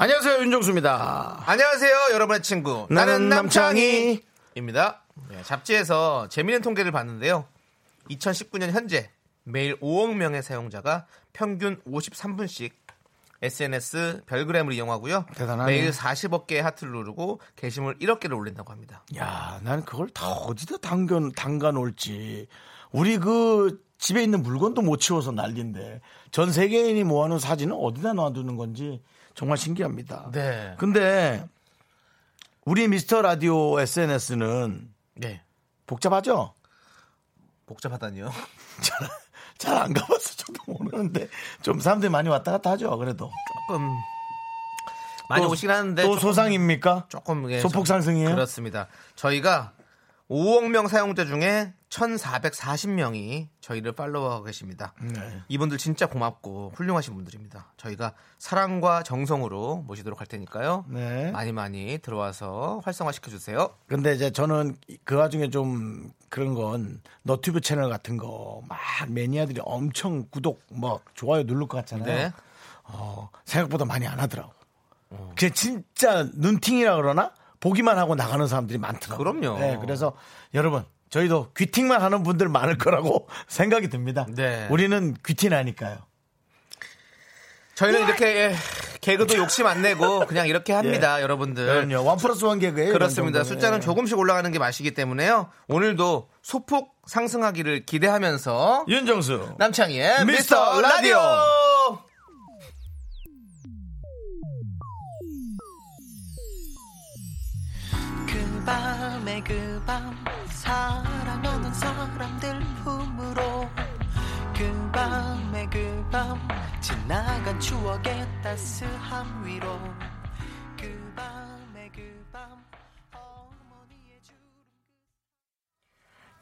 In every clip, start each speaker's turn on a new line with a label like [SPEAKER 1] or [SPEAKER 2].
[SPEAKER 1] 안녕하세요 윤정수입니다
[SPEAKER 2] 안녕하세요, 여러분의 친구.
[SPEAKER 1] 나는
[SPEAKER 2] 나는
[SPEAKER 1] 남창희.
[SPEAKER 2] 남창희입니다. 네, 잡지에서 재미있는 통계를 봤는데요. 2019년 현재 매일 5억 명의 사용자가 평균 53분씩 SNS 별그램을 이용하고요.
[SPEAKER 1] 대단하네.
[SPEAKER 2] 매일 40억 개의 하트를 누르고 게시물 1억 개를 올린다고 합니다.
[SPEAKER 1] 야, 난 그걸 다 어디다 담겨, 담가 놓을지. 우리 그 집에 있는 물건도 못 치워서 난린데 전 세계인이 모아놓은 사진은 어디다 놔두는 건지 정말 신기합니다.
[SPEAKER 2] 네.
[SPEAKER 1] 근데 우리 미스터 라디오 SNS는
[SPEAKER 2] 네.
[SPEAKER 1] 복잡하죠?
[SPEAKER 2] 복잡하다니요.
[SPEAKER 1] 잘 안 가봐서 저도 모르는데 좀 사람들이 많이 왔다 갔다 하죠. 그래도
[SPEAKER 2] 조금 많이
[SPEAKER 1] 또-
[SPEAKER 2] 오시긴 하는데
[SPEAKER 1] 또
[SPEAKER 2] 조금-
[SPEAKER 1] 소상입니까?
[SPEAKER 2] 조금 이게
[SPEAKER 1] 소폭
[SPEAKER 2] 좀-
[SPEAKER 1] 상승이에요?
[SPEAKER 2] 그렇습니다. 저희가 5억 명 사용자 중에 1,440명이 저희를 팔로우하고 계십니다.
[SPEAKER 1] 네.
[SPEAKER 2] 이분들 진짜 고맙고 훌륭하신 분들입니다. 저희가 사랑과 정성으로 모시도록 할 테니까요.
[SPEAKER 1] 네.
[SPEAKER 2] 많이 많이 들어와서 활성화 시켜주세요.
[SPEAKER 1] 근데 이제 저는 그 와중에 좀 그런 건 너튜브 채널 같은 거 막 매니아들이 엄청 구독 막 좋아요 누를 것 같잖아요.
[SPEAKER 2] 네.
[SPEAKER 1] 어, 생각보다 많이 안 하더라고.
[SPEAKER 2] 어.
[SPEAKER 1] 그게 진짜 눈팅이라 그러나 보기만 하고 나가는 사람들이 많더라고.
[SPEAKER 2] 그럼요.
[SPEAKER 1] 네, 그래서 여러분 저희도 귀팅만 하는 분들 많을 거라고 생각이 듭니다.
[SPEAKER 2] 네.
[SPEAKER 1] 우리는 귀티나니까요.
[SPEAKER 2] 저희는 이렇게 예, 개그도 욕심 안 내고 그냥 이렇게 합니다, 여러분들.
[SPEAKER 1] 예. 그럼요. 원 플러스 원 개그예요. 이런
[SPEAKER 2] 네. 그렇습니다.
[SPEAKER 1] 정도는.
[SPEAKER 2] 숫자는 조금씩 올라가는 게 맛이기 때문에요. 오늘도 소폭 상승하기를 기대하면서
[SPEAKER 1] 윤정수.
[SPEAKER 2] 남창희의
[SPEAKER 1] 미스터
[SPEAKER 2] 미스터 라디오.
[SPEAKER 3] 그 밤에 그 밤 사랑하는 사람들 품으로 그 밤에 그 밤 지나간 추억의 따스함 위로 그 밤에 그 밤 어머니의 주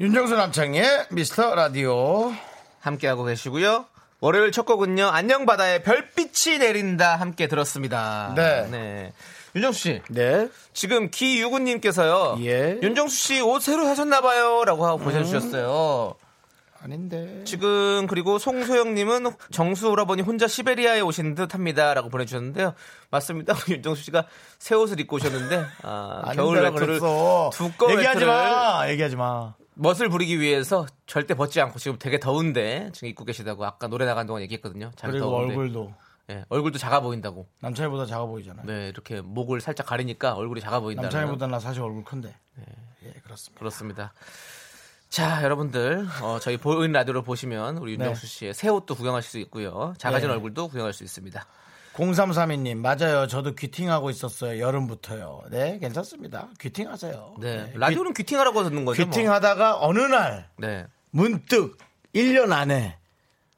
[SPEAKER 1] 윤정수 남창의 미스터 라디오.
[SPEAKER 2] 함께하고 계시고요. 월요일 첫 곡은요. 안녕 바다의 별빛이 내린다 함께 들었습니다.
[SPEAKER 1] 네.
[SPEAKER 2] 윤정수 씨,
[SPEAKER 1] 네.
[SPEAKER 2] 지금 기유구 님께서요.
[SPEAKER 1] 예. 음.
[SPEAKER 2] 윤정수 씨 옷 새로 사셨나 봐요라고 하고 보내 주셨어요.
[SPEAKER 1] 아닌데.
[SPEAKER 2] 지금 그리고 송소영 님은 정수 오라버니 혼자 시베리아에 오신 듯 합니다라고 보내 주셨는데요. 맞습니다. 윤정수 씨가 새 옷을 입고 오셨는데 아, 겨울
[SPEAKER 1] 아닌데라
[SPEAKER 2] 외투를
[SPEAKER 1] 그랬어.
[SPEAKER 2] 두꺼운
[SPEAKER 1] 얘기하지
[SPEAKER 2] 외투를
[SPEAKER 1] 마. 얘기하지 마.
[SPEAKER 2] 멋을 부리기 위해서 절대 벗지 않고 지금 되게 더운데 지금 입고 계시다고 아까 노래 나간 동안 얘기했거든요. 잠이
[SPEAKER 1] 그리고
[SPEAKER 2] 더운데.
[SPEAKER 1] 얼굴도
[SPEAKER 2] 예, 얼굴도 작아 보인다고.
[SPEAKER 1] 남창이보다 작아 보이잖아요.
[SPEAKER 2] 네, 이렇게 목을 살짝 가리니까 얼굴이 작아 보인다.
[SPEAKER 1] 남창이보다 나 사실 얼굴 큰데. 예, 그렇습니다.
[SPEAKER 2] 그렇습니다. 자, 여러분들 어, 저희 보인 라디오로 보시면 우리
[SPEAKER 1] 네.
[SPEAKER 2] 윤정수 씨의 새 옷도 구경하실 수 있고요. 작아진
[SPEAKER 1] 네.
[SPEAKER 2] 얼굴도 구경할 수 있습니다.
[SPEAKER 1] 0332님 맞아요. 저도 귀팅하고 있었어요. 여름부터요. 네, 괜찮습니다. 귀팅하세요.
[SPEAKER 2] 네,
[SPEAKER 1] 네.
[SPEAKER 2] 라디오는 귀팅하라고 듣는
[SPEAKER 1] 귀-
[SPEAKER 2] 거죠. 뭐.
[SPEAKER 1] 귀팅하다가 어느 날
[SPEAKER 2] 네,
[SPEAKER 1] 문득 1년 안에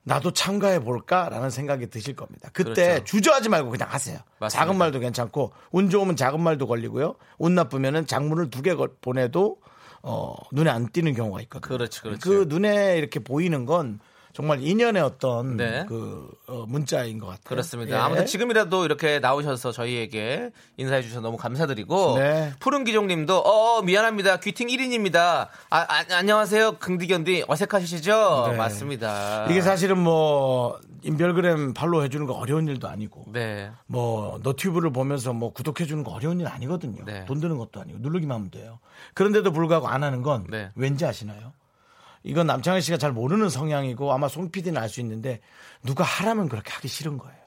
[SPEAKER 1] 나도 참가해 볼까라는 생각이 드실 겁니다. 그때
[SPEAKER 2] 그렇죠.
[SPEAKER 1] 주저하지 말고 그냥 하세요.
[SPEAKER 2] 맞습니다.
[SPEAKER 1] 작은 말도 괜찮고 운 좋으면 작은 말도 걸리고요. 운 나쁘면은 장문을 두 개 보내도 어, 눈에 안 띄는 경우가 있거든요.
[SPEAKER 2] 그렇지, 그렇지.
[SPEAKER 1] 그 눈에 이렇게 보이는 건 정말 인연의 어떤
[SPEAKER 2] 네.
[SPEAKER 1] 그 어, 문자인 것 같아요.
[SPEAKER 2] 그렇습니다.
[SPEAKER 1] 예.
[SPEAKER 2] 아무튼 지금이라도 이렇게 나오셔서 저희에게 인사해 주셔서 너무 감사드리고
[SPEAKER 1] 네.
[SPEAKER 2] 푸른 기종님도 어 미안합니다. 귀팅 1인입니다. 아, 아, 안녕하세요. 긍디견디 어색하시죠?
[SPEAKER 1] 네.
[SPEAKER 2] 맞습니다.
[SPEAKER 1] 이게 사실은 뭐 인별그램 팔로우 해주는 거 어려운 일도 아니고
[SPEAKER 2] 네.
[SPEAKER 1] 뭐 너튜브를 보면서 뭐 구독해 주는 거 어려운 일 아니거든요.
[SPEAKER 2] 네.
[SPEAKER 1] 돈 드는 것도 아니고 누르기만 하면 돼요. 그런데도 불구하고 안 하는 건
[SPEAKER 2] 네.
[SPEAKER 1] 왠지 아시나요? 이건 남창희 씨가 잘 모르는 성향이고 아마 송 PD는 알 수 있는데 누가 하라면 그렇게 하기 싫은 거예요.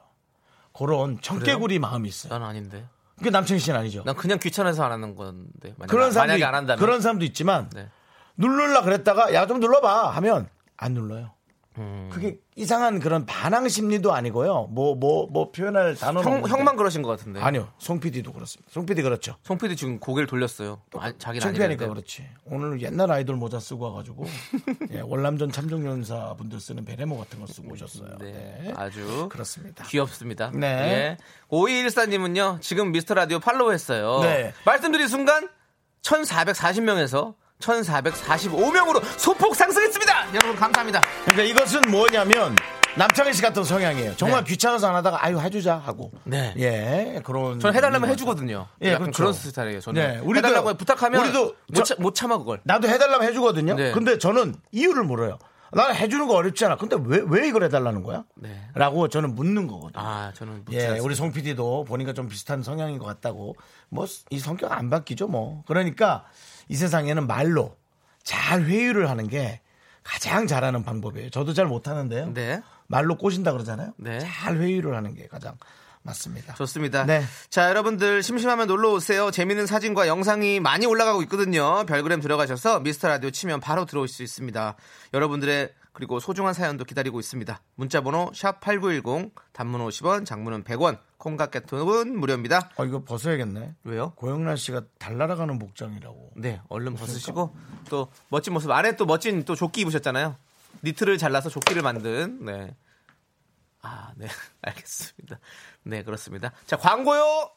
[SPEAKER 1] 그런 청개구리 마음이 있어요.
[SPEAKER 2] 난 아닌데.
[SPEAKER 1] 그게 남창희 씨는 아니죠.
[SPEAKER 2] 난 그냥 귀찮아서 안 하는 건데. 만약,
[SPEAKER 1] 그런 사람도
[SPEAKER 2] 만약에
[SPEAKER 1] 있-
[SPEAKER 2] 안 한다면.
[SPEAKER 1] 그런 사람도 있지만
[SPEAKER 2] 네.
[SPEAKER 1] 누르려 그랬다가 야 좀 눌러봐 하면 안 눌러요.
[SPEAKER 2] 음.
[SPEAKER 1] 그게 이상한 그런 반항 심리도 아니고요. 뭐 뭐 뭐 표현할 단어
[SPEAKER 2] 형, 형만 그러신 것 같은데.
[SPEAKER 1] 아니요. 송 PD도 그렇습니다. 송 PD 그렇죠.
[SPEAKER 2] 송 PD 지금 고개를 돌렸어요. 아, 자기는
[SPEAKER 1] 창피하니까
[SPEAKER 2] 아니라는데.
[SPEAKER 1] 그렇지. 오늘 옛날 아이돌 모자 쓰고 와가지고 예, 월남전 참정연사 분들 쓰는 베레모 같은 거 쓰고 오셨어요.
[SPEAKER 2] 네,
[SPEAKER 1] 네.
[SPEAKER 2] 아주
[SPEAKER 1] 그렇습니다.
[SPEAKER 2] 귀엽습니다.
[SPEAKER 1] 네.
[SPEAKER 2] 네. 5214님은요, 지금 미스터 라디오 팔로우 했어요.
[SPEAKER 1] 네.
[SPEAKER 2] 말씀드린 순간, 1440명에서 1445명으로 소폭 상승했습니다! 여러분, 감사합니다.
[SPEAKER 1] 그러니까 이것은 뭐냐면 남창희 씨 같은 성향이에요. 정말
[SPEAKER 2] 네.
[SPEAKER 1] 귀찮아서 안 하다가 아유 해주자 하고.
[SPEAKER 2] 네.
[SPEAKER 1] 예 그런.
[SPEAKER 2] 저는 해달라면
[SPEAKER 1] 의미가
[SPEAKER 2] 해주거든요.
[SPEAKER 1] 예,
[SPEAKER 2] 약간
[SPEAKER 1] 그렇죠.
[SPEAKER 2] 그런 스타일이에요. 저는
[SPEAKER 1] 네, 우리도-
[SPEAKER 2] 해달라고 부탁하면
[SPEAKER 1] 우리도
[SPEAKER 2] 못,
[SPEAKER 1] 저-
[SPEAKER 2] 참- 못 참아 그걸.
[SPEAKER 1] 나도 해달라면 해주거든요.
[SPEAKER 2] 네.
[SPEAKER 1] 근데 저는 이유를 물어요. 나는 해주는 거 어렵지 않아. 근데 왜, 왜 이걸 해달라는 거야?
[SPEAKER 2] 네.
[SPEAKER 1] 라고 저는 묻는 거거든요.
[SPEAKER 2] 아, 저는 못
[SPEAKER 1] 예,
[SPEAKER 2] 참았어요.
[SPEAKER 1] 우리 송 PD도 보니까 좀 비슷한 성향인 것 같다고. 뭐 이 성격 안 바뀌죠, 뭐. 그러니까 이 세상에는 말로 잘 회유를 하는 게 가장 잘하는 방법이에요. 저도 잘 못하는데요.
[SPEAKER 2] 네.
[SPEAKER 1] 말로 꼬신다 그러잖아요.
[SPEAKER 2] 네.
[SPEAKER 1] 잘 회유를 하는 게 가장 맞습니다.
[SPEAKER 2] 좋습니다.
[SPEAKER 1] 네.
[SPEAKER 2] 자, 여러분들 심심하면 놀러 오세요. 재밌는 사진과 영상이 많이 올라가고 있거든요. 별그램 들어가셔서 미스터 라디오 치면 바로 들어오실 수 있습니다. 여러분들의 그리고 소중한 사연도 기다리고 있습니다. 문자 번호 샵 8910 단문 50원, 장문은 100원. 콩깍개통은 무료입니다.
[SPEAKER 1] 어, 이거 벗어야겠네.
[SPEAKER 2] 왜요?
[SPEAKER 1] 고영란 씨가 달날아가는 복장이라고.
[SPEAKER 2] 네, 얼른 벗으시고 또 멋진 모습 안에 또 멋진 또 조끼 입으셨잖아요. 니트를 잘라서 조끼를 만든 네. 아, 네. 알겠습니다. 네, 그렇습니다. 자, 광고요.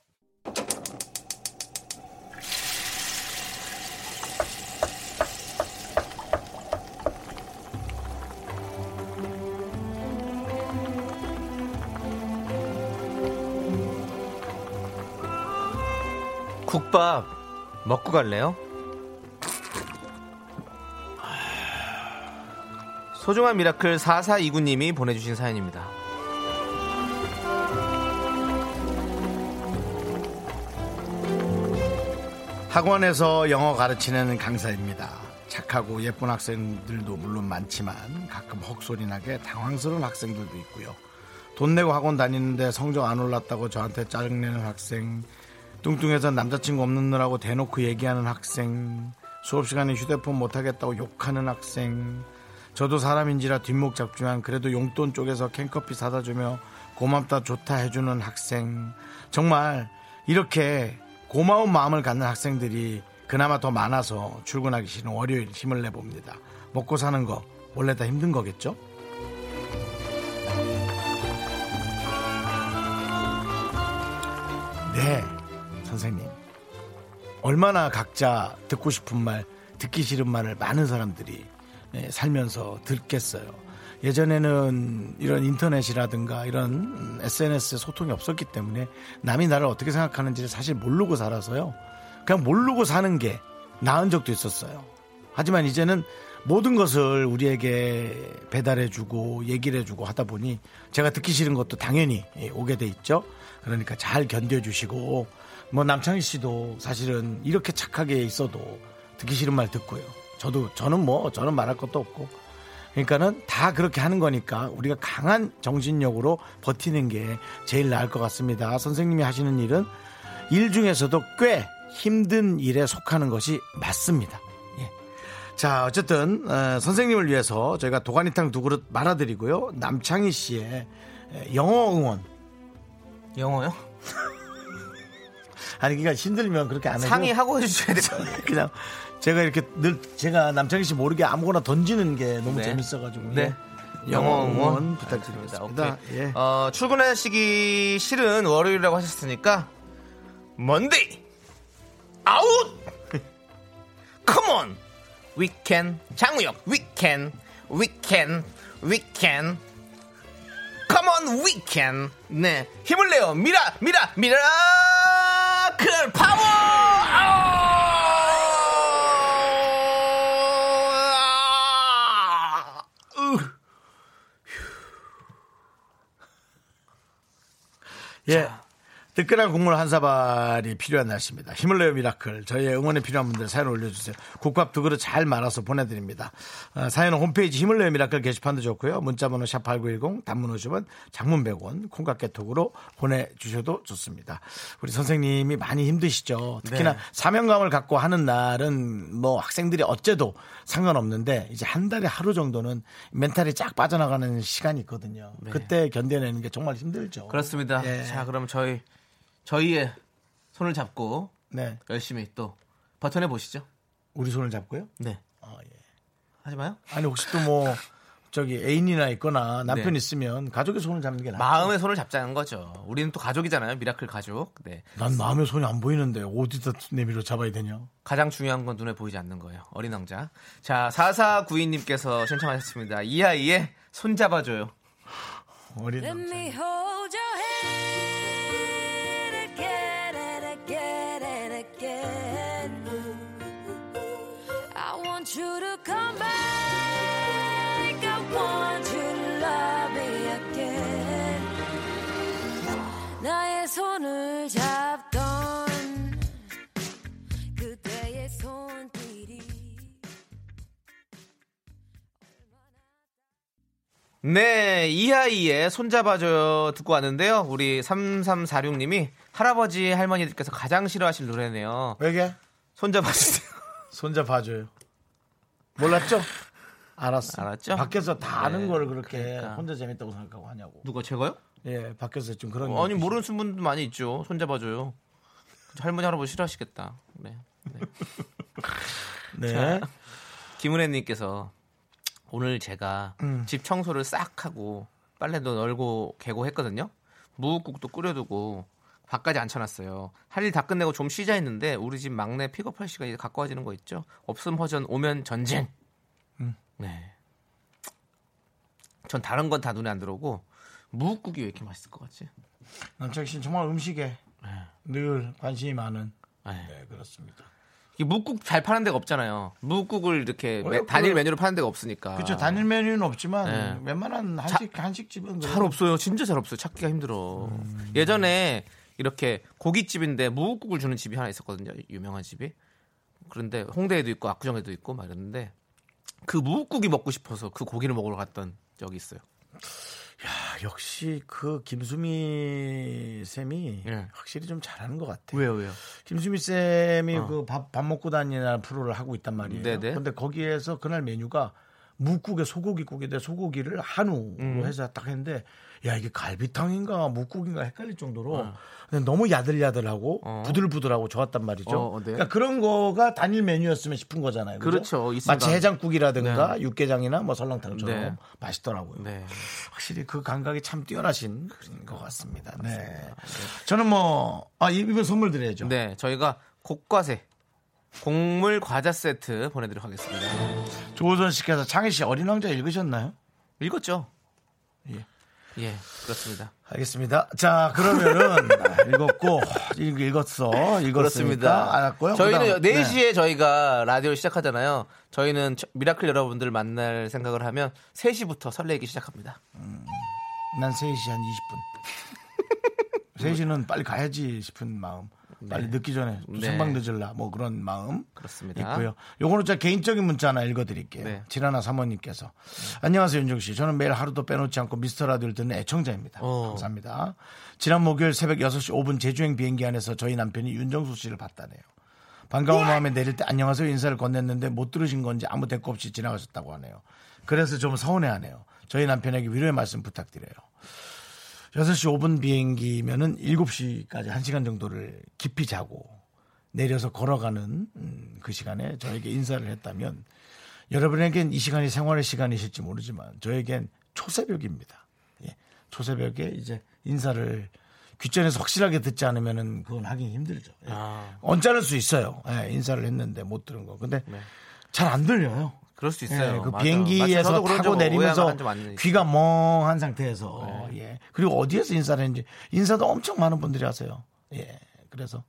[SPEAKER 2] 국밥 먹고 갈래요? 소중한 미라클 4429님이 보내주신 사연입니다.
[SPEAKER 1] 학원에서 영어 가르치는 강사입니다. 착하고 예쁜 학생들도 물론 많지만 가끔 헉소리나게 당황스러운 학생들도 있고요. 돈 내고 학원 다니는데 성적 안 올랐다고 저한테 짜증내는 학생, 뚱뚱해서 남자친구 없는 누라고 대놓고 얘기하는 학생, 수업 시간에 휴대폰 못 하겠다고 욕하는 학생, 저도 사람인지라 뒷목 잡지만 그래도 용돈 쪽에서 캔커피 사다 주며 고맙다 좋다 해주는 학생 정말 이렇게 고마운 마음을 갖는 학생들이 그나마 더 많아서 출근하기 싫은 월요일 힘을 내봅니다 먹고 사는 거 원래 다 힘든 거겠죠? 네 선생님 얼마나 각자 듣고 싶은 말, 듣기 싫은 말을 많은 사람들이 예, 살면서 듣겠어요. 예전에는 이런 인터넷이라든가 이런 SNS에 소통이 없었기 때문에 남이 나를 어떻게 생각하는지를 사실 모르고 살아서요. 그냥 모르고 사는 게 나은 적도 있었어요. 하지만 이제는 모든 것을 우리에게 배달해주고 얘기를 해주고 하다 보니 제가 듣기 싫은 것도 당연히 예, 오게 돼 있죠. 그러니까 잘 견뎌주시고 뭐 남창희 씨도 사실은 이렇게 착하게 있어도 듣기 싫은 말 듣고요. 저도 저는 뭐 저는 말할 것도 없고 그러니까는 다 그렇게 하는 거니까 우리가 강한 정신력으로 버티는 게 제일 나을 것 같습니다. 선생님이 하시는 일은 일 중에서도 꽤 힘든 일에 속하는 것이 맞습니다. 예. 자, 어쨌든 어, 선생님을 위해서 저희가 도가니탕 두 그릇 말아드리고요. 남창희 씨의 에, 영어 응원.
[SPEAKER 2] 영어요?
[SPEAKER 1] 아니 그러니까 힘들면 그렇게 안 해도
[SPEAKER 2] 상의하고 해주셔야 돼요.
[SPEAKER 1] 그냥 제가 이렇게 늘 제가 남창희 씨 모르게 아무거나 던지는 게 너무
[SPEAKER 2] 네.
[SPEAKER 1] 재밌어가지고
[SPEAKER 2] 네.
[SPEAKER 1] 예. 영어 응원 부탁드리겠습니다.
[SPEAKER 2] 오케이.
[SPEAKER 1] 예.
[SPEAKER 2] 어, 출근하시기 싫은 월요일이라고 하셨으니까 먼데이 아웃 컴온 위켄 장우혁 위켄 위켄 위켄 컴온 위켄 네 힘을 내요 미라 미라 미라클 파워 아웃! 으.
[SPEAKER 1] 예. 뜨끈한 국물 한 사발이 필요한 날씨입니다. 힘을 내요 미라클. 저희의 응원에 필요한 분들 사연 올려주세요. 국밥 두 그릇 잘 말아서 보내드립니다. 어, 사연은 홈페이지 힘을 내요 미라클 게시판도 좋고요. 문자번호 샵8910 단문 50원 장문 100원 콩깍개톡으로 보내주셔도 좋습니다. 우리 선생님이 많이 힘드시죠. 특히나
[SPEAKER 2] 네.
[SPEAKER 1] 사명감을 갖고 하는 날은 뭐 학생들이 어째도 상관없는데 이제 한 달에 하루 정도는 멘탈이 쫙 빠져나가는 시간이 있거든요. 그때 견뎌내는 게 정말 힘들죠.
[SPEAKER 2] 그렇습니다.
[SPEAKER 1] 예.
[SPEAKER 2] 자, 그럼 저희 저희의 손을 잡고
[SPEAKER 1] 네.
[SPEAKER 2] 열심히 또 버텨내 보시죠.
[SPEAKER 1] 우리 손을 잡고요.
[SPEAKER 2] 네.
[SPEAKER 1] 어, 예.
[SPEAKER 2] 하지 마요.
[SPEAKER 1] 아니 혹시 또 뭐 저기 애인이나 있거나 남편
[SPEAKER 2] 네.
[SPEAKER 1] 있으면 가족의 손을 잡는 게 나아.
[SPEAKER 2] 마음의 손을 잡자는 거죠. 우리는 또 가족이잖아요. 미라클 가족. 네.
[SPEAKER 1] 난 마음의 손이 안 보이는데 어디다 내밀어 잡아야 되냐?
[SPEAKER 2] 가장 중요한 건 눈에 보이지 않는 거예요. 어린 왕자. 자, 4492님께서 신청하셨습니다. 이 아이의 손 잡아줘요.
[SPEAKER 1] 어린
[SPEAKER 4] Let
[SPEAKER 1] 남자.
[SPEAKER 4] me hold your hand again and again and again. I want you to come back. I want you to love me again. 나의 손을 잡던 그대의 손길이
[SPEAKER 2] 네, 이하이의 손잡아줘요 듣고 왔는데요. 우리 3346님이 할아버지 할머니들께서 가장 싫어하실 노래네요.
[SPEAKER 1] 왜게?
[SPEAKER 2] 손잡아주세요.
[SPEAKER 1] 손잡 봐줘요. 몰랐죠? 알았어.
[SPEAKER 2] 알았죠?
[SPEAKER 1] 밖에서 다
[SPEAKER 2] 네,
[SPEAKER 1] 아는 걸 그렇게
[SPEAKER 2] 그러니까.
[SPEAKER 1] 혼자 재밌다고 생각하고 하냐고.
[SPEAKER 2] 누가 제가요?
[SPEAKER 1] 예, 밖에서 좀 그런.
[SPEAKER 2] 어, 아니
[SPEAKER 1] 얘기
[SPEAKER 2] 모르는 분도 많이 있죠. 손잡아줘요. 할머니 할아버지 싫어하시겠다. 네. 네.
[SPEAKER 1] 네.
[SPEAKER 2] 김은혜님께서 오늘 제가 집 청소를 싹 하고 빨래도 널고 개고 했거든요. 무국도 끓여두고 밥까지 앉혀놨어요. 할 일 다 끝내고 좀 쉬자 했는데 우리 집 막내 픽업할 시간이 가까워지는 거 있죠. 없음 허전 오면 전쟁. 네. 전 다른 건 다 눈에 안 들어오고 무국이 왜 이렇게 맛있을 것 같지?
[SPEAKER 1] 남창희 씨는 정말 음식에 늘 관심이 많은.
[SPEAKER 2] 네.
[SPEAKER 1] 네, 그렇습니다.
[SPEAKER 2] 이게 묵국 잘 파는 데가 없잖아요. 묵국을 이렇게
[SPEAKER 1] 원래
[SPEAKER 2] 메- 단일
[SPEAKER 1] 그-
[SPEAKER 2] 메뉴로 파는 데가 없으니까.
[SPEAKER 1] 그렇죠. 단일 메뉴는 없지만
[SPEAKER 2] 네.
[SPEAKER 1] 웬만한 한식 한식집은
[SPEAKER 2] 잘 없어요. 진짜 잘 없어요. 찾기가 힘들어.
[SPEAKER 1] 음.
[SPEAKER 2] 예전에 이렇게 고깃집인데 무국국을 주는 집이 하나 있었거든요. 유명한 집이. 그런데 홍대에도 있고 압구정에도 있고 막 이랬는데 그 무국국이 먹고 싶어서 그 고기를 먹으러 갔던 적이 있어요.
[SPEAKER 1] 아, 역시 그 김수미 쌤이
[SPEAKER 2] 예.
[SPEAKER 1] 확실히 좀 잘하는 것 같아요.
[SPEAKER 2] 왜요, 왜요?
[SPEAKER 1] 김수미 쌤이 그 밥 밥 먹고 다니는 프로를 하고 있단 말이에요.
[SPEAKER 2] 네네.
[SPEAKER 1] 근데 거기에서 그날 메뉴가 무국에 소고기국인데 소고기를 한우로
[SPEAKER 2] 음.
[SPEAKER 1] 해서 딱 했는데 야 이게 갈비탕인가 무국인가 헷갈릴 정도로
[SPEAKER 2] 어.
[SPEAKER 1] 근데 너무 야들야들하고 부들부들하고 좋았단 말이죠.
[SPEAKER 2] 어, 어, 네.
[SPEAKER 1] 그러니까 그런 거가 단일 메뉴였으면 싶은 거잖아요. 그죠?
[SPEAKER 2] 그렇죠. 있으면
[SPEAKER 1] 마치
[SPEAKER 2] 안-
[SPEAKER 1] 해장국이라든가 육개장이나 뭐 설렁탕처럼
[SPEAKER 2] 네.
[SPEAKER 1] 맛있더라고요.
[SPEAKER 2] 네.
[SPEAKER 1] 확실히 그 감각이 참 뛰어나신 것 같습니다. 네. 저는 뭐, 아, 이- 이번 선물 드려야죠.
[SPEAKER 2] 네, 저희가 곡과세 곡물 과자 세트 보내드리도록 하겠습니다.
[SPEAKER 1] 조호선 씨께서 창희 씨 어린 왕자 읽으셨나요?
[SPEAKER 2] 읽었죠?
[SPEAKER 1] 예.
[SPEAKER 2] 예, 그렇습니다.
[SPEAKER 1] 알겠습니다. 자, 그러면은 아, 읽었고, 읽, 읽었어. 읽었습니다. 알았고요.
[SPEAKER 2] 저희는
[SPEAKER 1] 그다음, 네.
[SPEAKER 2] 4시에 저희가 라디오를 시작하잖아요. 저희는 처- 미라클 여러분들 만날 생각을 하면 3시부터 설레기 시작합니다.
[SPEAKER 1] 네. 난 3시 한 20분. 3시는 빨리 가야지 싶은 마음. 빨리 늦기 전에 또
[SPEAKER 2] 네.
[SPEAKER 1] 생방 늦을라 뭐 그런 마음
[SPEAKER 2] 그렇습니다.
[SPEAKER 1] 있고요. 요거는 제가 개인적인 문자 하나 읽어드릴게요.
[SPEAKER 2] 네.
[SPEAKER 1] 지라나 사모님께서 안녕하세요 윤종 씨. 저는 매일 하루도 빼놓지 않고 미스터 라디오를 듣는 애청자입니다.
[SPEAKER 2] 어.
[SPEAKER 1] 감사합니다. 지난 목요일 새벽 6시 5분 제주행 비행기 안에서 저희 남편이 윤정수 씨를 봤다네요. 반가운 마음에 내릴 때 안녕하세요 인사를 건넸는데 못 들으신 건지 아무 대꾸 없이 지나가셨다고 하네요. 그래서 좀 서운해하네요. 저희 남편에게 위로의 말씀 부탁드려요. 6시 5분 비행기면은 7시까지 1시간 정도를 깊이 자고 내려서 걸어가는 음, 그 시간에 저에게 인사를 했다면 여러분에겐 이 시간이 생활의 시간이실지 모르지만 저에겐 초새벽입니다. 예. 초새벽에 이제 인사를 귓전에서 확실하게 듣지 않으면은 그건 하기 힘들죠. 예. 언짢을 수 있어요. 예, 인사를 했는데 못 들은 거. 근데 잘 안 들려요.
[SPEAKER 2] 네, 그럴 수 있어요.
[SPEAKER 1] 예, 그
[SPEAKER 2] 맞아요. 맞아요.
[SPEAKER 1] 비행기에서
[SPEAKER 2] 저도 그런
[SPEAKER 1] 타고
[SPEAKER 2] 적 오해한
[SPEAKER 1] 내리면서
[SPEAKER 2] 건좀 네. 많으니까.
[SPEAKER 1] 귀가 멍한 상태에서 예 그리고 어디에서 인사를 했는지 인사도 엄청 많은 분들이 하세요 예 그래서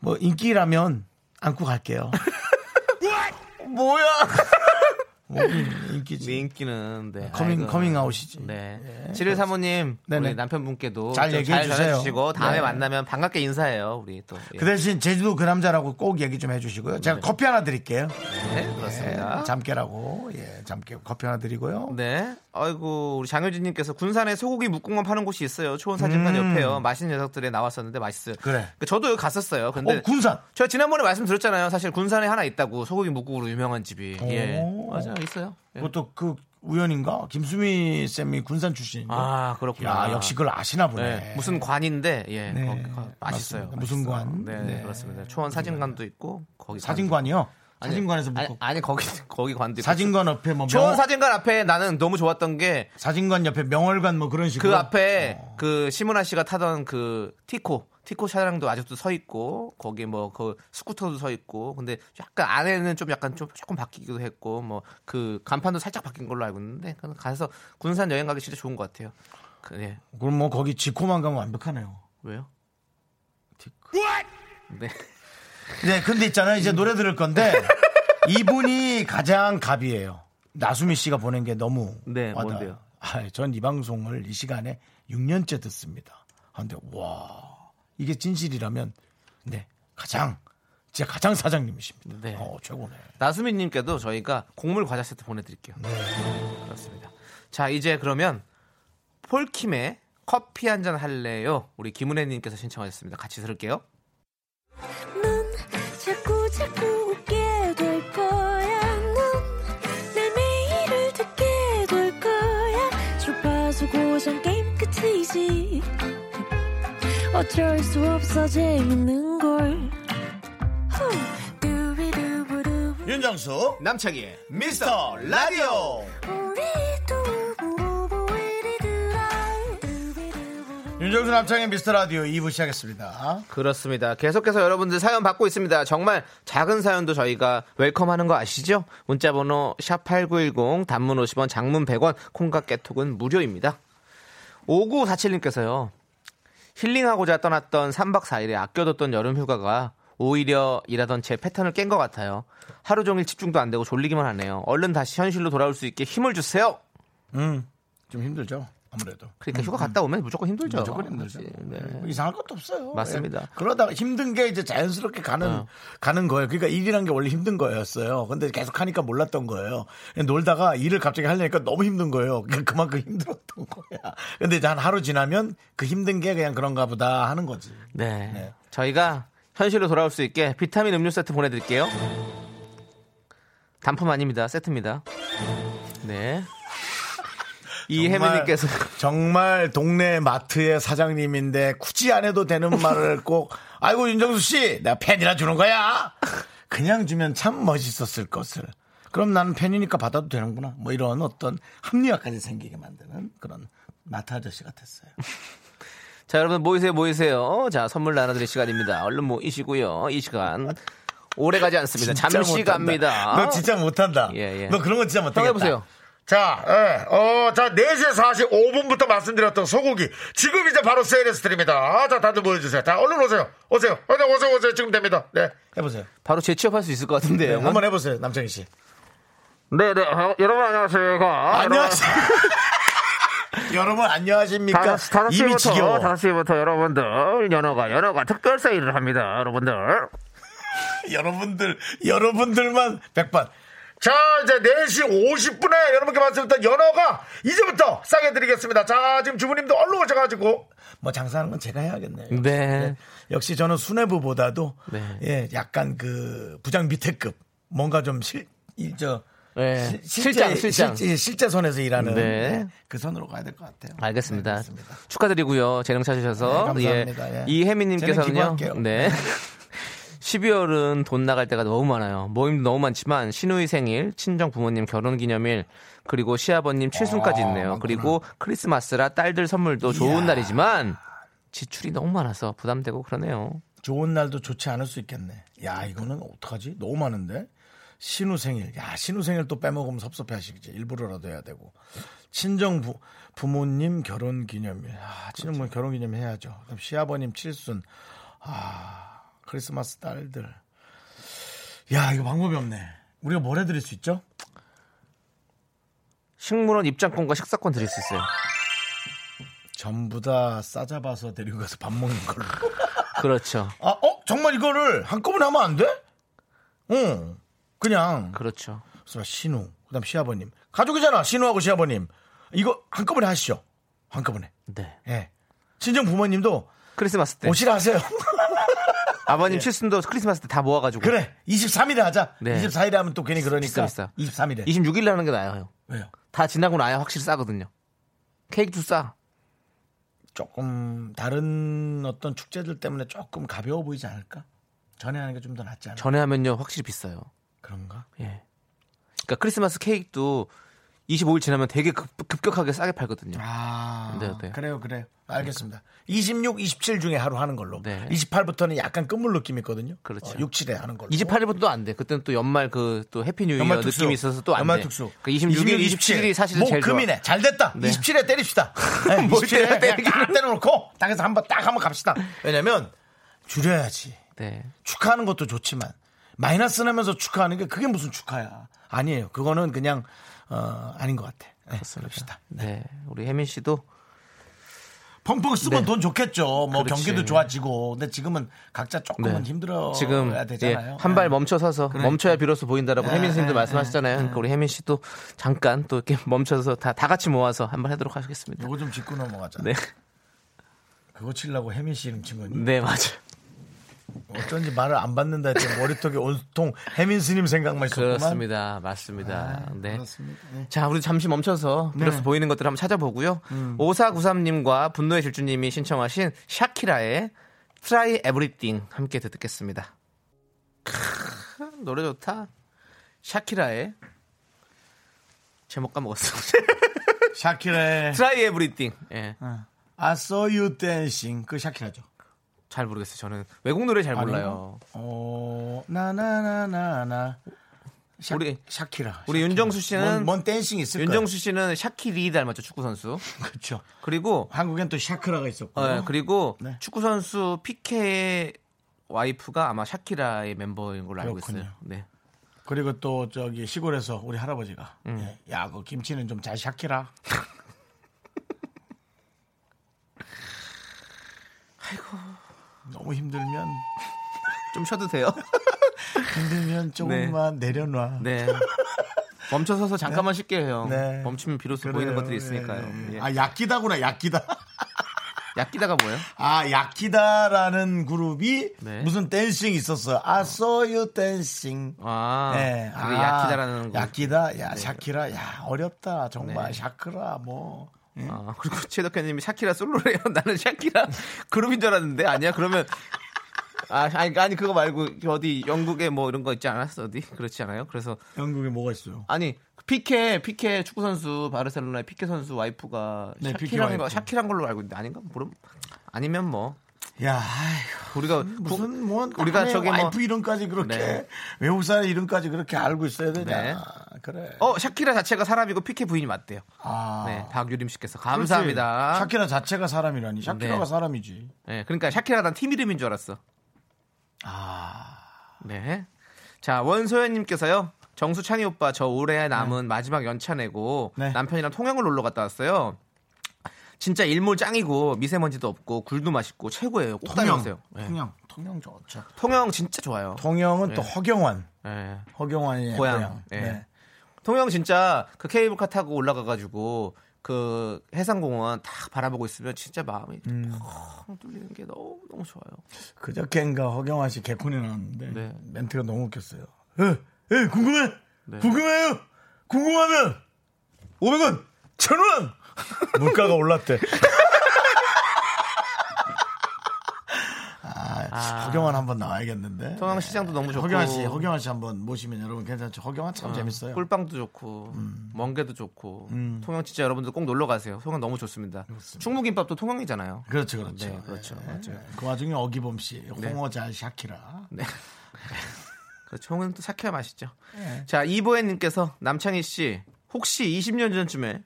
[SPEAKER 1] 뭐 인기라면 안고 갈게요
[SPEAKER 2] 뭐야?
[SPEAKER 1] 뭐 인기지.
[SPEAKER 2] 네 인기는 네.
[SPEAKER 1] 커밍-
[SPEAKER 2] 아이고.
[SPEAKER 1] 커밍아웃이지.
[SPEAKER 2] 네.
[SPEAKER 1] 예,
[SPEAKER 2] 7일 사모님
[SPEAKER 1] 네네.
[SPEAKER 2] 우리 남편분께도
[SPEAKER 1] 잘
[SPEAKER 2] 좀
[SPEAKER 1] 얘기해 주세요.
[SPEAKER 2] 전해주시고 다음에
[SPEAKER 1] 네.
[SPEAKER 2] 만나면 반갑게 인사해요. 우리 또. 예.
[SPEAKER 1] 그 대신 제주도 그 남자라고 꼭 얘기 좀 해주시고요. 제가 커피 하나 드릴게요.
[SPEAKER 2] 네, 그렇습니다.
[SPEAKER 1] 예, 잠깨라고 예, 잠깨 커피 하나 드리고요.
[SPEAKER 2] 네. 아이고 우리 장효진님께서 군산에 소고기 묶음만 파는 곳이 있어요. 초원 사진관
[SPEAKER 1] 음.
[SPEAKER 2] 옆에요. 맛있는 녀석들에 나왔었는데 맛있어요.
[SPEAKER 1] 그래.
[SPEAKER 2] 그 저도 여기 갔었어요. 근데
[SPEAKER 1] 어, 군산.
[SPEAKER 2] 제가 지난번에 말씀드렸잖아요. 사실 군산에 하나 있다고 소고기 묵국으로 유명한 집이. 예.
[SPEAKER 1] 오.
[SPEAKER 2] 맞아요, 있어요. 예.
[SPEAKER 1] 그것도 그 우연인가? 김수미 쌤이 군산 출신인데.
[SPEAKER 2] 아 그렇구나.
[SPEAKER 1] 야, 역시 그걸 아시나 보네.
[SPEAKER 2] 네. 무슨 관인데 예.
[SPEAKER 1] 네,
[SPEAKER 2] 거기 가- 맛있어요.
[SPEAKER 1] 맞습니다. 무슨
[SPEAKER 2] 맛있어요.
[SPEAKER 1] 관?
[SPEAKER 2] 네,
[SPEAKER 1] 네.
[SPEAKER 2] 네, 그렇습니다. 초원 사진관도 있고 거기
[SPEAKER 1] 사진관이요?
[SPEAKER 2] 관도-
[SPEAKER 1] 사진관에서
[SPEAKER 2] 아니,
[SPEAKER 1] 묶고.
[SPEAKER 2] 아니 거기 거기 관도 있고.
[SPEAKER 1] 사진관 옆에 뭐
[SPEAKER 2] 초원
[SPEAKER 1] 명,
[SPEAKER 2] 사진관 앞에 나는 너무 좋았던 게 그
[SPEAKER 1] 사진관 옆에 명월관 뭐 그런 식으로.
[SPEAKER 2] 앞에 그 심은하 씨가 타던 그 티코 티코 차량도 아직도 서 있고 거기 뭐 그 스쿠터도 서 있고 근데 약간 안에는 좀 약간 좀 조금 바뀌기도 했고 뭐 그 간판도 살짝 바뀐 걸로 알고 있는데 그건 가서 군산 여행 가기 진짜 좋은 것 같아요. 그, 예.
[SPEAKER 1] 그럼 뭐 거기 지코만 가면 완벽하네요.
[SPEAKER 2] 왜요? 티코. 네.
[SPEAKER 1] 네, 근데 있잖아요. 이제 노래 들을 건데 이분이 가장 갑이에요. 나수미 씨가 보낸 게 너무
[SPEAKER 2] 네,
[SPEAKER 1] 와닿아요.
[SPEAKER 2] 뭔데요?
[SPEAKER 1] 아, 전이 방송을 이 시간에 6년째 듣습니다. 아, 근데 와 이게 진실이라면 네 가장 진짜 가장 사장님이십니다.
[SPEAKER 2] 네.
[SPEAKER 1] 어, 최고네.
[SPEAKER 2] 나수민님께도 저희가 곡물 과자 세트 보내드릴게요. 그렇습니다. 자 이제 그러면 폴킴의 커피 한 잔 할래요. 우리 김은혜님께서 신청하셨습니다. 같이 들을게요.
[SPEAKER 4] 넌 자꾸 자꾸 웃게 될 거야. 넌내 매일을 듣게 될 거야. 주파수 고정 게임 끝이지. 어쩔 수 없어 재밌는 걸. 후. 두비두부두.
[SPEAKER 1] 윤정수
[SPEAKER 2] 남창희의 미스터 라디오.
[SPEAKER 4] 우리 두부부부 우리 두라. 두비두부부.
[SPEAKER 1] 윤정수 남창의 미스터 라디오 2부 시작했습니다.
[SPEAKER 2] 그렇습니다. 계속해서 여러분들 사연 받고 있습니다. 정말 작은 사연도 저희가 웰컴하는 거 아시죠? 문자번호 샵8910 단문 50원 장문 100원 콩과 깨톡은 무료입니다. 5947님께서요. 힐링하고자 떠났던 3박 4일에 아껴뒀던 여름 휴가가 오히려 일하던 제 패턴을 깬 것 같아요. 하루 종일 집중도 안 되고 졸리기만 하네요. 얼른 다시 현실로 돌아올 수 있게 힘을 주세요.
[SPEAKER 1] 음, 좀 힘들죠. 아무래도.
[SPEAKER 2] 그러니까 휴가 갔다 오면 무조건
[SPEAKER 1] 음,
[SPEAKER 2] 힘들죠.
[SPEAKER 1] 무조건 힘들죠.
[SPEAKER 2] 네.
[SPEAKER 1] 뭐 이상할 것도 없어요.
[SPEAKER 2] 맞습니다. 어.
[SPEAKER 1] 예. 그러다가 힘든 게 이제 자연스럽게 가는 가는 거예요. 그러니까 일이란 게 원래 힘든 거였어요. 근데 계속 하니까 몰랐던 거예요. 놀다가 일을 갑자기 하려니까 너무 힘든 거예요. 그만큼 힘들었던 거야. 근데 이제 한 하루 지나면 그 힘든 게 그냥 그런가 보다 하는 거지.
[SPEAKER 2] 네.
[SPEAKER 1] 네.
[SPEAKER 2] 저희가 현실로 돌아올 수 있게 비타민 음료 세트 보내드릴게요. 단품 아닙니다. 세트입니다. 네. 이혜민님께서
[SPEAKER 1] 정말 동네 마트의 사장님인데 굳이 안 해도 되는 말을 꼭 아이고 윤정수 씨 내가 팬이라 주는 거야 그냥 주면 참 멋있었을 것을 그럼 나는 팬이니까 받아도 되는구나 뭐 이런 어떤 합리화까지 생기게 만드는 그런 마트 아저씨 같았어요
[SPEAKER 2] 자 여러분 모이세요 모이세요. 자 선물 나눠드릴 시간입니다. 얼른 모이시고요. 이 시간 오래 가지 않습니다.
[SPEAKER 1] 진짜
[SPEAKER 2] 잠시
[SPEAKER 1] 못한다.
[SPEAKER 2] 갑니다.
[SPEAKER 1] 너 진짜 못한다
[SPEAKER 2] 예, 예.
[SPEAKER 1] 너 그런 건 진짜 못하겠다
[SPEAKER 2] 해보세요.
[SPEAKER 1] 자, 예. 어, 자, 4시 45분부터 말씀드렸던 소고기. 지금 이제 바로 세일해서 드립니다. 자, 다들 모여주세요. 자, 얼른 오세요. 오세요. 얼른 오세요, 오세요. 지금 됩니다. 네. 해보세요. 네,
[SPEAKER 2] 바로 재취업할 수 있을 것 같은데요.
[SPEAKER 1] 한번 해보세요, 남창희 씨.
[SPEAKER 2] 네네 아, 여러분 안녕하세요. 아,
[SPEAKER 1] 안녕하세요. 여러분, 안녕하십니까?
[SPEAKER 2] 다섯 다섯
[SPEAKER 1] 이미
[SPEAKER 2] 시부터 어,
[SPEAKER 1] 지겨워.
[SPEAKER 2] 다섯 시부터 여러분들 연어가 연어가 특별 세일을 합니다. 여러분들
[SPEAKER 1] 여러분들, 여러분들만 백반. 자, 이제 4시 50분에 여러분께 말씀드렸던 연어가 이제부터 싸게 드리겠습니다. 자, 지금 주부님도 얼른 오셔가지고. 뭐 장사하는 건 제가 해야겠네요. 예.
[SPEAKER 2] 네.
[SPEAKER 1] 역시 저는 수뇌부보다도
[SPEAKER 2] 네.
[SPEAKER 1] 예, 약간 그 부장 밑에급 뭔가 좀 실, 이, 저,
[SPEAKER 2] 네.
[SPEAKER 1] 실-
[SPEAKER 2] 실장, 실장.
[SPEAKER 1] 실제, 실제 선에서 일하는
[SPEAKER 2] 네.
[SPEAKER 1] 네, 그 선으로 가야 될 것 같아요.
[SPEAKER 2] 알겠습니다.
[SPEAKER 1] 네, 그렇습니다.
[SPEAKER 2] 축하드리고요. 재능 찾으셔서.
[SPEAKER 1] 네, 감사합니다. 예. 재능
[SPEAKER 2] 이혜민님께서는요.
[SPEAKER 1] 기부할게요.
[SPEAKER 2] 네. 12월은 돈 나갈 때가 너무 많아요. 모임도 너무 많지만 시누이 생일, 친정 부모님 결혼 기념일, 그리고 시아버님 칠순까지 있네요. 그리고 크리스마스라 딸들 선물도 좋은 날이지만 지출이 너무 많아서 부담되고 그러네요.
[SPEAKER 1] 좋은 날도 좋지 않을 수 있겠네. 야, 이거는 어떡하지? 너무 많은데? 신우 생일. 야, 신우 생일 또 빼먹으면 섭섭해 하시겠지. 일부러라도 해야 되고. 친정 부, 부모님 결혼 기념일. 아, 친정 부모님 결혼 기념일 해야죠. 그럼 시아버님 칠순. 아, 크리스마스 딸들. 야, 이거 방법이 없네. 우리가 뭘 해드릴 수 있죠?
[SPEAKER 2] 식물원 입장권과 식사권 드릴 수 있어요.
[SPEAKER 1] 전부 다 싸잡아서 데리고 가서 밥 먹는 걸로.
[SPEAKER 2] 그렇죠.
[SPEAKER 1] 아, 어? 정말 이거를 한꺼번에 하면 안 돼? 응. 그냥.
[SPEAKER 2] 그렇죠.
[SPEAKER 1] 그래서 신우, 그다음 시아버님. 가족이잖아. 신우하고 시아버님. 이거 한꺼번에 하시죠. 한꺼번에.
[SPEAKER 2] 네.
[SPEAKER 1] 예. 친정 부모님도
[SPEAKER 2] 크리스마스 때.
[SPEAKER 1] 오시라 하세요.
[SPEAKER 2] 아버님 칠순도 크리스마스 때 다 모아가지고.
[SPEAKER 1] 예. 그래. 23일에 하자.
[SPEAKER 2] 네.
[SPEAKER 1] 24일에 하면 또 괜히 그러니까.
[SPEAKER 2] 비싸, 비싸.
[SPEAKER 1] 23일에.
[SPEAKER 2] 26일에 하는 게 나아요.
[SPEAKER 1] 왜요?
[SPEAKER 2] 다 지나고 나야 확실히 싸거든요. 케이크도 싸.
[SPEAKER 1] 조금 다른 어떤 축제들 때문에 조금 가벼워 보이지 않을까? 전에 하는 게 좀 더 낫지 않을까?
[SPEAKER 2] 전에 하면요 확실히 비싸요.
[SPEAKER 1] 그런가?
[SPEAKER 2] 예. 그러니까 크리스마스 케이크도 25일 지나면 되게 급, 격하게 싸게 팔거든요.
[SPEAKER 1] 아,
[SPEAKER 2] 네, 네.
[SPEAKER 1] 그래요, 그래요. 알겠습니다. 26, 27 중에 하루 하는 걸로.
[SPEAKER 2] 네.
[SPEAKER 1] 28부터는 약간 끝물 느낌 있거든요.
[SPEAKER 2] 그렇죠.
[SPEAKER 1] 6, 7에 하는 걸로.
[SPEAKER 2] 28일부터 안 돼. 그때는 또 연말 그 또 해피 뉴 이어
[SPEAKER 1] 연말 특수.
[SPEAKER 2] 느낌이 있어서 또 안 돼.
[SPEAKER 1] 연말 특수.
[SPEAKER 2] 그러니까 26일,
[SPEAKER 1] 27.
[SPEAKER 2] 27일이 사실
[SPEAKER 1] 목,
[SPEAKER 2] 제일 좋아.
[SPEAKER 1] 금이네. 잘 됐다.
[SPEAKER 2] 네.
[SPEAKER 1] 27에 때립시다. 네,
[SPEAKER 2] 뭘
[SPEAKER 1] 27에
[SPEAKER 2] 때려,
[SPEAKER 1] 그냥 딱 때려놓고 당에서 한번 딱 한번 갑시다. 왜냐면 줄여야지.
[SPEAKER 2] 네.
[SPEAKER 1] 축하하는 것도 좋지만 마이너스 나면서 축하하는 게 그게 무슨 축하야? 아니에요. 그거는 그냥 어, 아닌 것 같아. 네, 그럽시다.
[SPEAKER 2] 네. 우리 혜민 씨도
[SPEAKER 1] 펑펑 쓰면 돈 좋겠죠. 뭐
[SPEAKER 2] 네. 그렇지.
[SPEAKER 1] 경기도 좋아지고. 근데 지금은 각자 조금은
[SPEAKER 2] 네.
[SPEAKER 1] 힘들어야
[SPEAKER 2] 지금
[SPEAKER 1] 되잖아요.
[SPEAKER 2] 한 발
[SPEAKER 1] 네.
[SPEAKER 2] 멈춰서서 멈춰야 비로소 보인다라고 혜민 선생님도
[SPEAKER 1] 예,
[SPEAKER 2] 말씀하셨잖아요. 그러니까 우리 혜민 씨도 잠깐 또 이렇게 멈춰서 다, 다 같이 모아서 한번 하도록 하겠습니다.
[SPEAKER 1] 요거 좀 짚고 넘어가자.
[SPEAKER 2] 네.
[SPEAKER 1] 그거 치려고 혜민 씨 이름 친 거니?
[SPEAKER 2] 네, 맞아요.
[SPEAKER 1] 어쩐지 말을 안 받는다 했더니 머리통에 온통 혜민 스님 생각만 있었구만. 아,
[SPEAKER 2] 그렇습니다. 맞습니다. 네.
[SPEAKER 1] 그렇습니다. 네.
[SPEAKER 2] 자, 우리 잠시 멈춰서 비로소 보이는 것들 을 한번 찾아보고요.
[SPEAKER 1] 음.
[SPEAKER 2] 5493님과 분노의 질주님이 신청하신 샤키라의 Try Everything 함께 듣겠습니다. 크, 노래 좋다. 샤키라의 제목 까먹었어.
[SPEAKER 1] 샤키라의
[SPEAKER 2] Try Everything. 예.
[SPEAKER 1] 아. I saw you dancing. 그 샤키라죠.
[SPEAKER 2] 잘 모르겠어요. 저는 외국 노래 잘 몰라요.
[SPEAKER 1] 어, 나나나나나. 샤,
[SPEAKER 2] 우리-
[SPEAKER 1] 샤키라.
[SPEAKER 2] 우리 윤정수 씨는
[SPEAKER 1] 뭔, 뭔 댄싱 있을
[SPEAKER 2] 윤정수 씨는 샤키리 닮았죠, 축구 선수.
[SPEAKER 1] 거예요. 그렇죠.
[SPEAKER 2] 그리고
[SPEAKER 1] 한국엔 또 샤크라가 있었고.
[SPEAKER 2] 어, 그리고
[SPEAKER 1] 네.
[SPEAKER 2] 축구 선수 피케의 와이프가 아마 샤키라의 멤버인 걸로 알고
[SPEAKER 1] 그렇군요.
[SPEAKER 2] 있어요. 네.
[SPEAKER 1] 그리고 또 저기 시골에서 우리 할아버지가
[SPEAKER 2] 음.
[SPEAKER 1] 예, 야, 그 김치는 좀 잘 샤키라. 아이고. 너무 힘들면
[SPEAKER 2] 좀 쉬어도 돼요.
[SPEAKER 1] 힘들면 조금만 내려놔.
[SPEAKER 2] 네. 멈춰서서 잠깐만 쉴게요. 형.
[SPEAKER 1] 네.
[SPEAKER 2] 멈추면 비로소
[SPEAKER 1] 그래요.
[SPEAKER 2] 보이는 것들이
[SPEAKER 1] 예,
[SPEAKER 2] 있으니까요.
[SPEAKER 1] 예.
[SPEAKER 2] 예.
[SPEAKER 1] 아, 약기다구나, 약기다.
[SPEAKER 2] 약기다가 뭐예요?
[SPEAKER 1] 아, 약기다라는 그룹이
[SPEAKER 2] 네.
[SPEAKER 1] 무슨 댄싱이 있었어요. 아, I saw you dancing.
[SPEAKER 2] 아,
[SPEAKER 1] 네.
[SPEAKER 2] 그게
[SPEAKER 1] 아,
[SPEAKER 2] 약기다라는 네. 거.
[SPEAKER 1] 약기다, 야, 샤키라, 야, 어렵다. 정말, 샤크라, 뭐. 예.
[SPEAKER 2] 아, 그리고 최덕현님이 샤키라 솔로래요. 나는 샤키라 그룹인 줄 알았는데 아니야. 그러면 아, 아니, 아니 그거 말고 어디 영국에 뭐 이런 거 있지 않았어? 어디 그렇지 않아요? 그래서
[SPEAKER 1] 영국에 뭐가 있어요?
[SPEAKER 2] 아니 피케 피케 축구 선수 바르셀로나의 피케 선수 와이프가
[SPEAKER 1] 네, 피케
[SPEAKER 2] 샤키라는
[SPEAKER 1] 와이프.
[SPEAKER 2] 거 샤키란 걸로 알고 있는데 아닌가? 모름 아니면 뭐
[SPEAKER 1] 야, 아이고.
[SPEAKER 2] 우리가 부-
[SPEAKER 1] 무슨 뭐
[SPEAKER 2] 우리가
[SPEAKER 1] 우리가
[SPEAKER 2] 저기
[SPEAKER 1] 저기
[SPEAKER 2] 뭐-
[SPEAKER 1] 와이프 이름까지 그렇게
[SPEAKER 2] 네.
[SPEAKER 1] 외국 사람 이름까지 그렇게 알고 있어야 되냐?
[SPEAKER 2] 네.
[SPEAKER 1] 그래.
[SPEAKER 2] 어 샤키라 자체가 사람이고 피케 부인이 맞대요.
[SPEAKER 1] 아,
[SPEAKER 2] 네, 박유림 씨께서 감사합니다.
[SPEAKER 1] 그렇지. 샤키라 자체가 사람이라니. 샤키라가
[SPEAKER 2] 네.
[SPEAKER 1] 사람이지.
[SPEAKER 2] 네, 그러니까 샤키라가 난 팀 이름인 줄 알았어.
[SPEAKER 1] 아.
[SPEAKER 2] 네. 자, 원소연님께서요. 정수찬이 오빠 저 올해 남은 마지막 연차 내고
[SPEAKER 1] 네.
[SPEAKER 2] 남편이랑 통영을 놀러 갔다 왔어요. 진짜 일몰 짱이고 미세먼지도 없고 굴도 맛있고 최고예요. 꼭 다녀오세요. 네.
[SPEAKER 1] 통영, 통영 좋죠.
[SPEAKER 2] 통영 진짜 좋아요.
[SPEAKER 1] 통영은 또 허경환,
[SPEAKER 2] 네.
[SPEAKER 1] 허경환의
[SPEAKER 2] 고향.
[SPEAKER 1] 고향.
[SPEAKER 2] 예.
[SPEAKER 1] 네.
[SPEAKER 2] 통영 진짜 그 케이블카 타고 올라가가지고 그 해상공원 딱 바라보고 있으면 진짜 마음이 펑 뚫리는 게 너무 너무 좋아요.
[SPEAKER 1] 그저께인가 허경환 씨 개콘이 나왔는데
[SPEAKER 2] 네.
[SPEAKER 1] 멘트가 너무 웃겼어요. 에, 에, 궁금해, 궁금해요. 궁금하면 500원, 1000원. 물가가 올랐대. 아, 허경환 한번 나와야겠는데. 네.
[SPEAKER 2] 통영 시장도 너무 좋고
[SPEAKER 1] 허경환 씨, 허경환 씨 한번 모시면 여러분 괜찮죠. 허경환 참 재밌어요.
[SPEAKER 2] 꿀빵도 좋고 멍게도 좋고 통영 진짜 여러분들 꼭 놀러 가세요. 통영 너무 음. 좋습니다. 충무김밥도 통영이잖아요.
[SPEAKER 1] 그렇죠, 그렇죠. 네.
[SPEAKER 2] 네, 그렇죠.
[SPEAKER 1] 예.
[SPEAKER 2] 맞아요.
[SPEAKER 1] 그 와중에 어기범 씨, 홍어잘 샤키라.
[SPEAKER 2] 그렇죠. 홍은 또 삭혀야 맛있죠.
[SPEAKER 1] 네.
[SPEAKER 2] 자 이보혜님께서 남창희 씨 혹시 20년 전쯤에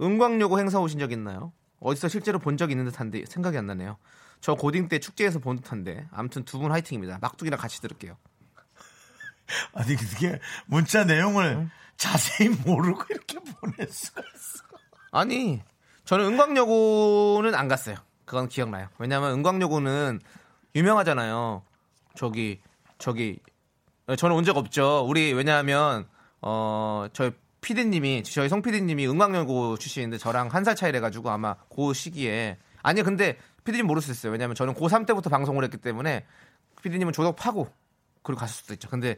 [SPEAKER 2] 은광여고 행사 오신 적 있나요? 어디서 실제로 본 적 있는 듯한데 생각이 안 나네요. 저 고딩 때 축제에서 본 듯한데 아무튼 두 분 화이팅입니다. 막둥이랑 같이 들을게요.
[SPEAKER 1] 아니 그게 문자 내용을 자세히 모르고 이렇게 보낼 수가 있어.
[SPEAKER 2] 아니 저는 은광여고는 안 갔어요. 그건 기억나요. 왜냐하면 은광여고는 유명하잖아요. 저기 저기 어, 저는 온 적 없죠. 우리 왜냐하면 어 저희 피디님이 저희 성 피디님이 은광여고 출신인데 저랑 한 살 차이래 가지고 아마 그 시기에 아니 근데 피디님 모를 수 있어요. 왜냐하면 저는 고3 때부터 방송을 했기 때문에 피디님은 졸업하고 그리고 갔을 수도 있죠. 근데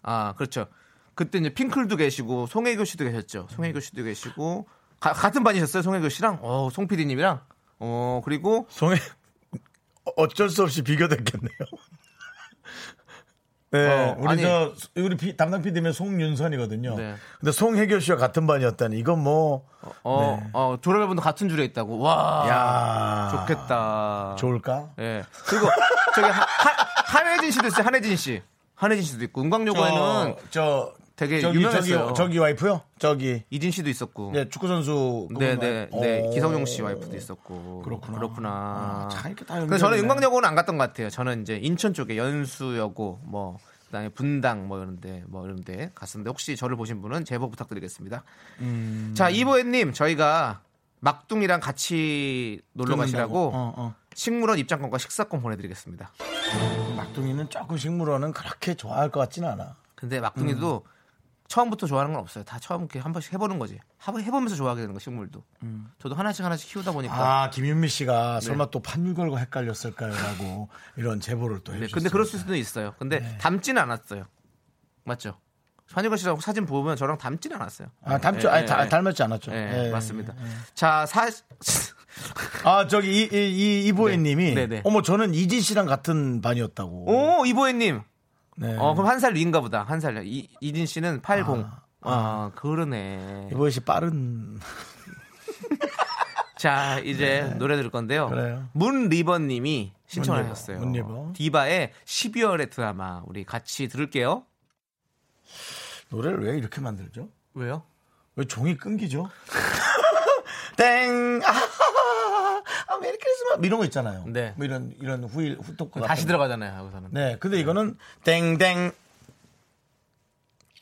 [SPEAKER 2] 아 그렇죠. 그때 이제 핑클도 계시고 송혜교 씨도 계셨죠. 송혜교 씨도 계시고 가- 같은 반이셨어요. 송혜교 씨랑 어송 PD님이랑 어 그리고
[SPEAKER 1] 송혜 어쩔 수 없이 비교됐겠네요. 네,
[SPEAKER 2] 어,
[SPEAKER 1] 우리
[SPEAKER 2] 아니.
[SPEAKER 1] 저 우리 피- 담당 PD면 송윤선이거든요.
[SPEAKER 2] 네.
[SPEAKER 1] 근데 송혜교 씨와 같은 반이었다니 이건 뭐,
[SPEAKER 2] 어, 어 졸업해본도 같은 줄에 있다고. 와
[SPEAKER 1] 야
[SPEAKER 2] 좋겠다.
[SPEAKER 1] 아, 좋을까?
[SPEAKER 2] 예 그리고 저기 하, 하, 한혜진 씨도 있어요. 한혜진 씨. 한혜진 씨도 있고 은광여고에는
[SPEAKER 1] 어, 저, 저
[SPEAKER 2] 되게
[SPEAKER 1] 저기,
[SPEAKER 2] 유명했어요.
[SPEAKER 1] 저기, 저기 와이프요? 저기
[SPEAKER 2] 이진 씨도 있었고.
[SPEAKER 1] 네, 축구 선수 어,
[SPEAKER 2] 네, 네, 네. 기성용 씨 와이프도 있었고.
[SPEAKER 1] 그렇구나.
[SPEAKER 2] 그렇구나.
[SPEAKER 1] 아, 참 이렇게 다
[SPEAKER 2] 근데 저는
[SPEAKER 1] 연결되네.
[SPEAKER 2] 은광여고는 안 갔던 것 같아요. 저는 이제 인천 쪽에 연수여고, 뭐, 그다음에 분당 뭐 이런데 뭐 이런데 갔었는데 혹시 저를 보신 분은 제보 부탁드리겠습니다.
[SPEAKER 1] 음.
[SPEAKER 2] 자 이보혜님 저희가 막둥이랑 같이 놀러 가시라고
[SPEAKER 1] 어, 어.
[SPEAKER 2] 식물원 입장권과 식사권 보내드리겠습니다.
[SPEAKER 1] 막둥이는 조금 식물원은 그렇게 좋아할 것 같지는 않아.
[SPEAKER 2] 근데 막둥이도 처음부터 좋아하는 건 없어요. 다 처음 이렇게 한 번씩 해보는 거지. 한번 해보면서 좋아하게 되는 거 식물도. 저도 하나씩 하나씩 키우다 보니까.
[SPEAKER 1] 아 김윤미 씨가 설마 또 판유걸과 헷갈렸을까요라고 이런 제보를 또
[SPEAKER 2] 네,
[SPEAKER 1] 해주셨어요.
[SPEAKER 2] 근데 그럴 수도 있어요. 근데 닮지는 않았어요. 맞죠? 한유걸 씨랑 사진 보면 저랑 닮지는 않았어요.
[SPEAKER 1] 아 닮죠,
[SPEAKER 2] 예,
[SPEAKER 1] 아니
[SPEAKER 2] 예,
[SPEAKER 1] 다-
[SPEAKER 2] 예.
[SPEAKER 1] 닮았지 않았죠.
[SPEAKER 2] 예,
[SPEAKER 1] 예.
[SPEAKER 2] 맞습니다. 자, 사,
[SPEAKER 1] 아 저기 이이 이보혜님이
[SPEAKER 2] 네, 네.
[SPEAKER 1] 어머 저는 이진 씨랑 같은 반이었다고.
[SPEAKER 2] 오, 이보혜님.
[SPEAKER 1] 네.
[SPEAKER 2] 어, 그럼 한 살 위인가 보다. 한 살. 이, 이진 씨는 80. 아, 그러네.
[SPEAKER 1] 이보혜 씨 빠른.
[SPEAKER 2] 자, 이제 노래 들을 건데요.
[SPEAKER 1] 네. 그래요.
[SPEAKER 2] 문 리번 님이 신청을
[SPEAKER 1] 문 리버,
[SPEAKER 2] 하셨어요.
[SPEAKER 1] 문 리버.
[SPEAKER 2] 디바의 12월의 드라마. 우리 같이 들을게요.
[SPEAKER 1] 노래를 왜 이렇게 만들죠?
[SPEAKER 2] 왜요?
[SPEAKER 1] 왜 종이 끊기죠? 땡! 아하하하! 아, 메리 크리스마스! 이런 거 있잖아요.
[SPEAKER 2] 네.
[SPEAKER 1] 뭐 이런, 이런 후일, 후톡.
[SPEAKER 2] 다시
[SPEAKER 1] 같은 거.
[SPEAKER 2] 들어가잖아요, 하고서는.
[SPEAKER 1] 네. 근데 이거는 땡땡!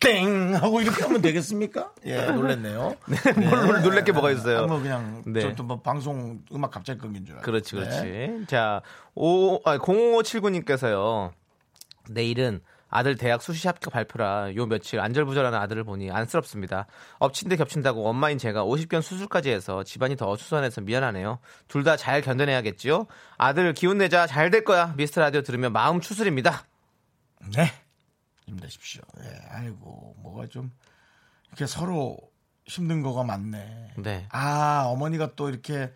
[SPEAKER 1] 땡! 하고 이렇게 하면 되겠습니까? 예, 놀랬네요.
[SPEAKER 2] 뭘 놀- 놀랄 게 뭐가 있어요?
[SPEAKER 1] 아, 뭐 그냥,
[SPEAKER 2] 네.
[SPEAKER 1] 저도 뭐 방송 음악 갑자기 끊긴 줄 알아요.
[SPEAKER 2] 그렇지, 그렇지.
[SPEAKER 1] 네.
[SPEAKER 2] 자, 오, 아, 0579님께서요. 내일은 아들 대학 수시 합격 발표라 요 며칠 안절부절하는 아들을 보니 안쓰럽습니다. 엎친 데 겹친다고 엄마인 제가 50견 수술까지 해서 집안이 더 어수선해서 미안하네요. 둘 다 잘 견뎌내야겠지요? 아들 기운 내자 잘 될 거야. 미스터 라디오 들으면 마음 추스립니다.
[SPEAKER 1] 네. 힘내십시오. 예, 아이고, 뭐가 좀, 이렇게 서로 힘든 거가 많네.
[SPEAKER 2] 네.
[SPEAKER 1] 아, 어머니가 또 이렇게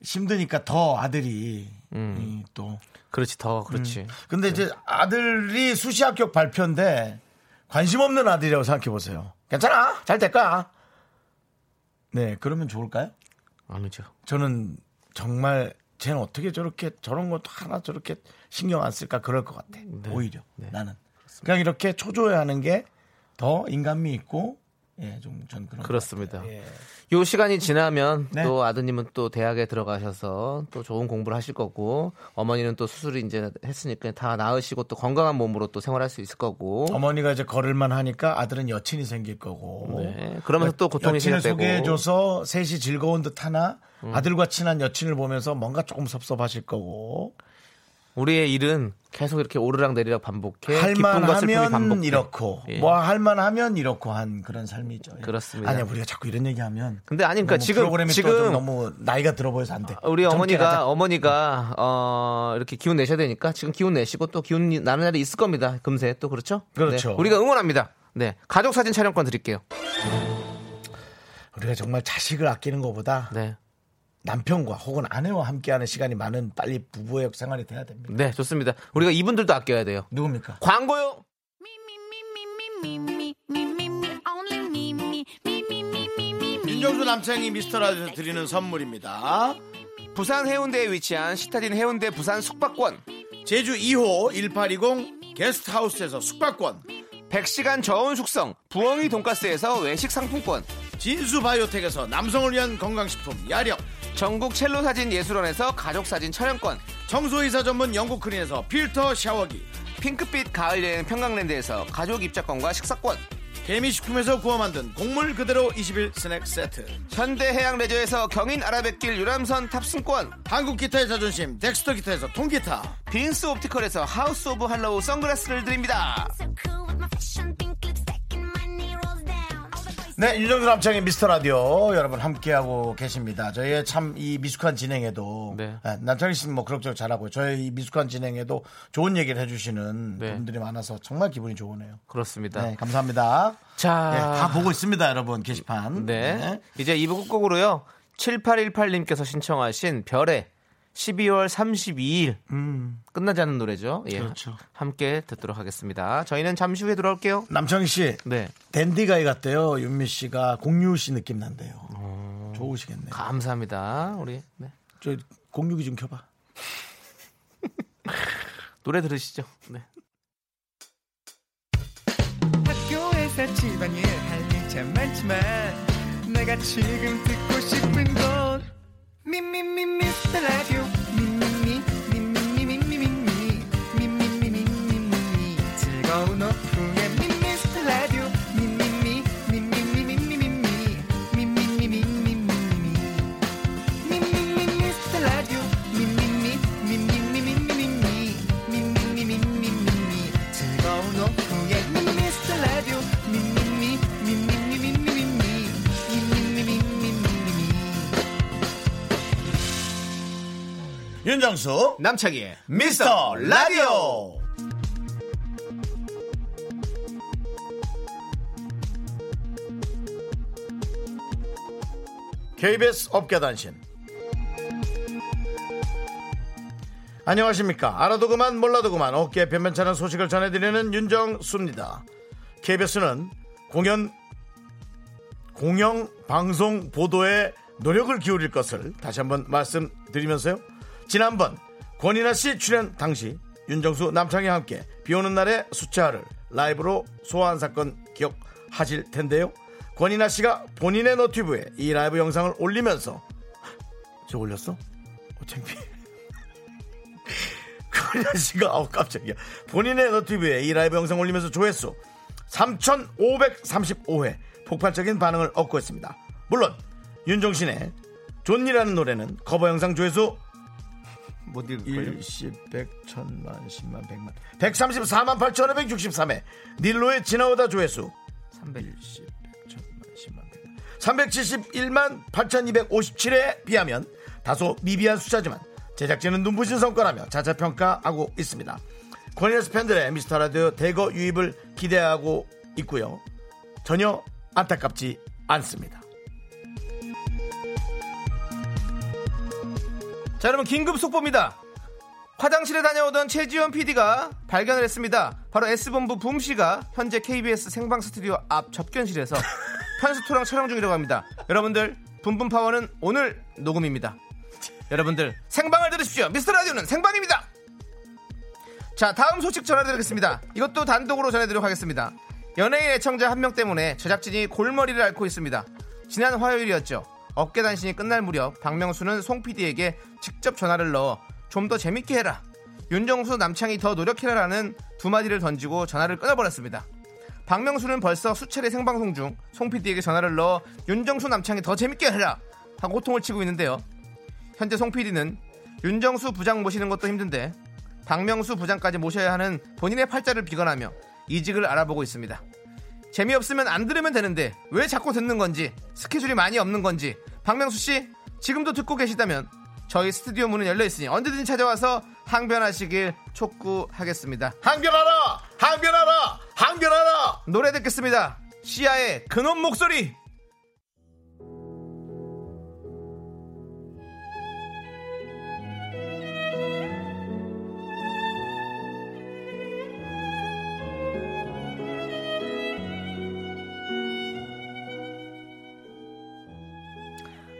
[SPEAKER 1] 힘드니까 더 아들이,
[SPEAKER 2] 음.
[SPEAKER 1] 이 또.
[SPEAKER 2] 그렇지, 더 그렇지.
[SPEAKER 1] 근데 이제 아들이 수시 합격 발표인데 관심 없는 아들이라고 생각해 보세요. 괜찮아, 잘 될 거야. 네, 그러면 좋을까요?
[SPEAKER 2] 아니죠.
[SPEAKER 1] 저는 정말 쟤는 어떻게 저렇게 저런 것도 하나 저렇게 신경 안 쓸까 그럴 것 같아.
[SPEAKER 2] 네.
[SPEAKER 1] 오히려 나는 그냥 이렇게 초조해하는 게 더 인간미 있고 예, 좀 전 그런. 것
[SPEAKER 2] 그렇습니다.
[SPEAKER 1] 같아요. 예.
[SPEAKER 2] 요 시간이 지나면
[SPEAKER 1] 네.
[SPEAKER 2] 또 아드님은 또 대학에 들어가셔서 또 좋은 공부를 하실 거고 어머니는 또 수술이 이제 했으니까 다 나으시고 또 건강한 몸으로 또 생활할 수 있을 거고
[SPEAKER 1] 어머니가 이제 걸을만 하니까 아들은 여친이 생길 거고.
[SPEAKER 2] 네. 그러면서 또 고통이
[SPEAKER 1] 여친을
[SPEAKER 2] 시작되고.
[SPEAKER 1] 소개해줘서 셋이 즐거운 듯 하나 아들과 친한 여친을 보면서 뭔가 조금 섭섭하실 거고
[SPEAKER 2] 우리의 일은 계속 이렇게 오르락 내리락 반복해 네, 기쁨과 슬픔이
[SPEAKER 1] 할만하면
[SPEAKER 2] 반복해
[SPEAKER 1] 이렇고
[SPEAKER 2] 예.
[SPEAKER 1] 뭐 할만하면 이렇고 한 그런 삶이죠. 예.
[SPEAKER 2] 그렇습니다.
[SPEAKER 1] 아니야 우리가 자꾸 이런 얘기하면
[SPEAKER 2] 근데 아니, 그러니까
[SPEAKER 1] 너무
[SPEAKER 2] 지금-
[SPEAKER 1] 프로그램이
[SPEAKER 2] 지금- 아,
[SPEAKER 1] 또좀 너무 나이가 들어 보여서 안 돼.
[SPEAKER 2] 우리
[SPEAKER 1] 젊게
[SPEAKER 2] 어머니가
[SPEAKER 1] 가자. 네.
[SPEAKER 2] 어머니가 어 이렇게 기운 내셔야 되니까 지금 기운 내시고 또 기운 나는 날이 있을 겁니다. 금세 또 그렇죠?
[SPEAKER 1] 그렇죠.
[SPEAKER 2] 네. 우리가 응원합니다. 네. 가족 사진 촬영권 드릴게요.
[SPEAKER 1] 우리가 정말 자식을 아끼는 것보다
[SPEAKER 2] 네.
[SPEAKER 1] 남편과 혹은 아내와 함께하는 시간이 많은 빨리 부부의 생활이 돼야 됩니다.
[SPEAKER 2] 네, 좋습니다. 우리가 이분들도 아껴야 돼요.
[SPEAKER 1] 누굽니까?
[SPEAKER 2] 광고요.
[SPEAKER 1] 윤정수 남창이 미스터라디오 드리는 선물입니다.
[SPEAKER 2] 부산 해운대에 위치한 시타딘 해운대 부산 숙박권
[SPEAKER 1] 제주 2호 1820 게스트하우스에서 숙박권
[SPEAKER 2] 100시간 저온 숙성 부엉이 돈가스에서 외식 상품권
[SPEAKER 1] 진수 바이오텍에서 남성을 위한 건강식품 야력
[SPEAKER 2] 전국 첼로 사진 예술원에서 가족 사진 촬영권
[SPEAKER 1] 청소이사 전문 영국 크린에서 필터 샤워기
[SPEAKER 2] 핑크빛 가을 여행 평강랜드에서 가족 입장권과 식사권
[SPEAKER 5] 개미식품에서 구워 만든 곡물 그대로 21 스낵 세트
[SPEAKER 2] 현대해양레저에서 경인아라뱃길 유람선 탑승권
[SPEAKER 5] 한국 기타의 자존심 덱스터 기타에서 통기타
[SPEAKER 2] 빈스 옵티컬에서 하우스 오브 할로우 선글라스를 드립니다
[SPEAKER 1] 네, 윤정수 남창의 미스터 라디오 여러분 함께하고 계십니다. 저희의 참 이 미숙한 진행에도
[SPEAKER 2] 네.
[SPEAKER 1] 네, 남창희 씨는 뭐 그럭저럭 잘하고 저의 이 미숙한 진행에도 좋은 얘기를 해주시는
[SPEAKER 2] 네.
[SPEAKER 1] 분들이 많아서 정말 기분이 좋으네요.
[SPEAKER 2] 그렇습니다
[SPEAKER 1] 네, 감사합니다.
[SPEAKER 2] 자
[SPEAKER 1] 네, 다 보고 있습니다, 여러분 게시판.
[SPEAKER 2] 아. 네. 이제 2부 끝곡으로요. 7818님께서 신청하신 별의 12월 32일 끝나지 않은 노래죠. 예.
[SPEAKER 1] 그렇죠.
[SPEAKER 2] 함께 듣도록 하겠습니다. 저희는 잠시 후에 돌아올게요.
[SPEAKER 1] 남창희 씨,
[SPEAKER 2] 네.
[SPEAKER 1] 댄디가이 같대요. 윤미 씨가 공유 씨 느낌 난대요.
[SPEAKER 2] 어.
[SPEAKER 1] 좋으시겠네요.
[SPEAKER 2] 감사합니다. 우리 네.
[SPEAKER 1] 저 공유기 좀 켜봐.
[SPEAKER 2] 노래 들으시죠. 네.
[SPEAKER 6] 학교에서 집안일 할 일 참 많지만 내가 지금 듣고 싶은 건 미미미 미스터 라디오 미미미 미미미 미미미 미미미 미미미 미미미 즐거운 오후에 미미스터 라디오 미미미 미미미 미미미 미미미 미미미 미미미
[SPEAKER 1] 윤정수
[SPEAKER 2] 남창희의
[SPEAKER 1] 미스터 라디오. KBS 업계단신 안녕하십니까 알아도 그만 몰라도 그만 어깨에 변변찮은 소식을 전해드리는 윤정수입니다 KBS는 공연 공영 방송 보도에 노력을 기울일 것을 다시 한번 말씀드리면서요. 지난번 권인하 씨 출연 당시 윤정수 남창희와 함께 비오는 날의 수채화를 라이브로 소화한 사건 기억하실 텐데요. 권인하 씨가 본인의 너튜브에 이 라이브 영상을 올리면서 저 올렸어? 어, 창피해. 권인하 씨가 아우 깜짝이야. 본인의 너튜브에 이 라이브 영상 올리면서 조회수 3,535회 폭발적인 반응을 얻고 있습니다. 물론 윤종신의 존이라는 노래는 커버 영상 조회수
[SPEAKER 2] 못 읽을걸요?
[SPEAKER 1] 1, 10, 100, 1000만, 10만, 100만 134만 8563회 닐로의 지나오다 조회수 310, 100, 1000만, 10만, 100만 371만 8257회에 비하면 다소 미비한 숫자지만 제작진은 눈부신 성과라며 자자평가하고 있습니다. 권일스 팬들의 미스터라디오 대거 유입을 기대하고 있고요. 전혀 안타깝지 않습니다.
[SPEAKER 2] 자, 여러분 긴급 속보입니다. 화장실에 다녀오던 최지현 PD가 발견을 했습니다. 바로 S본부 붐씨가 현재 KBS 생방 스튜디오 앞 접견실에서 편스토랑 촬영 중이라고 합니다. 여러분들 붐붐 파워는 오늘 녹음입니다. 여러분들 생방을 들으십시오. 미스터 라디오는 생방입니다. 자, 다음 소식 전해드리겠습니다. 이것도 단독으로 전해드리도록 하겠습니다. 연예인 애청자 한 명 때문에 제작진이 골머리를 앓고 있습니다. 지난 화요일이었죠. 업계 단신이 끝날 무렵 박명수는 송 PD에게 직접 전화를 넣어 좀 더 재밌게 해라. 윤정수 남창이 더 노력해라라는 두 마디를 던지고 전화를 끊어버렸습니다. 박명수는 벌써 수차례 생방송 중 송 PD에게 전화를 넣어 윤정수 남창이 더 재밌게 해라 하고 호통을 치고 있는데요. 현재 송 PD는 윤정수 부장 모시는 것도 힘든데 박명수 부장까지 모셔야 하는 본인의 팔자를 비관하며 이직을 알아보고 있습니다. 재미없으면 안 들으면 되는데 왜 자꾸 듣는 건지 스케줄이 많이 없는 건지 박명수 씨 지금도 듣고 계시다면 저희 스튜디오 문은 열려 있으니 언제든 지 찾아와서 항변하시길 촉구하겠습니다.
[SPEAKER 1] 항변하라! 항변하라! 항변하라!
[SPEAKER 2] 노래 듣겠습니다. 시아의 근원 목소리.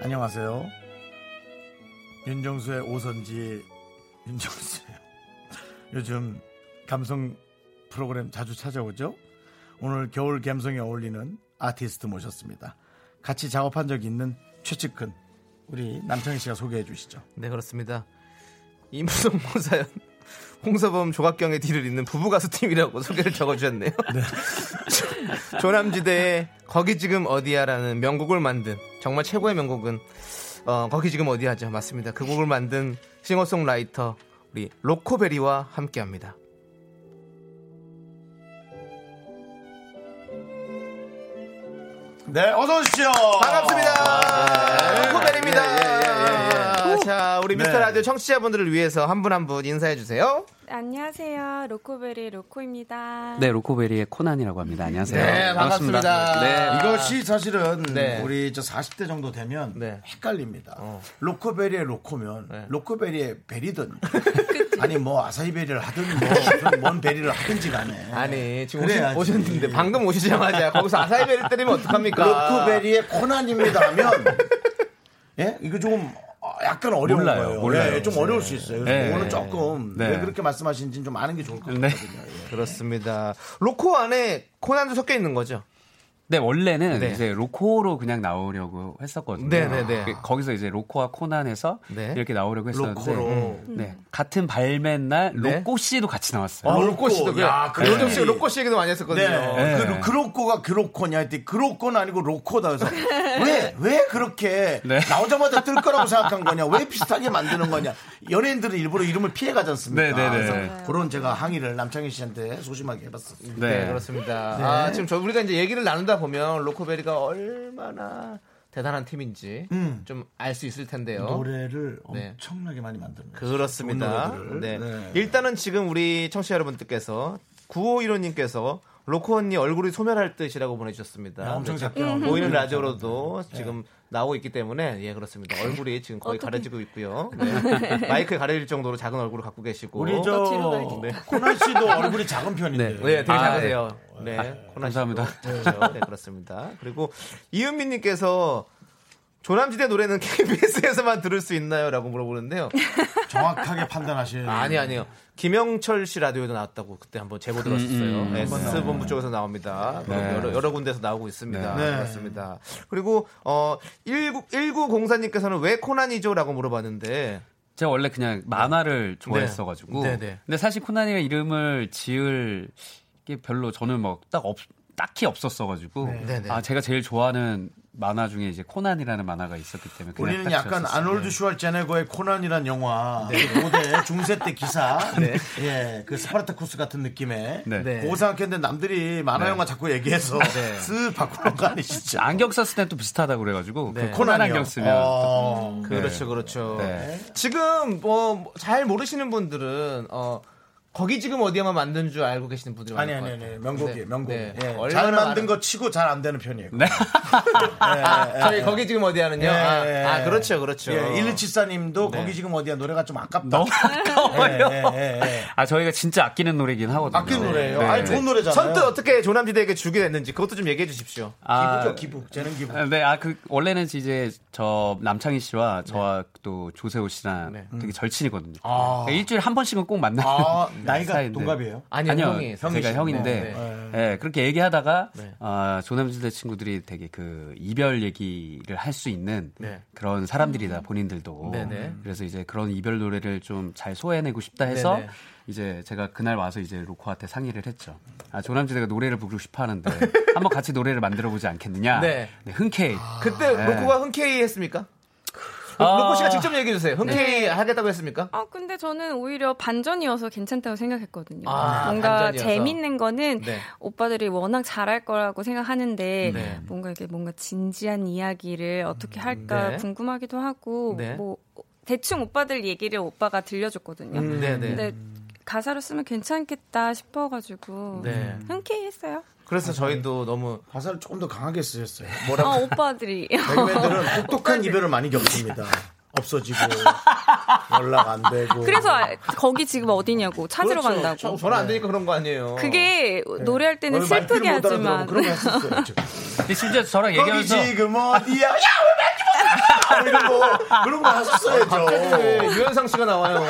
[SPEAKER 1] 안녕하세요. 윤정수의 오선지 윤정수예요. 요즘 감성 프로그램 자주 찾아오죠? 오늘 겨울 감성에 어울리는 아티스트 모셨습니다. 같이 작업한 적이 있는 최측근 우리 남창희 씨가 소개해 주시죠.
[SPEAKER 2] 네 그렇습니다. 임무성 모사연 홍서범 조각경의 뒤를 잇는 부부 가수 팀이라고 소개를 적어주셨네요. 조남지대의 거기 지금 어디야라는 명곡을 만든 정말 최고의 명곡은 어, 거기 지금 어디야죠 맞습니다 그 곡을 만든 싱어송라이터 우리 로코베리와 함께합니다
[SPEAKER 1] 네, 어서 오십시오.
[SPEAKER 5] 아,
[SPEAKER 2] 반갑습니다 로코베리입니다
[SPEAKER 5] 네. 예, 예, 예, 예.
[SPEAKER 2] 자 우리 미스터
[SPEAKER 1] 네.
[SPEAKER 2] 라디오 청취자분들을 위해서 한 분 한 분 인사해 주세요
[SPEAKER 4] 안녕하세요. 로코베리 로코입니다.
[SPEAKER 7] 네, 로코베리의 코난이라고 합니다. 안녕하세요.
[SPEAKER 2] 네, 반갑습니다.
[SPEAKER 7] 네.
[SPEAKER 1] 이것이 사실은
[SPEAKER 2] 네.
[SPEAKER 1] 우리 저 40대 정도 되면
[SPEAKER 2] 네.
[SPEAKER 1] 헷갈립니다. 로코베리의 로코면 로코베리의 베리든 아니 뭐 아사히베리를 하든 뭐 무슨 뭔 베리를 하든지 간에
[SPEAKER 2] 아니 지금
[SPEAKER 1] 그래야지.
[SPEAKER 2] 오신, 오셨는데 방금 오시자마자 거기서 아사히베리 때리면 어떡합니까
[SPEAKER 1] 로코베리의 코난입니다 하면 예 이거 조금 어, 약간 어려운
[SPEAKER 7] 몰라요,
[SPEAKER 1] 거예요.
[SPEAKER 7] 몰라요.
[SPEAKER 1] 예, 좀 어려울 수 있어요. 그래서
[SPEAKER 7] 네.
[SPEAKER 1] 오늘 조금
[SPEAKER 7] 네.
[SPEAKER 1] 왜 그렇게 말씀하시는지 좀 아는 게 좋을 것 같아요.
[SPEAKER 7] 네.
[SPEAKER 2] 그렇습니다 로코 안에 코난도 섞여 있는 거죠
[SPEAKER 7] 네, 원래는
[SPEAKER 2] 네.
[SPEAKER 7] 이제 로코로 그냥 나오려고 했었거든요.
[SPEAKER 2] 네, 네, 네.
[SPEAKER 7] 그- 거기서 이제 로코와 코난에서
[SPEAKER 2] 네.
[SPEAKER 7] 이렇게 나오려고 했었는데
[SPEAKER 1] 로코로.
[SPEAKER 7] 네. 같은 발매날
[SPEAKER 2] 네.
[SPEAKER 7] 로코 씨도 같이 나왔어요.
[SPEAKER 1] 아,
[SPEAKER 2] 로코 씨도 그래.
[SPEAKER 1] 야, 그
[SPEAKER 2] 요정 씨
[SPEAKER 1] 네.
[SPEAKER 2] 로코 씨 얘기도 많이 했었거든요.
[SPEAKER 1] 네. 그, 그 로코가 그로코냐 했더니 그로코는 아니고 로코다. 그래서 왜, 왜 그렇게
[SPEAKER 7] 네.
[SPEAKER 1] 나오자마자 뜰 거라고 생각한 거냐. 왜 비슷하게 만드는 거냐. 연예인들은 일부러 이름을 피해 가지 않습니까.
[SPEAKER 7] 네, 네, 네.
[SPEAKER 1] 그래서 그런 제가 항의를 남창희 씨한테 소심하게 해봤습니다.
[SPEAKER 2] 네, 그렇습니다. 아, 지금 저 우리가 이제 얘기를 나누다 보면 로코베리가 얼마나 대단한 팀인지
[SPEAKER 1] 음.
[SPEAKER 2] 좀 알 수 있을 텐데요.
[SPEAKER 1] 노래를
[SPEAKER 2] 네.
[SPEAKER 1] 엄청나게 많이 만드는 거죠.
[SPEAKER 2] 그렇습니다.
[SPEAKER 1] 좋은 노래들을.
[SPEAKER 2] 네.
[SPEAKER 1] 네.
[SPEAKER 2] 일단은 지금 우리 청취자 여러분들께서 9515님께서 로코 언니 얼굴이 소멸할 듯이라고 보내주셨습니다.
[SPEAKER 1] 야, 그렇죠. 음. 엄청
[SPEAKER 2] 네,
[SPEAKER 1] 작게
[SPEAKER 2] 지금
[SPEAKER 1] 나오고
[SPEAKER 2] 보이는
[SPEAKER 7] 음.
[SPEAKER 1] 있네요.
[SPEAKER 2] 라디오로도 지금 나오고 있기 때문에 예 그렇습니다. 얼굴이 지금 거의 가려지고 있고요. 네. 마이크에 가려질 정도로 작은 얼굴을 갖고 계시고
[SPEAKER 1] 우리
[SPEAKER 4] 더 뒤로 가야
[SPEAKER 1] 저 네.
[SPEAKER 2] 되겠다.
[SPEAKER 1] 코난 씨도 얼굴이 작은 편인데.
[SPEAKER 2] 네, 되게
[SPEAKER 7] 아,
[SPEAKER 2] 작으세요. 네, 코난 씨도.
[SPEAKER 7] 감사합니다.
[SPEAKER 2] 그렇죠. 네, 그렇습니다. 그리고 이은미님께서 조남지대 노래는 KBS에서만 들을 수 있나요?라고 물어보는데요.
[SPEAKER 1] 정확하게 판단하실.
[SPEAKER 2] 아니 아니요. 김영철 씨 라디오에도 나왔다고 그때 한번 제보
[SPEAKER 1] 음,
[SPEAKER 2] 들었었어요. S 본부 쪽에서 나옵니다. 그리고 여러, 여러 군데서 나오고 있습니다.
[SPEAKER 1] 네.
[SPEAKER 2] 그렇습니다. 그리고 어 19, 1904님께서는 왜 코난이죠?라고 물어봤는데
[SPEAKER 7] 제가 원래 그냥 만화를 좋아했어가지고.
[SPEAKER 2] 네, 네.
[SPEAKER 7] 근데 사실 코난이가 이름을 지을 게 별로 저는 뭐 딱 없, 딱히 없었어가지고.
[SPEAKER 2] 네, 네.
[SPEAKER 7] 아, 제가 제일 좋아하는 만화 중에 이제 코난이라는 만화가 있었기 때문에. 그냥
[SPEAKER 1] 우리는
[SPEAKER 7] 네, 딱
[SPEAKER 1] 약간
[SPEAKER 7] 지었었어요. 네.
[SPEAKER 1] 아놀드 슈왈제네거의 코난이란 영화 그 고대 중세 때 기사 예, 그 스파르타쿠스 같은 느낌의
[SPEAKER 7] 네.
[SPEAKER 2] 네.
[SPEAKER 1] 그거 생각했는데 남들이 만화 영화 자꾸 얘기해서 쓱 바꾸는 거 아니시죠?
[SPEAKER 7] 안경 썼을 땐 또 비슷하다고 그래가지고.
[SPEAKER 2] 네.
[SPEAKER 7] 그 코난 안경 쓰면.
[SPEAKER 1] 어,
[SPEAKER 2] 그렇죠, 그렇죠.
[SPEAKER 7] 네.
[SPEAKER 2] 지금 뭐 잘 모르시는 분들은 어 거기 지금 어디에만 만든 줄 알고 계시는 분들이
[SPEAKER 1] 아니
[SPEAKER 2] 많을
[SPEAKER 1] 아니
[SPEAKER 2] 것
[SPEAKER 1] 아니
[SPEAKER 2] 같아요.
[SPEAKER 1] 명곡이
[SPEAKER 2] 네.
[SPEAKER 1] 명곡
[SPEAKER 2] 네.
[SPEAKER 1] 예.
[SPEAKER 2] 얼마나
[SPEAKER 1] 잘 만든
[SPEAKER 2] 많은-
[SPEAKER 1] 거 치고 잘 안 되는 편이에요. 예,
[SPEAKER 7] 네.
[SPEAKER 2] 아, 저희 거기 지금 어디하는요? 아, 아, 그렇죠, 그렇죠.
[SPEAKER 1] 네. 예, 일치사님도
[SPEAKER 2] 네.
[SPEAKER 1] 거기 지금 어디야 노래가 좀 아깝다.
[SPEAKER 7] 너무 아까워요.
[SPEAKER 1] 예, 예, 예.
[SPEAKER 7] 아, 저희가 진짜 아끼는 노래긴 하거든요.
[SPEAKER 1] 아끼는 노래예요.
[SPEAKER 7] 네.
[SPEAKER 1] 아니 좋은 노래잖아요.
[SPEAKER 2] 선뜻 어떻게 조남지대에게 주게 됐는지 그것도 좀 얘기해 주십시오.
[SPEAKER 7] 아,
[SPEAKER 1] 기부죠 기부 재능 기부.
[SPEAKER 7] 네, 아, 그, 원래는 이제 저 남창희 씨와 저와 또 조세호 씨랑
[SPEAKER 2] 네.
[SPEAKER 7] 되게 절친이거든요.
[SPEAKER 1] 네. 아.
[SPEAKER 7] 그러니까 일주일에 한 번씩은 꼭 네, 만나는
[SPEAKER 1] 아
[SPEAKER 2] 네.
[SPEAKER 1] 나이가
[SPEAKER 7] 사이인데.
[SPEAKER 1] 동갑이에요?
[SPEAKER 2] 아니요,
[SPEAKER 7] 아니요,
[SPEAKER 2] 형이 있어요.
[SPEAKER 7] 제가
[SPEAKER 2] 형이시구나.
[SPEAKER 7] 형인데,
[SPEAKER 2] 네,
[SPEAKER 7] 예, 그렇게 얘기하다가,
[SPEAKER 2] 네.
[SPEAKER 7] 아, 조남지대 친구들이 되게 그 이별 얘기를 할 수 있는
[SPEAKER 2] 네.
[SPEAKER 7] 그런 사람들이다, 본인들도.
[SPEAKER 2] 네, 네.
[SPEAKER 7] 그래서 이제 그런 이별 노래를 좀 잘 소화해내고 싶다 해서,
[SPEAKER 2] 네, 네.
[SPEAKER 7] 이제 제가 그날 와서 이제 로코한테 상의를 했죠. 아, 조남지대가 노래를 부르고 싶어 하는데, 한번 같이 노래를 만들어 보지 않겠느냐.
[SPEAKER 2] 네.
[SPEAKER 7] 흔쾌히.
[SPEAKER 2] 그때
[SPEAKER 7] 네.
[SPEAKER 2] 로코가 흔쾌히 했습니까? 로-
[SPEAKER 7] 아.
[SPEAKER 2] 로코 씨가 직접 얘기해 주세요.
[SPEAKER 7] 네.
[SPEAKER 2] 흔쾌히 하겠다고 했습니까?
[SPEAKER 4] 아, 근데 저는 오히려 반전이어서 괜찮다고 생각했거든요.
[SPEAKER 2] 아,
[SPEAKER 4] 뭔가
[SPEAKER 2] 반전이어서.
[SPEAKER 4] 재밌는 거는
[SPEAKER 2] 네.
[SPEAKER 4] 오빠들이 워낙 잘할 거라고 생각하는데
[SPEAKER 2] 네.
[SPEAKER 4] 뭔가 이렇게 뭔가 진지한 이야기를 어떻게 할까
[SPEAKER 2] 네.
[SPEAKER 4] 궁금하기도 하고
[SPEAKER 2] 네.
[SPEAKER 4] 뭐 대충 오빠들 얘기를 오빠가 들려줬거든요.
[SPEAKER 7] 음,
[SPEAKER 2] 네, 네.
[SPEAKER 4] 근데 가사로 쓰면 괜찮겠다 싶어가지고
[SPEAKER 2] 네.
[SPEAKER 4] 흔쾌히 했어요.
[SPEAKER 2] 그래서 저희도
[SPEAKER 7] 어.
[SPEAKER 2] 너무
[SPEAKER 1] 가사를 조금 더 강하게 쓰셨어요.
[SPEAKER 4] 아 오빠들이
[SPEAKER 1] 백맨들은 혹독한 이별을 많이 겪습니다. 없어지고 연락 안 되고.
[SPEAKER 4] 그래서 아- 거기 지금 어디냐고 찾으러
[SPEAKER 1] 그렇죠.
[SPEAKER 4] 간다고.
[SPEAKER 2] 전화 안 되니까 그런 거 아니에요.
[SPEAKER 4] 그게
[SPEAKER 2] 네.
[SPEAKER 4] 노래할 때는
[SPEAKER 1] 오늘
[SPEAKER 4] 슬프게
[SPEAKER 1] 말귀를 못 알아들어서
[SPEAKER 4] 하지만 네,
[SPEAKER 1] 그런 거 했었어요. 지금.
[SPEAKER 7] 근데 심지어 저랑
[SPEAKER 1] 거기
[SPEAKER 7] 얘기하면서
[SPEAKER 1] 지금 어디야? 야, 왜 말귀 못 알아? 이런 거뭐 그런 거
[SPEAKER 2] 네,
[SPEAKER 1] 하셨어야죠.
[SPEAKER 2] 유현상 씨가 나와요.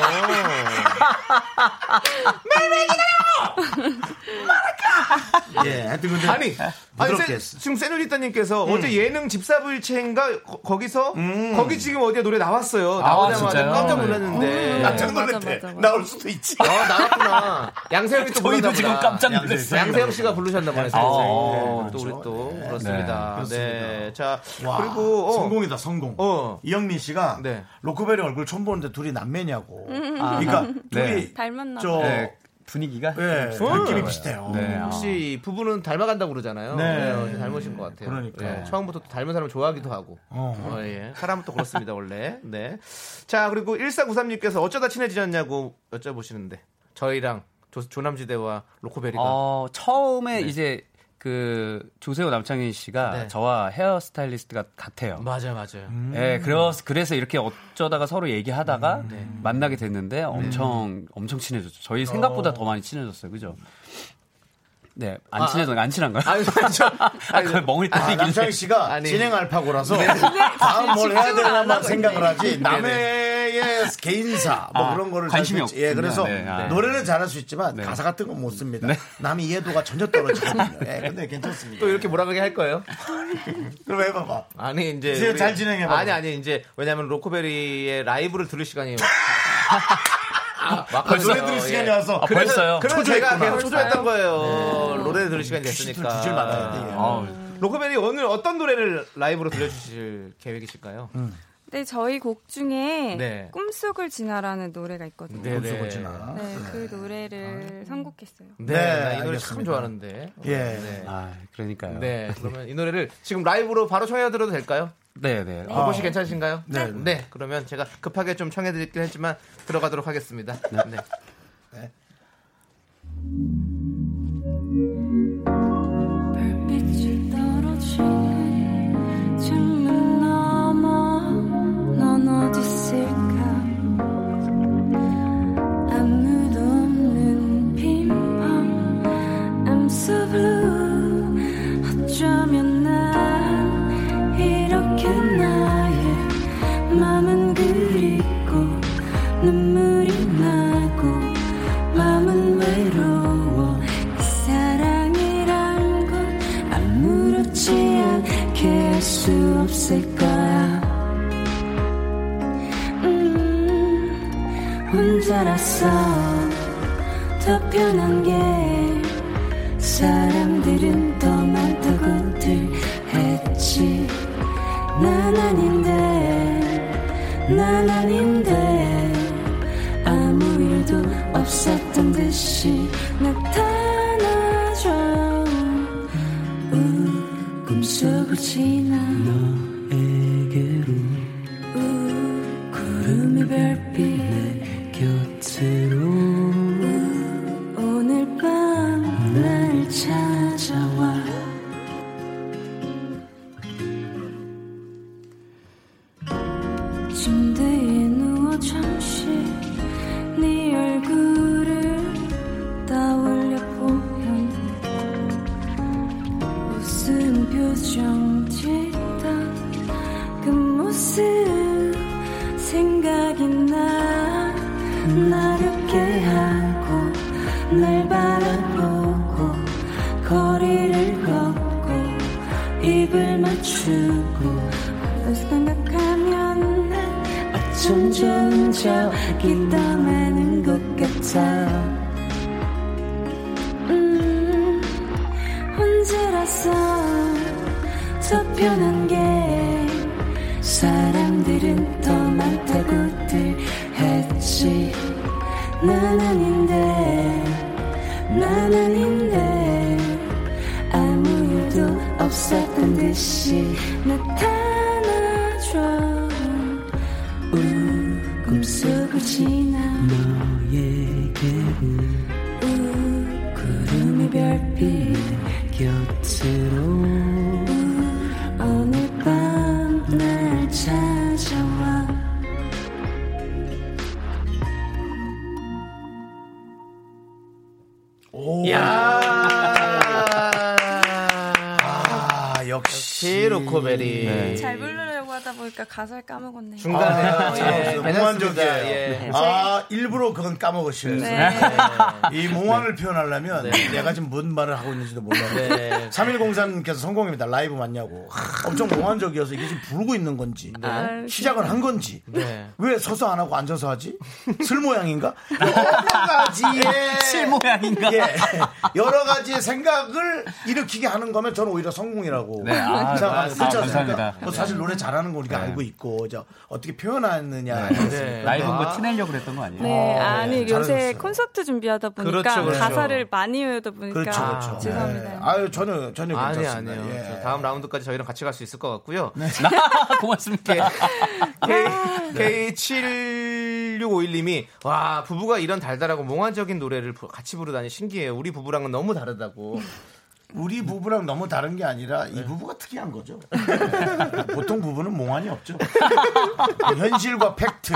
[SPEAKER 1] 예, 하여튼 근데
[SPEAKER 2] 아니
[SPEAKER 1] 부드럽게
[SPEAKER 2] 세-
[SPEAKER 1] 했어.
[SPEAKER 2] 지금 세누리따님께서 어제 예능 집사부일체인가 거- 거기서 거기 지금 어디에 노래 나왔어요. 네. 음. 나오자마자
[SPEAKER 7] 진짜요?
[SPEAKER 2] 깜짝 놀랐는데.
[SPEAKER 4] 맞아,
[SPEAKER 1] 깜짝 놀랐대.
[SPEAKER 4] 맞아, 맞아.
[SPEAKER 1] 나올 수도 있지.
[SPEAKER 2] 아, 나왔구나. 양세형이 또
[SPEAKER 7] 저희도
[SPEAKER 2] 부르나
[SPEAKER 7] 지금
[SPEAKER 2] 보다.
[SPEAKER 7] 깜짝
[SPEAKER 2] 양-
[SPEAKER 7] 놀랐어요.
[SPEAKER 2] 양세형 씨가 부르셨나 보네.
[SPEAKER 7] 아,
[SPEAKER 2] 또 우리 또 그렇습니다.
[SPEAKER 1] 네,
[SPEAKER 2] 네. 자,
[SPEAKER 1] 와,
[SPEAKER 2] 그리고 어,
[SPEAKER 1] 성공이다 성공.
[SPEAKER 2] 어.
[SPEAKER 1] 이영민 씨가
[SPEAKER 2] 네.
[SPEAKER 1] 로크베리 얼굴 처음 보는데 둘이 남매냐고. 그러니까 둘이
[SPEAKER 4] 닮았나
[SPEAKER 1] 저
[SPEAKER 4] 봐.
[SPEAKER 7] 네, 분위기가
[SPEAKER 1] 예, 느낌이 비슷해요.
[SPEAKER 7] 네, 아.
[SPEAKER 2] 어, 혹시 이 부부는 닮아간다고 그러잖아요.
[SPEAKER 1] 네.
[SPEAKER 2] 네, 닮으신 것 같아요.
[SPEAKER 1] 그러니까요.
[SPEAKER 2] 예, 처음부터 또 닮은 사람 좋아하기도 하고.
[SPEAKER 1] 어.
[SPEAKER 2] 어, 예. 사람은 또 그렇습니다, 원래. 네. 자, 그리고 1493님께서 어쩌다 친해지셨냐고 여쭤보시는데, 저희랑 조, 조남지대와 로코베리가.
[SPEAKER 7] 어, 처음에 이제 그 조세호 남창희 씨가
[SPEAKER 2] 네.
[SPEAKER 7] 저와 헤어스타일리스트가 같아요.
[SPEAKER 2] 맞아요, 맞아요.
[SPEAKER 1] 음.
[SPEAKER 7] 예, 그래서 그래서 이렇게 어쩌다가 서로 얘기하다가 만나게 됐는데 엄청 엄청 친해졌죠. 저희 생각보다 더 많이 친해졌어요. 그죠? 네, 안 친해졌 안 친한가요?
[SPEAKER 2] 아니, 저,
[SPEAKER 7] 아, 그 멍을
[SPEAKER 1] 아,
[SPEAKER 7] 때리길래.
[SPEAKER 1] 남창희 씨가
[SPEAKER 2] 아니. 네.
[SPEAKER 1] 진행 알파고라서 다음 뭘 해야 되나만 생각을 하지
[SPEAKER 2] 네.
[SPEAKER 1] 남의 개인사 뭐
[SPEAKER 7] 아,
[SPEAKER 1] 그런 거를
[SPEAKER 7] 관심이
[SPEAKER 1] 잘 쓰지. 예,
[SPEAKER 7] 없구나.
[SPEAKER 1] 그래서
[SPEAKER 7] 네, 아.
[SPEAKER 1] 노래는 잘할 수 있지만
[SPEAKER 7] 네.
[SPEAKER 1] 가사 같은 건 못 씁니다. 남의 이해도가 전혀 떨어지거든요. 예, 근데 괜찮습니다.
[SPEAKER 2] 또 이렇게 몰아가게 할 거예요?
[SPEAKER 1] 그럼 해봐봐.
[SPEAKER 2] 아니, 이제.
[SPEAKER 1] 이제 잘 진행해봐요.
[SPEAKER 2] 아니, 아니, 이제. 왜냐면 로코베리의 라이브를 들을 시간이. 아,
[SPEAKER 1] 아,
[SPEAKER 2] 막걸리
[SPEAKER 1] 노래 들을 시간이 와서
[SPEAKER 7] 아, 벌써요.
[SPEAKER 2] 그래서 제가
[SPEAKER 1] 초조했구나.
[SPEAKER 2] 계속 초조했던 거예요. 노래 들을 시간이 됐으니까.
[SPEAKER 1] 또 주질 말아야 돼.
[SPEAKER 7] 아우,
[SPEAKER 2] 로코베리 오늘 어떤 노래를 라이브로 들려주실 계획이실까요?
[SPEAKER 1] 음,
[SPEAKER 4] 근데 네, 저희 곡 중에
[SPEAKER 2] 네.
[SPEAKER 4] 꿈속을 지나라는 노래가 있거든요. 네,
[SPEAKER 2] 네네.
[SPEAKER 4] 그 노래를 선곡했어요.
[SPEAKER 2] 네,
[SPEAKER 1] 네,
[SPEAKER 2] 나이 노래
[SPEAKER 1] 알겠습니다.
[SPEAKER 2] 참 좋아하는데.
[SPEAKER 1] 예.
[SPEAKER 2] 네.
[SPEAKER 7] 아, 그러니까요. 네,
[SPEAKER 2] 네, 그러면 이 노래를 지금 라이브로 바로 청해 들어도 될까요?
[SPEAKER 7] 네. 네.
[SPEAKER 2] 어. 보시 괜찮으신가요?
[SPEAKER 1] 아. 네.
[SPEAKER 2] 네, 그러면 제가 급하게 좀 청해 드리긴 했지만 들어가도록 하겠습니다. 네.
[SPEAKER 4] 별빛이 떨어지는 창문 너머 넌 어디 있을까 아무도 없는 빈방 I'm so blue 어쩌면 난 이렇게 나의 맘은 그립고 눈물이 나고 맘은 외로워 이 사랑이란 건 아무렇지 않게 할 수 없을 거야 음, 혼자라서 더 편한 게 사람들은 더 많다고들 했지 난 아닌데 난 아닌데 아무 일도 없었던 듯이 나타나줘 우, 꿈속을 지나 너에게로 우, 구름이 별빛 내 곁으로 우, 오늘 밤 날 찾아와 침대에 누워 잠시 네 얼굴을 떠올려 보면 웃음 표정 짓던 그 모습 생각이 나 나롭게 하고 날 바라보고 거리를 걷고 입을 맞추고 또 생각하면 난 어쩜 좋은 저기 떠나는 것 같아 음, 혼자라서 더 편한 게 사람들은 더 많다고들 했지 난 아닌데 난 아닌데 아무 일도 없었던 듯이 나타나줘 우 꿈속을 지나 너에게로 우 구름이 별빛 곁으로 우, 오늘 밤 날 찾아와
[SPEAKER 2] 야!
[SPEAKER 1] 아, 역시.
[SPEAKER 2] 아, 시로코베리.
[SPEAKER 1] 아,
[SPEAKER 4] 잘 부르려고 하다 하다 보니까 가사를 까먹었네요.
[SPEAKER 2] 중간에
[SPEAKER 1] 네. 아,
[SPEAKER 2] 예,
[SPEAKER 1] 참,
[SPEAKER 2] 괜찮습니다.
[SPEAKER 1] 몽환적이에요.
[SPEAKER 2] 예.
[SPEAKER 1] 아, 일부러 그건 까먹으시는.
[SPEAKER 4] 네.
[SPEAKER 1] 이 몽환을 표현하려면
[SPEAKER 7] 네.
[SPEAKER 1] 내가 지금 뭔 말을 하고 있는지도 몰라요.
[SPEAKER 2] 네.
[SPEAKER 1] 3103님께서 성공입니다. 라이브 맞냐고. 하, 엄청 몽환적이어서 이게 지금 부르고 있는 건지,
[SPEAKER 7] 네.
[SPEAKER 4] 아,
[SPEAKER 1] 시작을 한 건지,
[SPEAKER 2] 네.
[SPEAKER 1] 왜 서서 안 하고 앉아서 하지? 슬 모양인가? 여러 가지의
[SPEAKER 7] 실 네. 모양인가?
[SPEAKER 1] 예. 여러 가지의 생각을 일으키게 하는 거면 저는 오히려 성공이라고
[SPEAKER 7] 네,
[SPEAKER 1] 생각하고
[SPEAKER 7] 아, 아,
[SPEAKER 1] 그렇지 않습니까?
[SPEAKER 7] 감사합니다.
[SPEAKER 1] 뭐 사실 노래 잘하는 거 우리가
[SPEAKER 7] 네.
[SPEAKER 1] 알고 있고 이제 어떻게 표현하느냐
[SPEAKER 2] 네.
[SPEAKER 7] 라이브인 거 티내려고 그랬던 거 아니에요?
[SPEAKER 4] 네,
[SPEAKER 1] 어,
[SPEAKER 4] 아니
[SPEAKER 1] 네,
[SPEAKER 4] 요새
[SPEAKER 1] 잘하셨어요.
[SPEAKER 4] 콘서트 준비하다 보니까
[SPEAKER 2] 그렇죠, 그렇죠.
[SPEAKER 4] 가사를 많이 외우다 보니까
[SPEAKER 1] 그렇죠, 그렇죠.
[SPEAKER 4] 아, 죄송합니다.
[SPEAKER 1] 네. 아유 전혀 전혀
[SPEAKER 2] 아니
[SPEAKER 1] 괜찮습니다.
[SPEAKER 2] 아니요.
[SPEAKER 1] 예.
[SPEAKER 2] 저 다음 라운드까지 저희랑 같이 갈 수 있을 것 같고요.
[SPEAKER 7] 아, 고맙습니다.
[SPEAKER 2] K 7651님이 와 부부가 이런 달달하고 몽환적인 노래를 부- 같이 부르다니 신기해요. 우리 부부랑은 너무 다르다고.
[SPEAKER 1] 우리 부부랑 너무 다른 게 아니라
[SPEAKER 2] 네.
[SPEAKER 1] 이 부부가 특이한 거죠. 예. 보통 부부는 몽환이 없죠. 현실과 팩트,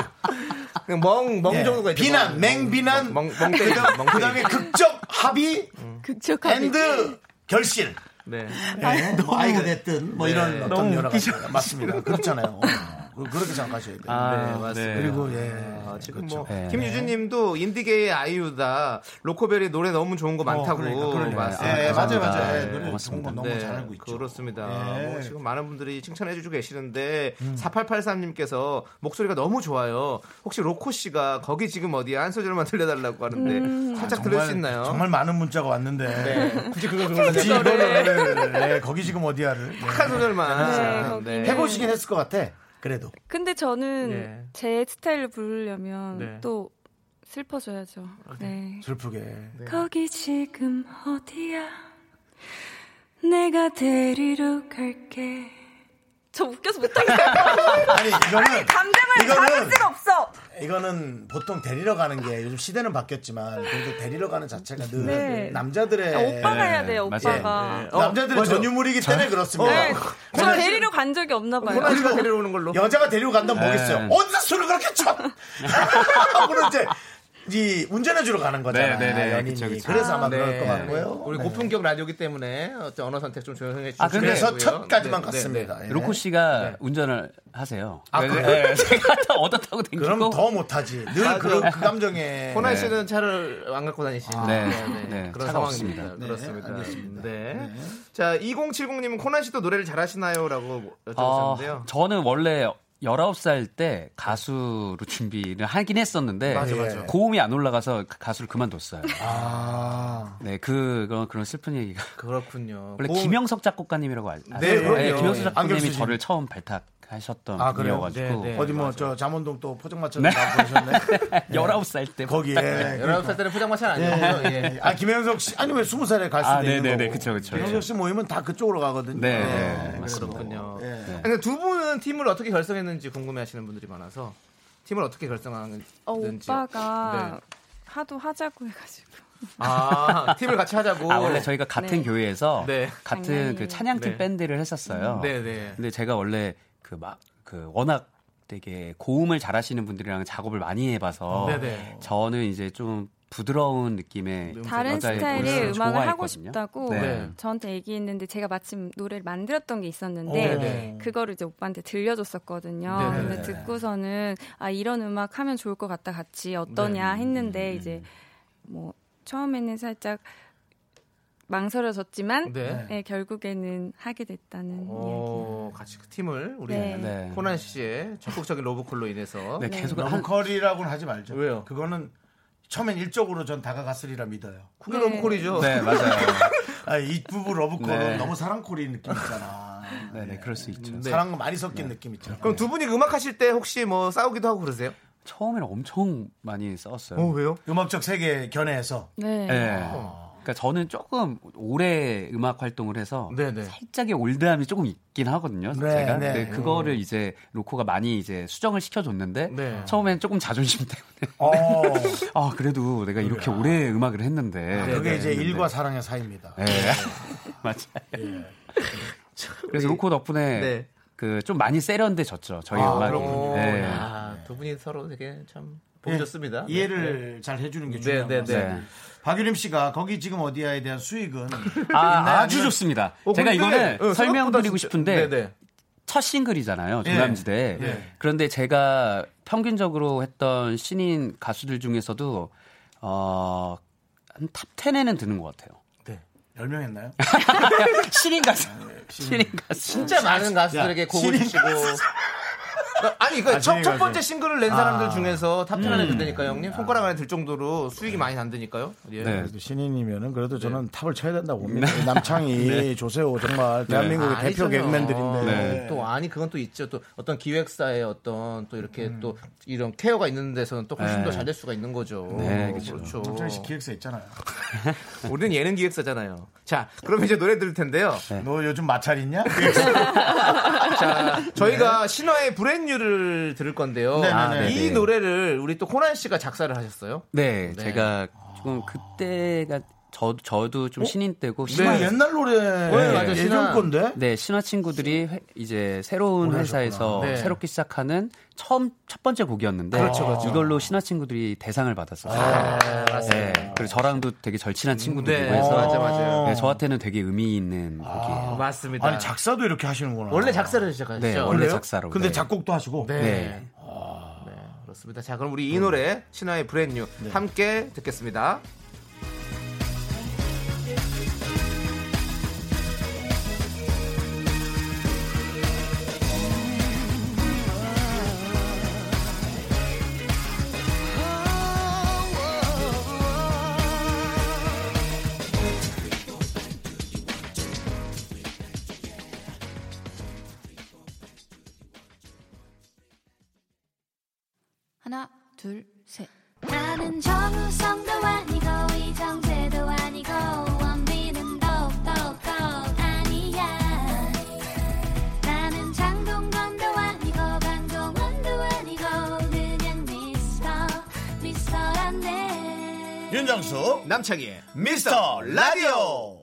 [SPEAKER 2] 그냥 멍, 멍
[SPEAKER 1] 예.
[SPEAKER 2] 정도가 있죠.
[SPEAKER 1] 비난,
[SPEAKER 2] 멍.
[SPEAKER 1] 맹비난,
[SPEAKER 2] 멍, 멍, 멍 때리- 멍 때리-
[SPEAKER 1] 그다음에 극적 합의,
[SPEAKER 4] 극적하게
[SPEAKER 1] 앤드 결실.
[SPEAKER 2] 네.
[SPEAKER 1] 예, 뭐 아이가 됐든 뭐 이런 어떤
[SPEAKER 7] 너무
[SPEAKER 1] 여러
[SPEAKER 7] 웃기죠.
[SPEAKER 1] 가지가 맞습니다. 그렇잖아요. 어, 그- 그렇게 생각하셔야 돼요.
[SPEAKER 7] 아,
[SPEAKER 2] 맞습니다.
[SPEAKER 1] 그리고 예.
[SPEAKER 2] 네. 아, 지금
[SPEAKER 1] 그렇죠.
[SPEAKER 2] 뭐
[SPEAKER 7] 네.
[SPEAKER 2] 김유진님도 인디게이 아이유다 로코베리 노래 너무 좋은 거 많다고
[SPEAKER 1] 그러니까, 그러니까.
[SPEAKER 2] 맞습니다.
[SPEAKER 1] 예, 맞아요,
[SPEAKER 7] 감사합니다.
[SPEAKER 1] 맞아요. 예,
[SPEAKER 7] 네,
[SPEAKER 1] 노래 좋은
[SPEAKER 7] 고맙습니다.
[SPEAKER 1] 거 너무
[SPEAKER 2] 네,
[SPEAKER 1] 잘 알고 있죠.
[SPEAKER 2] 그렇습니다.
[SPEAKER 1] 예. 음.
[SPEAKER 2] 뭐 지금 많은 분들이 칭찬해주고 계시는데 4883님께서 목소리가 너무 좋아요. 혹시 로코 씨가 거기 지금 어디야 한 소절만 들려달라고 하는데
[SPEAKER 4] 음.
[SPEAKER 2] 살짝 들을 수 있나요?
[SPEAKER 1] 아, 정말 많은 문자가 왔는데
[SPEAKER 2] 네.
[SPEAKER 1] 굳이 그걸 굳이 이거를 네, 왜, 왜, 왜, 거기 지금 어디야를 네.
[SPEAKER 2] 한 소절만
[SPEAKER 4] 네, 거기는.
[SPEAKER 1] 해보시긴 했을 것 같아. 그래도
[SPEAKER 4] 근데 저는
[SPEAKER 2] 네.
[SPEAKER 4] 제 스타일로 부르려면
[SPEAKER 2] 네.
[SPEAKER 4] 또 슬퍼져야죠.
[SPEAKER 1] 아,
[SPEAKER 4] 네.
[SPEAKER 1] 슬프게
[SPEAKER 4] 거기 지금 어디야? 내가 데리러 갈게. 저 웃겨서 못하겠어요.
[SPEAKER 1] 아니 이거는
[SPEAKER 4] 감정을
[SPEAKER 1] 이거는
[SPEAKER 4] 잡을 수가 없어.
[SPEAKER 1] 이거는 보통 데리러 가는 게 요즘 시대는 바뀌었지만 그래도 데리러 가는 자체가 늘
[SPEAKER 4] 네.
[SPEAKER 1] 남자들의
[SPEAKER 4] 오빠가 해야 돼요,
[SPEAKER 7] 맞아요.
[SPEAKER 4] 오빠가.
[SPEAKER 1] 어, 남자들의 전유물이기 때문에 그렇습니다.
[SPEAKER 4] 네, 저
[SPEAKER 1] 호남-
[SPEAKER 4] 데리러 간 적이 없나 봐요.
[SPEAKER 2] 호남 씨가 데려오는 걸로.
[SPEAKER 1] 여자가 데리고 간다면 뭐겠어요?
[SPEAKER 7] 네.
[SPEAKER 1] 어디서 술을 그렇게 쳐? 하고는 이제 이 운전해주러 가는 거잖아요.
[SPEAKER 7] 네, 네, 네.
[SPEAKER 1] 연인이.
[SPEAKER 7] 그쵸, 그쵸.
[SPEAKER 1] 그래서 아마
[SPEAKER 2] 네.
[SPEAKER 1] 그럴 것 같고요.
[SPEAKER 2] 우리
[SPEAKER 1] 네.
[SPEAKER 2] 고품격 라디오기 때문에 어떤 언어 선택 좀 조용히 해주시고요. 네,
[SPEAKER 7] 아, 근데-
[SPEAKER 1] 그래서 첫까지만 갔습니다. 예.
[SPEAKER 7] 로코 씨가 운전을 하세요.
[SPEAKER 2] 아,
[SPEAKER 7] 그래서-
[SPEAKER 2] 그래요?
[SPEAKER 7] 예, 제가 다 얻어 타고 댕기고.
[SPEAKER 1] 그럼 더 못하지. 늘 그
[SPEAKER 2] 맞아요.
[SPEAKER 1] 그 감정에.
[SPEAKER 2] 호나 씨는 차를 안 갖고 다니시는
[SPEAKER 1] 아,
[SPEAKER 7] 네,
[SPEAKER 2] 네, 네.
[SPEAKER 7] 네,
[SPEAKER 2] 그런
[SPEAKER 7] 차가
[SPEAKER 2] 상황입니다.
[SPEAKER 7] 없습니다.
[SPEAKER 2] 그렇습니다. 네. 자, 2070님은 코나 씨도 노래를 잘하시나요라고
[SPEAKER 1] 아,
[SPEAKER 7] 어,
[SPEAKER 2] 여쭤보셨는데요.
[SPEAKER 7] 저는 원래 19살 때 가수로 준비를 하긴 했었는데
[SPEAKER 1] 맞아, 맞아.
[SPEAKER 7] 고음이 안 올라가서 가- 가수를 그만뒀어요.
[SPEAKER 2] 아,
[SPEAKER 7] 네, 그 그런 그런 슬픈 얘기가.
[SPEAKER 2] 그렇군요.
[SPEAKER 7] 원래
[SPEAKER 2] 고음-
[SPEAKER 7] 김영석 작곡가님이라고 알- 아세요?
[SPEAKER 1] 네, 그럼요.
[SPEAKER 7] 김영석
[SPEAKER 1] 예.
[SPEAKER 7] 작곡가님이
[SPEAKER 1] 안경쓰신.
[SPEAKER 7] 저를 처음 발탁하셨던
[SPEAKER 1] 아, 그래요?
[SPEAKER 7] 분이어가지고
[SPEAKER 2] 네, 네.
[SPEAKER 1] 어디 뭐 저 잠원동 또 포장마차 네. 보셨네.
[SPEAKER 7] 19살 때
[SPEAKER 1] 거기에.
[SPEAKER 7] 그러니까.
[SPEAKER 2] 19살 때는 포장마차는 아니고요. 예.
[SPEAKER 1] 예. 아 김현석 씨 아니 왜 스무 살에 갈 수도
[SPEAKER 7] 네. 아,
[SPEAKER 1] 있는
[SPEAKER 7] 네네네.
[SPEAKER 1] 거고.
[SPEAKER 7] 그쵸, 그쵸.
[SPEAKER 1] 김현석 씨 모임은 다 그쪽으로 가거든요.
[SPEAKER 7] 네,
[SPEAKER 1] 예.
[SPEAKER 7] 네, 맞습니다. 네,
[SPEAKER 2] 그렇군요.
[SPEAKER 1] 예.
[SPEAKER 2] 아니, 근데 두 분은 팀을 어떻게 결성했는지 궁금해하시는 분들이 많아서 팀을 어떻게 결성하는지.
[SPEAKER 4] 어,
[SPEAKER 1] 네.
[SPEAKER 4] 오빠가 하도 하자고 해가지고.
[SPEAKER 2] 아, 팀을 같이 하자고.
[SPEAKER 7] 아, 원래 저희가 같은
[SPEAKER 4] 네.
[SPEAKER 7] 교회에서
[SPEAKER 2] 네.
[SPEAKER 7] 같은 그 찬양팀
[SPEAKER 2] 네.
[SPEAKER 7] 밴드를 했었어요.
[SPEAKER 2] 네, 네.
[SPEAKER 7] 근데 제가 원래 그 막 그 워낙 되게 고음을 잘하시는 분들이랑 작업을 많이 해봐서
[SPEAKER 2] 네, 네.
[SPEAKER 7] 저는 이제 좀 부드러운 느낌의
[SPEAKER 4] 다른
[SPEAKER 7] 여자의
[SPEAKER 4] 스타일의
[SPEAKER 7] 보이스를
[SPEAKER 4] 음악을 하고
[SPEAKER 7] 좋아했거든요.
[SPEAKER 4] 싶다고
[SPEAKER 7] 네.
[SPEAKER 4] 저한테 얘기했는데 제가 마침 노래를 만들었던 게
[SPEAKER 1] 오,
[SPEAKER 4] 있었는데
[SPEAKER 1] 네네.
[SPEAKER 4] 그거를 이제 오빠한테 들려줬었거든요.
[SPEAKER 2] 어, 네네.
[SPEAKER 4] 어, 근데 듣고서는 아 이런 음악 하면 좋을 것 같다 같이 어떠냐
[SPEAKER 7] 네.
[SPEAKER 4] 했는데
[SPEAKER 2] 음.
[SPEAKER 4] 이제 뭐 처음에는 살짝 망설여졌지만
[SPEAKER 2] 네.
[SPEAKER 4] 네, 결국에는 하게 됐다는 이야기.
[SPEAKER 1] 뭐
[SPEAKER 2] 어, 같이 그 팀을 우리
[SPEAKER 4] 네.
[SPEAKER 7] 네.
[SPEAKER 2] 코난 씨의 적극적인 로보콜로 인해서
[SPEAKER 7] 네, 계속 한,
[SPEAKER 1] 러브콜이라고는 뭐 하지 말죠.
[SPEAKER 2] 왜요?
[SPEAKER 1] 그거는 처음엔 일적으로 전 다가갔으리라 믿어요.
[SPEAKER 2] 그게
[SPEAKER 4] 네.
[SPEAKER 2] 로보콜이죠.
[SPEAKER 7] 네 맞아요.
[SPEAKER 1] 아, 이 부부 러브콜은
[SPEAKER 7] 네.
[SPEAKER 1] 너무 사랑콜이 느낌 있잖아.
[SPEAKER 7] 네, 네 그럴 수 있죠.
[SPEAKER 2] 네.
[SPEAKER 1] 사랑 많이 섞인 느낌 있죠.
[SPEAKER 2] 그럼 두 분이 음악 하실 때 혹시 뭐 싸우기도 하고 그러세요?
[SPEAKER 7] 처음에는 엄청 많이 싸웠어요.
[SPEAKER 2] 뭐 왜요?
[SPEAKER 1] 음악적 세계 견해에서
[SPEAKER 4] 네.
[SPEAKER 7] 네. 그러니까 저는 조금 오래 음악 활동을 해서
[SPEAKER 2] 네네.
[SPEAKER 7] 살짝의 올드함이 조금 있긴 하거든요.
[SPEAKER 1] 네,
[SPEAKER 7] 제가
[SPEAKER 1] 네.
[SPEAKER 7] 근데 그거를 이제 로코가 많이 이제 수정을 시켜줬는데
[SPEAKER 2] 네.
[SPEAKER 7] 처음엔 조금 자존심 때문에
[SPEAKER 1] 어,
[SPEAKER 7] 아 그래도 내가 이렇게 오래 음악을 했는데
[SPEAKER 1] 아,
[SPEAKER 2] 네,
[SPEAKER 1] 그게 이제
[SPEAKER 7] 했는데.
[SPEAKER 1] 일과 사랑의 사이입니다.
[SPEAKER 7] 네. 맞아요. 그래서 로코 덕분에
[SPEAKER 2] 네.
[SPEAKER 7] 그 좀 많이 세련돼졌죠 저희
[SPEAKER 1] 아,
[SPEAKER 7] 음악이.
[SPEAKER 2] 그렇군요. 네.
[SPEAKER 7] 네.
[SPEAKER 2] 아, 두 분이 서로 되게 참 보여줬습니다.
[SPEAKER 1] 이해를 잘 해주는 게
[SPEAKER 2] 네,
[SPEAKER 1] 중요한
[SPEAKER 2] 네,
[SPEAKER 1] 것 같아요.
[SPEAKER 2] 네.
[SPEAKER 1] 박유림 씨가 거기 지금 어디야에 대한 수익은
[SPEAKER 7] 아, 아주 좋습니다.
[SPEAKER 2] 어,
[SPEAKER 7] 제가
[SPEAKER 2] 근데,
[SPEAKER 7] 이거는
[SPEAKER 2] 어, 생각보다
[SPEAKER 7] 설명드리고
[SPEAKER 2] 진짜-
[SPEAKER 7] 싶은데
[SPEAKER 2] 네네. 예.
[SPEAKER 7] 첫 싱글이잖아요. 조남지대. 그런데 제가 평균적으로 했던 신인 가수들 중에서도 어, 한탑 10에는 드는 것 같아요.
[SPEAKER 1] 네. 10명 했나요?
[SPEAKER 7] 신인 가수. 신인 가수.
[SPEAKER 2] 아, 예. 진짜 많은 가수들에게 곡을 주시고. 아니, 그, 첫, 첫 번째 싱글을 낸 사람들 중에서 탑 10 안에 든다니까요, 형님? 손가락 안에 들 정도로 수익이 많이 난다니까요? 예.
[SPEAKER 7] 네.
[SPEAKER 1] 그래도 신인이면은 그래도 저는 탑을 쳐야 된다고 봅니다. 남창희, 조세호 정말 대한민국의 대표
[SPEAKER 2] 아니잖아요.
[SPEAKER 1] 개그맨들인데
[SPEAKER 7] 네.
[SPEAKER 2] 또 아니 그건 또 있죠. 또 어떤 기획사의 어떤 또 이렇게 또 이런 케어가 있는 데서는 또 훨씬
[SPEAKER 7] 네.
[SPEAKER 2] 더 잘 될 수가 있는 거죠.
[SPEAKER 7] 네,
[SPEAKER 2] 그렇죠.
[SPEAKER 1] 남창희 씨 기획사 있잖아요.
[SPEAKER 2] 우리는 예능 기획사잖아요. 자, 그럼 이제 노래 들을 텐데요.
[SPEAKER 1] 너 요즘 마찰 있냐?
[SPEAKER 2] 자, 저희가 신화의 브랜뉴를 들을 건데요.
[SPEAKER 1] 네네네.
[SPEAKER 7] 아, 네네.
[SPEAKER 2] 이 노래를 우리 또 코난 씨가 작사를 하셨어요.
[SPEAKER 7] 네,
[SPEAKER 2] 네.
[SPEAKER 7] 제가 조금 그때가 저, 저도
[SPEAKER 2] 어?
[SPEAKER 7] 좀 신인
[SPEAKER 2] 네.
[SPEAKER 7] 때고
[SPEAKER 1] 정말
[SPEAKER 7] 신화,
[SPEAKER 1] 옛날 노래
[SPEAKER 2] 맞아,
[SPEAKER 1] 예전
[SPEAKER 2] 신화.
[SPEAKER 1] 건데
[SPEAKER 7] 네, 신화 친구들이 회- 이제 새로운 회사에서
[SPEAKER 2] 네.
[SPEAKER 7] 새롭게 시작하는 처음 첫 번째 곡이었는데 이걸로 신화 친구들이 대상을 받았었어요. 네, 그리고 저랑도 되게 절친한 친구들이고
[SPEAKER 2] 네,
[SPEAKER 7] 해서
[SPEAKER 2] 맞아, 맞아요.
[SPEAKER 7] 네, 저한테는 되게 의미 있는 곡이에요.
[SPEAKER 2] 맞습니다.
[SPEAKER 1] 아니 작사도 이렇게 하시는구나.
[SPEAKER 2] 원래 작사를 시작하셨죠.
[SPEAKER 7] 네, 원래
[SPEAKER 1] 그래요?
[SPEAKER 7] 작사로.
[SPEAKER 1] 근데
[SPEAKER 7] 네.
[SPEAKER 1] 작곡도 하시고.
[SPEAKER 2] 네.
[SPEAKER 7] 네.
[SPEAKER 2] 네, 그렇습니다. 자, 그럼
[SPEAKER 1] 음.
[SPEAKER 2] 우리 이 노래 신화의 브랜뉴
[SPEAKER 1] 네.
[SPEAKER 2] 함께 듣겠습니다.
[SPEAKER 8] 하나, 둘, 셋.
[SPEAKER 9] 나는 정우성도 아니고 이정재도 아니고 원빈은 더욱더 아니야 나는 장동건도 아니고 강동원도 아니고 그냥 미스터 미스터란데
[SPEAKER 2] 네.
[SPEAKER 1] 윤정수
[SPEAKER 2] 남창희의
[SPEAKER 1] 음. 미스터 라디오.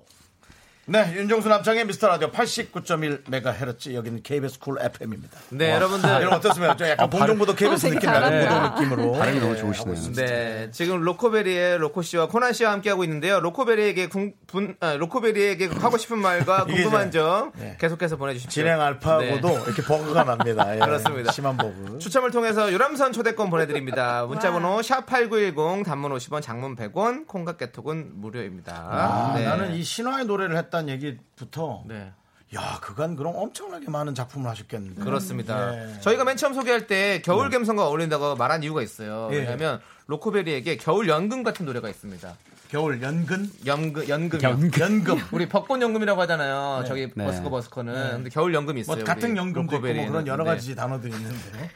[SPEAKER 1] 네, 윤정수 남창의 미스터 라디오 89.1 메가헤르츠 여기는 KBS 쿨 FM입니까?
[SPEAKER 2] 네,
[SPEAKER 1] 아,
[SPEAKER 2] 여러분들. 아,
[SPEAKER 1] 이런 어떻습니까? 좀 약간 아, 봉정보도 KBS 느낌 나는 그런 느낌으로.
[SPEAKER 7] 발음이 너무
[SPEAKER 1] 예,
[SPEAKER 7] 좋으시네요.
[SPEAKER 1] 하고 있습니다.
[SPEAKER 2] 네, 지금 로코베리의 로코 씨와 코난 씨와 함께하고 있는데요. 로코베리에게 궁, 분, 아, 로코베리에게 하고 싶은 말과
[SPEAKER 1] 이게
[SPEAKER 2] 궁금한
[SPEAKER 1] 이제,
[SPEAKER 2] 점
[SPEAKER 1] 네.
[SPEAKER 2] 계속해서 보내주십시오.
[SPEAKER 1] 진행 알파고도
[SPEAKER 2] 네.
[SPEAKER 1] 이렇게 버그가 납니다. 예,
[SPEAKER 2] 그렇습니다.
[SPEAKER 1] 심한 버그.
[SPEAKER 2] 추첨을 통해서 유람선 초대권 보내드립니다. 문자번호 샵8910 단문 50원 장문 100원 콩깍 개톡은 무료입니다.
[SPEAKER 1] 아,
[SPEAKER 2] 네.
[SPEAKER 1] 나는 이 신화의 노래를 했다는 얘기부터
[SPEAKER 2] 네.
[SPEAKER 1] 야 그간 그럼 엄청나게 많은 작품을 하셨겠는데
[SPEAKER 2] 그렇습니다.
[SPEAKER 1] 네.
[SPEAKER 2] 저희가 맨 처음 소개할 때 겨울 감성과 어울린다고 말한 이유가 있어요.
[SPEAKER 1] 예.
[SPEAKER 2] 왜냐하면 로코베리에게 겨울 연금 같은 노래가 있습니다.
[SPEAKER 1] 겨울 연근
[SPEAKER 2] 연금 연금
[SPEAKER 1] 연금
[SPEAKER 2] 우리 벚꽃 연금이라고 하잖아요. 저기
[SPEAKER 7] 네.
[SPEAKER 2] 버스커 버스커는 근데 겨울 연금이
[SPEAKER 1] 뭐
[SPEAKER 2] 있어요.
[SPEAKER 1] 같은
[SPEAKER 2] 네, 우리
[SPEAKER 1] 연금도 있고 뭐
[SPEAKER 2] 로코베리에는.
[SPEAKER 1] 그런 여러
[SPEAKER 2] 네.
[SPEAKER 1] 가지 단어들이 있는데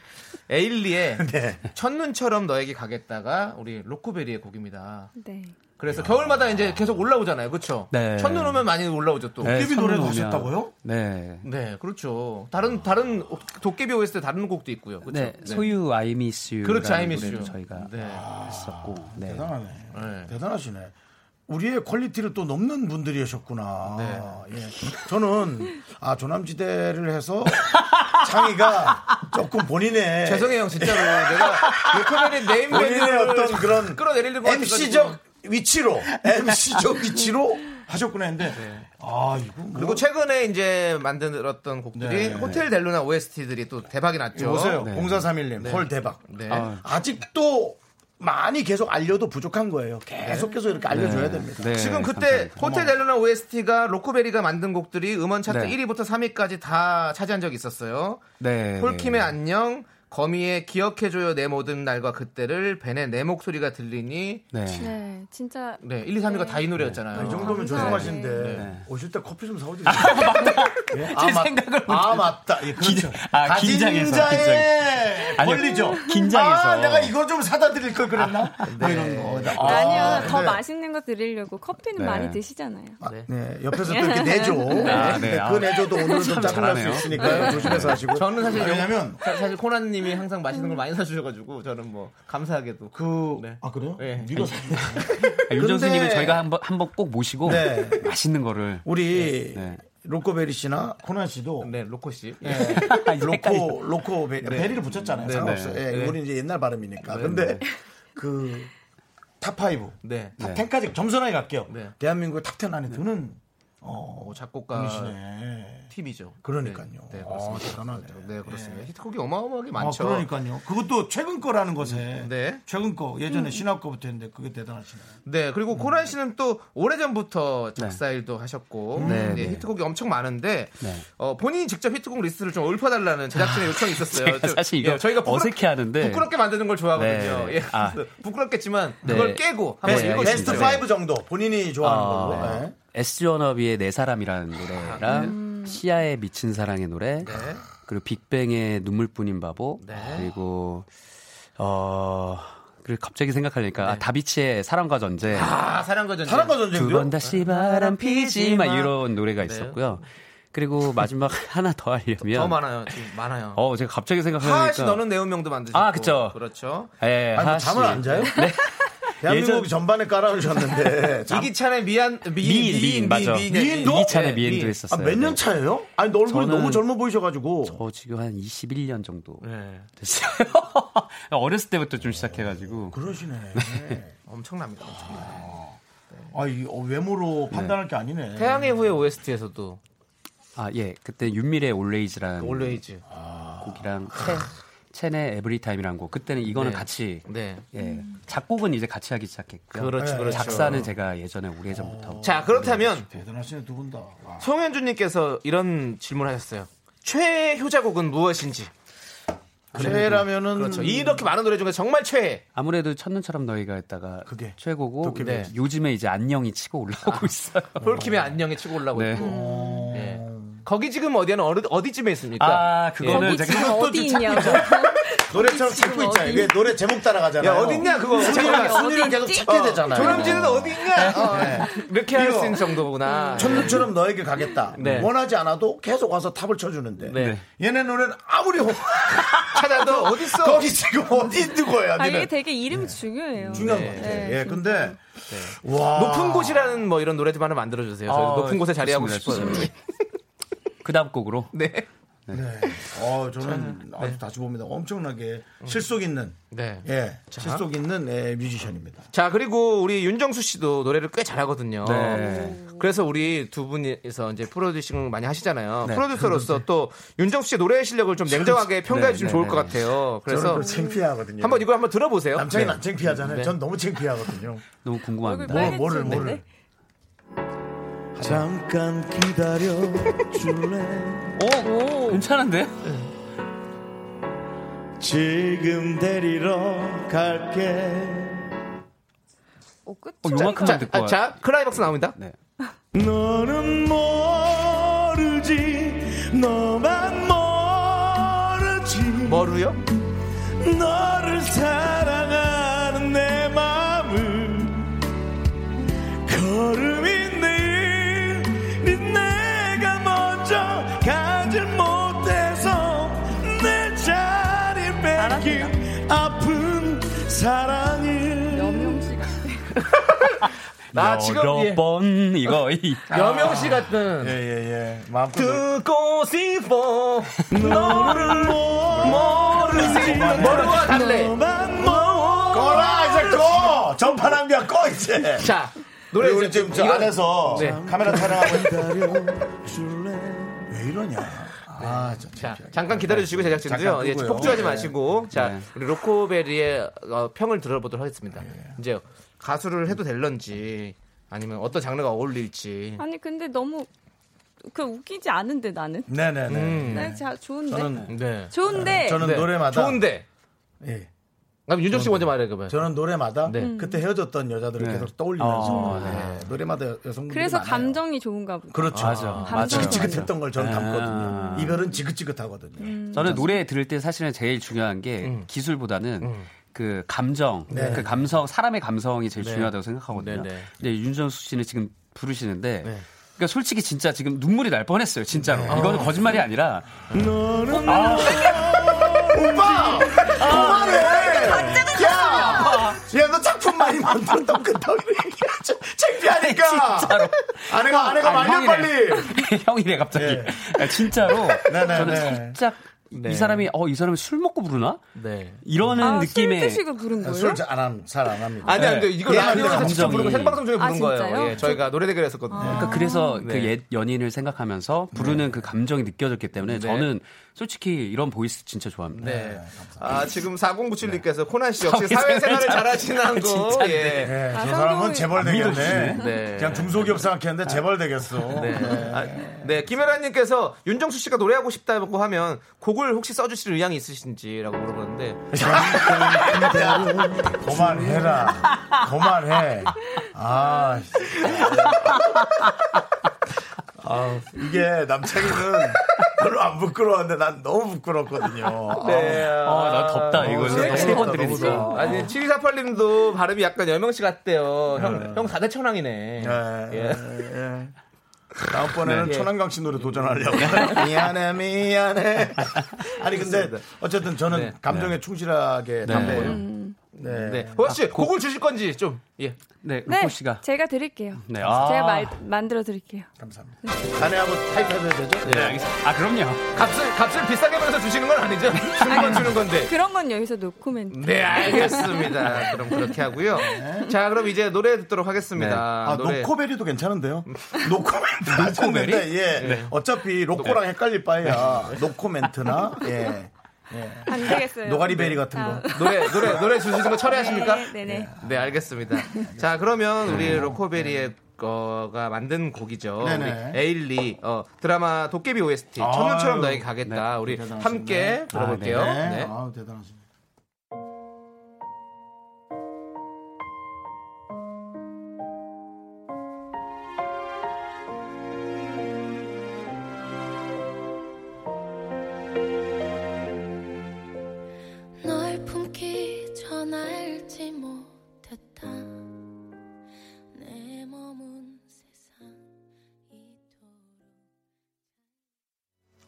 [SPEAKER 2] 에일리의
[SPEAKER 1] 네.
[SPEAKER 2] 첫눈처럼 너에게 가겠다가 우리 로코베리의 곡입니다.
[SPEAKER 4] 네.
[SPEAKER 2] 그래서 겨울마다 이제 계속 올라오잖아요. 그렇죠?
[SPEAKER 7] 네.
[SPEAKER 2] 첫눈 오면 많이 올라오죠 또.
[SPEAKER 7] 네,
[SPEAKER 1] TV 노래도
[SPEAKER 7] 선물
[SPEAKER 1] 하셨다고요?
[SPEAKER 7] 네.
[SPEAKER 2] 네, 그렇죠. 다른 다른 도깨비 OST 다른 곡도 있고요. 그렇죠?
[SPEAKER 7] 네, 소유 I miss you.
[SPEAKER 2] 그렇죠, I miss you.
[SPEAKER 7] 저희가
[SPEAKER 2] 네.
[SPEAKER 1] 아,
[SPEAKER 7] 했었고. 네.
[SPEAKER 1] 대단하네
[SPEAKER 2] 네.
[SPEAKER 1] 대단하시네 우리의 퀄리티를 또 넘는 분들이셨구나
[SPEAKER 2] 네.
[SPEAKER 1] 예. 저는 아 조남지대를 해서 창의가 조금 본인의
[SPEAKER 2] 죄송해요, 진짜로. 내가 로코베리 네임
[SPEAKER 1] 네. 본인의
[SPEAKER 2] 밴드를
[SPEAKER 1] 어떤 그런
[SPEAKER 2] 끌어내리는 것
[SPEAKER 1] MC적 위치로 MC적 위치로 하셨구나 했는데 아 이거 뭐
[SPEAKER 2] 그리고 최근에 이제 만들었던 곡들이
[SPEAKER 1] 네.
[SPEAKER 2] 호텔 델루나 OST들이 또 대박이 났죠.
[SPEAKER 1] 보세요. 0431님, 헐 대박.
[SPEAKER 2] 네.
[SPEAKER 1] 아직도 많이 계속 알려도 부족한 거예요. 계속해서 이렇게 알려줘야 됩니다.
[SPEAKER 7] 네,
[SPEAKER 2] 지금 그때
[SPEAKER 7] 감사합니다.
[SPEAKER 2] 호텔 델루나 OST가 로코베리가 만든 곡들이 음원 차트
[SPEAKER 7] 네.
[SPEAKER 2] 1위부터 3위까지 다 차지한 적이 있었어요.
[SPEAKER 7] 네.
[SPEAKER 2] 폴킴의 안녕, 거미의 기억해줘요 내 모든 날과 그때를 벤의 내 목소리가 들리니
[SPEAKER 7] 네.
[SPEAKER 4] 네. 진짜
[SPEAKER 2] 네, 1, 2, 3위가 다 이 노래였잖아요.
[SPEAKER 1] 이 정도면
[SPEAKER 4] 감사합니다.
[SPEAKER 1] 죄송하신데
[SPEAKER 2] 네.
[SPEAKER 1] 오실 때 커피 좀 사오지. 예? 아, 맞- 아 맞다. 예, 그렇죠.
[SPEAKER 7] 아, 긴장해서,
[SPEAKER 1] 가진자의
[SPEAKER 7] 아니요,
[SPEAKER 1] 권리죠.
[SPEAKER 7] 긴장해서.
[SPEAKER 1] 아, 내가 이거 좀 사다 드릴 걸 그랬나? 뭐 이런 거. 아,
[SPEAKER 4] 아, 니요더
[SPEAKER 1] 네.
[SPEAKER 4] 맛있는 거 드리려고 커피는
[SPEAKER 7] 네.
[SPEAKER 4] 많이 드시잖아요.
[SPEAKER 1] 네, 옆에서 또 이렇게 내줘.
[SPEAKER 7] 아, 네.
[SPEAKER 1] 근데
[SPEAKER 7] 아.
[SPEAKER 1] 그 내줘도 오늘은 좀
[SPEAKER 7] 참
[SPEAKER 1] 짜증날 수
[SPEAKER 7] 잘하네요.
[SPEAKER 1] 있으니까 조심해서 하시고.
[SPEAKER 2] 저는 사실
[SPEAKER 1] 아니,
[SPEAKER 2] 영-
[SPEAKER 1] 왜냐면
[SPEAKER 2] 사- 사실 코난님이 항상 맛있는 걸 많이 사주셔가지고 저는 뭐 감사하게도
[SPEAKER 1] 그,
[SPEAKER 2] 네.
[SPEAKER 1] 아, 그래요?
[SPEAKER 2] 네.
[SPEAKER 1] 네가 사준 거야?
[SPEAKER 7] 아, 윤정수님을
[SPEAKER 1] 근데-
[SPEAKER 7] 저희가 한번 한번 꼭 모시고
[SPEAKER 1] 네.
[SPEAKER 7] 맛있는 거를
[SPEAKER 1] 우리
[SPEAKER 7] 네.
[SPEAKER 1] 로코베리 씨나 코난 씨도
[SPEAKER 2] 네 로코 씨.
[SPEAKER 7] 예.
[SPEAKER 1] 로코 로코
[SPEAKER 2] 네.
[SPEAKER 1] 베리, 베리를 붙였잖아요. 상관없어요.
[SPEAKER 7] 네.
[SPEAKER 1] 예, 우리 이제 옛날 발음이니까. 근데 그 탑5,
[SPEAKER 2] 네.
[SPEAKER 1] 탑10까지 겸손하게 갈게요.
[SPEAKER 2] 네.
[SPEAKER 1] 대한민국 탑10 안에 드는 어,
[SPEAKER 2] 작곡가
[SPEAKER 1] 분이시네.
[SPEAKER 2] 팁이죠.
[SPEAKER 1] 그러니까요.
[SPEAKER 2] 네, 네,
[SPEAKER 1] 아,
[SPEAKER 2] 그렇습니다.
[SPEAKER 1] 대단하네.
[SPEAKER 2] 네, 그렇습니다.
[SPEAKER 7] 예.
[SPEAKER 2] 히트곡이 어마어마하게
[SPEAKER 1] 아,
[SPEAKER 2] 많죠.
[SPEAKER 1] 그러니까요. 그것도 최근 거라는 것에.
[SPEAKER 2] 네.
[SPEAKER 1] 최근 거. 예전에 신화 거부터 했는데 그게 대단하시네.
[SPEAKER 2] 네, 그리고
[SPEAKER 7] 음.
[SPEAKER 2] 코란 씨는 또 오래전부터 작사 일도 하셨고
[SPEAKER 7] 네,
[SPEAKER 2] 네,
[SPEAKER 7] 네.
[SPEAKER 2] 히트곡이 엄청 많은데
[SPEAKER 7] 네. 아,
[SPEAKER 2] 어, 본인이 직접 히트곡 리스트를 좀 읊어달라는 제작진의 요청이 있었어요.
[SPEAKER 7] 제가
[SPEAKER 2] 좀,
[SPEAKER 7] 사실 이거
[SPEAKER 2] 예, 저희가
[SPEAKER 7] 어색해하는데
[SPEAKER 2] 부끄럽게 만드는 걸 좋아하거든요.
[SPEAKER 7] 네.
[SPEAKER 2] 예,
[SPEAKER 7] 아.
[SPEAKER 2] 그래서 부끄럽겠지만
[SPEAKER 7] 네.
[SPEAKER 2] 그걸 깨고 한번
[SPEAKER 7] 네,
[SPEAKER 2] 읽어주세요.
[SPEAKER 7] 알겠습니다.
[SPEAKER 1] 베스트 파이브 정도 본인이 좋아하는
[SPEAKER 7] 어,
[SPEAKER 1] 걸로.
[SPEAKER 7] 네.
[SPEAKER 1] 네.
[SPEAKER 7] S 워너비의 내 사람이라는 노래랑 시아의 미친 사랑의 노래
[SPEAKER 2] 네.
[SPEAKER 7] 그리고 빅뱅의 눈물뿐인 바보
[SPEAKER 2] 네.
[SPEAKER 7] 그리고 어 그리고 갑자기 생각하니까 아, 다비치의 사랑과 전쟁
[SPEAKER 2] 아, 사랑과 전쟁.
[SPEAKER 1] 사랑과
[SPEAKER 7] 두
[SPEAKER 1] 전쟁도.
[SPEAKER 7] 번 다시 바람 피지 막 이런 노래가 있었고요. 그리고 마지막 하나 더 하려면
[SPEAKER 2] 더 많아요. 지금 많아요.
[SPEAKER 7] 어 제가 갑자기 생각하니까
[SPEAKER 2] 하하 씨 너는 내 운명도 만드셨고.
[SPEAKER 7] 아, 그쵸.
[SPEAKER 2] 그렇죠.
[SPEAKER 7] 예,
[SPEAKER 1] 아니, 뭐
[SPEAKER 7] 하하
[SPEAKER 1] 잠을
[SPEAKER 7] 씨. 네.
[SPEAKER 1] 안 자요? 대한민국
[SPEAKER 7] 예전-
[SPEAKER 1] 전반에 깔아놓으셨는데. 잠-
[SPEAKER 2] 이기찬의 미안 미인
[SPEAKER 7] 미인, 미인, 맞아.
[SPEAKER 1] 미인도?
[SPEAKER 7] 이찬의
[SPEAKER 2] 네,
[SPEAKER 7] 미인도
[SPEAKER 2] 미인.
[SPEAKER 1] 아,
[SPEAKER 7] 했었어요.
[SPEAKER 1] 몇 년 차예요? 아니, 얼굴이
[SPEAKER 7] 저는-
[SPEAKER 1] 너무 젊어 보이셔가지고.
[SPEAKER 7] 어, 지금 한 21년 정도
[SPEAKER 2] 네.
[SPEAKER 7] 됐어요. 어렸을 때부터 좀 시작해가지고.
[SPEAKER 1] 그러시네.
[SPEAKER 2] 엄청납니다. 엄청나요.
[SPEAKER 1] 아, 이 어, 외모로 판단할 게 아니네.
[SPEAKER 2] 태양의 후예 OST에서도
[SPEAKER 7] 아, 예. 그때 윤미래 올레이즈라는
[SPEAKER 2] 올레이즈.
[SPEAKER 7] 곡이랑 채, 채네 에브리타임이라는 곡. 그때는 이거는
[SPEAKER 2] 네.
[SPEAKER 7] 같이.
[SPEAKER 2] 네.
[SPEAKER 7] 예. 작곡은 이제 같이 하기 시작했고요.
[SPEAKER 2] 그렇죠, 어.
[SPEAKER 7] 예,
[SPEAKER 2] 그렇죠.
[SPEAKER 7] 작사는 제가 예전에 오래전부터.
[SPEAKER 2] 자 그렇다면
[SPEAKER 1] 대단하시네, 두 분 다.
[SPEAKER 2] 아,
[SPEAKER 1] 와.
[SPEAKER 2] 송현주님께서 이런 질문하셨어요. 최애 효자곡은 무엇인지.
[SPEAKER 1] 최애라면은.
[SPEAKER 2] 그렇죠. 이렇게 많은 노래 중에 정말 최애.
[SPEAKER 7] 아무래도 첫눈처럼 너희가 했다가
[SPEAKER 1] 그게
[SPEAKER 7] 최고고
[SPEAKER 1] 도깨비였지.
[SPEAKER 7] 네. 요즘에 이제 안녕이 치고 올라오고 있어요.
[SPEAKER 2] 폴킴의 안녕에 치고 올라오고
[SPEAKER 7] 네.
[SPEAKER 2] 있고. 네. 거기 지금 어디는 어느, 어디쯤에 있습니까?
[SPEAKER 7] 아, 그거는
[SPEAKER 2] 예.
[SPEAKER 7] 제가
[SPEAKER 4] 지금 어디 있냐고.
[SPEAKER 1] 노래처럼
[SPEAKER 4] 지금
[SPEAKER 1] 찾고 있잖아요.
[SPEAKER 4] 어디?
[SPEAKER 1] 이게 노래 제목 따라가잖아요.
[SPEAKER 7] 네.
[SPEAKER 2] 야 어딨냐 그거.
[SPEAKER 1] 순위를, 순위를
[SPEAKER 4] 어디
[SPEAKER 1] 계속
[SPEAKER 4] 있지?
[SPEAKER 1] 찾게 되잖아요.
[SPEAKER 2] 조남진은 어디 있냐? 어, 이렇게 할
[SPEAKER 1] 이거.
[SPEAKER 2] 수 있는 정도구나.
[SPEAKER 7] 네.
[SPEAKER 1] 첫눈처럼 너에게 가겠다.
[SPEAKER 2] 네.
[SPEAKER 1] 원하지 않아도 계속 와서 탑을 쳐주는데
[SPEAKER 2] 네.
[SPEAKER 1] 얘네 노래는 아무리 호-
[SPEAKER 2] 찾아도 어디 있어?
[SPEAKER 1] 거기 지금 어디 있는
[SPEAKER 7] 네.
[SPEAKER 1] 거야?
[SPEAKER 4] 아, 이게
[SPEAKER 1] 니는
[SPEAKER 4] 되게 이름이 중요해요.
[SPEAKER 1] 중요한 것
[SPEAKER 2] 네.
[SPEAKER 1] 같아.
[SPEAKER 4] 네,
[SPEAKER 1] 예,
[SPEAKER 4] 진짜.
[SPEAKER 1] 근데 와
[SPEAKER 2] 아. 높은 곳이라는 뭐 이런 노래들 하나 만들어 주세요. 저희
[SPEAKER 7] 아,
[SPEAKER 2] 높은 곳에 자리하고
[SPEAKER 7] 좋습니다,
[SPEAKER 2] 싶어요.
[SPEAKER 7] 좋습니다. 그 다음 곡으로.
[SPEAKER 2] 네.
[SPEAKER 1] 네. 어, 저는 아주 다시 봅니다. 엄청나게 실속 있는
[SPEAKER 2] 네.
[SPEAKER 1] 예 실속 있는 예, 뮤지션입니다.
[SPEAKER 2] 자 그리고 우리 윤정수 씨도 노래를 꽤 잘하거든요.
[SPEAKER 7] 네.
[SPEAKER 2] 그래서 우리 두 분이서 이제 프로듀싱을 많이 하시잖아요.
[SPEAKER 7] 네.
[SPEAKER 2] 프로듀서로서 또 윤정수 씨의 노래 실력을 좀 냉정하게 평가해 주시면
[SPEAKER 7] 네,
[SPEAKER 2] 좋을
[SPEAKER 7] 네,
[SPEAKER 2] 것
[SPEAKER 7] 네.
[SPEAKER 2] 같아요.
[SPEAKER 1] 저는
[SPEAKER 2] 그래서
[SPEAKER 1] 그걸 창피하거든요.
[SPEAKER 2] 한번 이걸 한번 들어보세요.
[SPEAKER 1] 남창이
[SPEAKER 2] 네. 네.
[SPEAKER 1] 난 창피하잖아요. 전 너무 창피하거든요.
[SPEAKER 7] 너무 궁금합니다.
[SPEAKER 4] 얼굴 빨개-
[SPEAKER 1] 뭐를 뭐를 잠깐 기다려 줄래
[SPEAKER 7] 오, 괜찮은데?
[SPEAKER 1] 지금 데리러 갈게
[SPEAKER 4] 어, 끝.
[SPEAKER 7] 어, 요만큼만 듣고
[SPEAKER 2] 아,
[SPEAKER 7] 와.
[SPEAKER 2] 자 클라이막스 나옵니다.
[SPEAKER 7] 네.
[SPEAKER 1] 너는 뭐? 모르지 너만 모르지
[SPEAKER 2] 뭐루요?
[SPEAKER 1] 너를 사랑하는 내 마음을 걸음이 느린 내가 먼저 가질 못해서 내 자리 뺏긴 아픈 사랑이
[SPEAKER 4] 여명 씨가.
[SPEAKER 2] 나 지금
[SPEAKER 7] 여러
[SPEAKER 2] 예.
[SPEAKER 7] 번 이거 이-
[SPEAKER 2] 여명 씨 같은
[SPEAKER 7] 네.
[SPEAKER 1] 예예예 마음껏
[SPEAKER 2] 듣고 싶어 너를 모르지
[SPEAKER 7] 네.
[SPEAKER 2] 모르와 달래
[SPEAKER 1] 뭐? 꺼라 이제 꺼 전판 한비야 꺼 이제
[SPEAKER 2] 자
[SPEAKER 1] 우리
[SPEAKER 2] 노래
[SPEAKER 1] 우리
[SPEAKER 2] 이제
[SPEAKER 1] 지금 저 아,
[SPEAKER 2] 이거-
[SPEAKER 1] 안에서
[SPEAKER 2] 네.
[SPEAKER 1] 카메라 촬영하고 왜 이러냐? 아, 저
[SPEAKER 2] 자,
[SPEAKER 1] 창피하게.
[SPEAKER 2] 잠깐 기다려주시고 제작진도요.
[SPEAKER 1] 네, 잠깐
[SPEAKER 2] 예,
[SPEAKER 1] 끄고요.
[SPEAKER 2] 폭주하지
[SPEAKER 1] 네.
[SPEAKER 2] 마시고 자
[SPEAKER 7] 네.
[SPEAKER 2] 우리 로코베리의 어, 평을 들어보도록 하겠습니다.
[SPEAKER 1] 네.
[SPEAKER 2] 이제 가수를 해도 될런지 아니면 어떤 장르가 어울릴지.
[SPEAKER 4] 아니 근데 너무 그 웃기지 않은데 나는.
[SPEAKER 1] 네네네.
[SPEAKER 2] 음.
[SPEAKER 4] 나 자, 좋은데.
[SPEAKER 1] 저는
[SPEAKER 2] 네.
[SPEAKER 4] 좋은데.
[SPEAKER 1] 저는
[SPEAKER 2] 네.
[SPEAKER 1] 노래마다
[SPEAKER 2] 좋은데.
[SPEAKER 1] 예.
[SPEAKER 2] 그럼 윤정 씨 먼저 말해 그러면.
[SPEAKER 1] 저는 노래마다
[SPEAKER 2] 네.
[SPEAKER 1] 그때 헤어졌던 여자들을
[SPEAKER 7] 네.
[SPEAKER 1] 계속 떠올리면서
[SPEAKER 7] 어, 네.
[SPEAKER 1] 예, 노래마다 여성분들
[SPEAKER 4] 그래서 감정이 좋은가 보다.
[SPEAKER 1] 그렇죠.
[SPEAKER 7] 맞아.
[SPEAKER 4] 감정이
[SPEAKER 1] 지긋지긋했던 걸 저는 담거든요.
[SPEAKER 7] 아.
[SPEAKER 1] 이별은 지긋지긋하거든요.
[SPEAKER 4] 음.
[SPEAKER 7] 저는 노래 들을 때 사실은 제일 중요한 게
[SPEAKER 1] 음.
[SPEAKER 7] 기술보다는 그 감정,
[SPEAKER 1] 네.
[SPEAKER 7] 그 감성, 사람의 감성이 제일 중요하다고 생각하거든요.
[SPEAKER 2] 네, 네.
[SPEAKER 7] 근데 윤정수 씨는 지금 부르시는데,
[SPEAKER 1] 네.
[SPEAKER 7] 그러니까 솔직히 진짜 지금 눈물이 날 뻔했어요, 진짜로. 이거는 거짓말이 아니라
[SPEAKER 1] 오빠! 그만해! 야! 야, 너 작품 많이 만들었던 그 덕이 얘기하지. 창피하니까!
[SPEAKER 7] 진짜로.
[SPEAKER 1] 네, 아내가, 아내가
[SPEAKER 7] 아니,
[SPEAKER 1] 말려,
[SPEAKER 7] 형이래.
[SPEAKER 1] 빨리!
[SPEAKER 7] 형이래 갑자기.
[SPEAKER 1] 예.
[SPEAKER 7] 아, 진짜로
[SPEAKER 1] 네, 네,
[SPEAKER 7] 저는
[SPEAKER 1] 네.
[SPEAKER 7] 살짝
[SPEAKER 1] 네.
[SPEAKER 7] 이 사람이 어 이 사람이 술 먹고 부르나?
[SPEAKER 2] 네.
[SPEAKER 7] 이러는
[SPEAKER 4] 아,
[SPEAKER 7] 느낌에
[SPEAKER 4] 술 드시고 부른 거예요?
[SPEAKER 1] 술잘안 합니다.
[SPEAKER 2] 아니, 아니,
[SPEAKER 7] 네.
[SPEAKER 2] 이거
[SPEAKER 7] 예,
[SPEAKER 2] 라디오에서
[SPEAKER 7] 감정이.
[SPEAKER 2] 직접 부르고 생방송 중에
[SPEAKER 4] 아,
[SPEAKER 2] 부른 거예요.
[SPEAKER 4] 진짜요? 아.
[SPEAKER 2] 예, 저희가 노래 대결 했었거든요.
[SPEAKER 7] 그러니까 그래서 그 옛 연인을 생각하면서 부르는 그 감정이 느껴졌기 때문에 저는 솔직히 이런 보이스 진짜 좋아합니다.
[SPEAKER 2] 네. 아, 지금 4097님께서 코난 씨
[SPEAKER 1] 아,
[SPEAKER 2] 역시 사회생활을
[SPEAKER 7] 사회생활
[SPEAKER 2] 잘하시는 않고.
[SPEAKER 7] 진짜인데.
[SPEAKER 2] 예.
[SPEAKER 1] 네, 저
[SPEAKER 4] 아,
[SPEAKER 1] 사람은
[SPEAKER 4] 성공이-
[SPEAKER 1] 재벌 되겠네.
[SPEAKER 2] 네.
[SPEAKER 1] 그냥 중소기업 생각했는데 재벌 되겠어.
[SPEAKER 2] 네. 아, 네. 김혜라님께서 윤정수 씨가 노래하고 싶다고 하면 곡을 혹시 써주실 의향이 있으신지라고 물어보는데
[SPEAKER 1] 그만해라. 그만해. 아. 아, 이게 남창이는 별로 안 부끄러웠는데 난 너무 부끄럽거든요.
[SPEAKER 2] 네.
[SPEAKER 7] 아, 나 덥다
[SPEAKER 1] 어,
[SPEAKER 7] 이거
[SPEAKER 1] 네.
[SPEAKER 7] 너무 세번
[SPEAKER 1] 너무
[SPEAKER 7] 들으니까.
[SPEAKER 1] 더워.
[SPEAKER 2] 아니 7248님도 발음이 약간 여명 씨 같대요. 형, 형 4대 천왕이네.
[SPEAKER 1] 아, 예.
[SPEAKER 2] 예.
[SPEAKER 1] 예. 다음번에는
[SPEAKER 2] 네.
[SPEAKER 1] 천안강 씨 노래 도전하려고. 예. 네. 미안해, 미안해. 아니, 근데
[SPEAKER 2] 좋습니다.
[SPEAKER 1] 어쨌든 저는
[SPEAKER 2] 네.
[SPEAKER 1] 감정에 충실하게 담고요. 네.
[SPEAKER 2] 네. 호아 씨 곡을 주실 건지 좀 예.
[SPEAKER 7] 네,
[SPEAKER 4] 네,
[SPEAKER 7] 루코 씨가.
[SPEAKER 4] 제가 드릴게요.
[SPEAKER 7] 네, 아.
[SPEAKER 4] 제가 말, 만들어 드릴게요.
[SPEAKER 1] 감사합니다. 아내하고 타이트해도 되죠?
[SPEAKER 7] 네, 알겠습니다. 아, 그럼요.
[SPEAKER 2] 값을 값을 비싸게 벌어서 주시는 건 아니죠? 주는 건 주는 건데.
[SPEAKER 4] 그런 건 여기서 노코멘트.
[SPEAKER 2] 네 알겠습니다. 그럼 그렇게 하고요. 자 그럼 이제 노래 듣도록 하겠습니다.
[SPEAKER 1] 아,
[SPEAKER 2] 노래.
[SPEAKER 1] 노코베리도 괜찮은데요? 노코멘트 하셨는데, 예. 어차피 로꼬랑 헷갈릴 바에야 노코멘트나, 예.
[SPEAKER 4] 안 되겠어요.
[SPEAKER 1] 노가리베리 같은 거.
[SPEAKER 2] 노래 노래 노래 주시는 거 철회하십니까?
[SPEAKER 4] 네, 네, 네.
[SPEAKER 2] 네, 알겠습니다. 자, 그러면 우리 로코베리의 거가 만든 곡이죠.
[SPEAKER 1] 네. 네네.
[SPEAKER 2] 우리 에일리 어, 드라마 도깨비 OST
[SPEAKER 1] 아유,
[SPEAKER 2] 청년처럼 너에게 가겠다.
[SPEAKER 1] 네,
[SPEAKER 2] 우리
[SPEAKER 1] 대단하시네.
[SPEAKER 2] 함께 들어볼게요.
[SPEAKER 1] 네.
[SPEAKER 2] 네.
[SPEAKER 1] 아우, 대단하시네.
[SPEAKER 9] 널 품기 전 알지 못했다 내 몸은 세상 이토록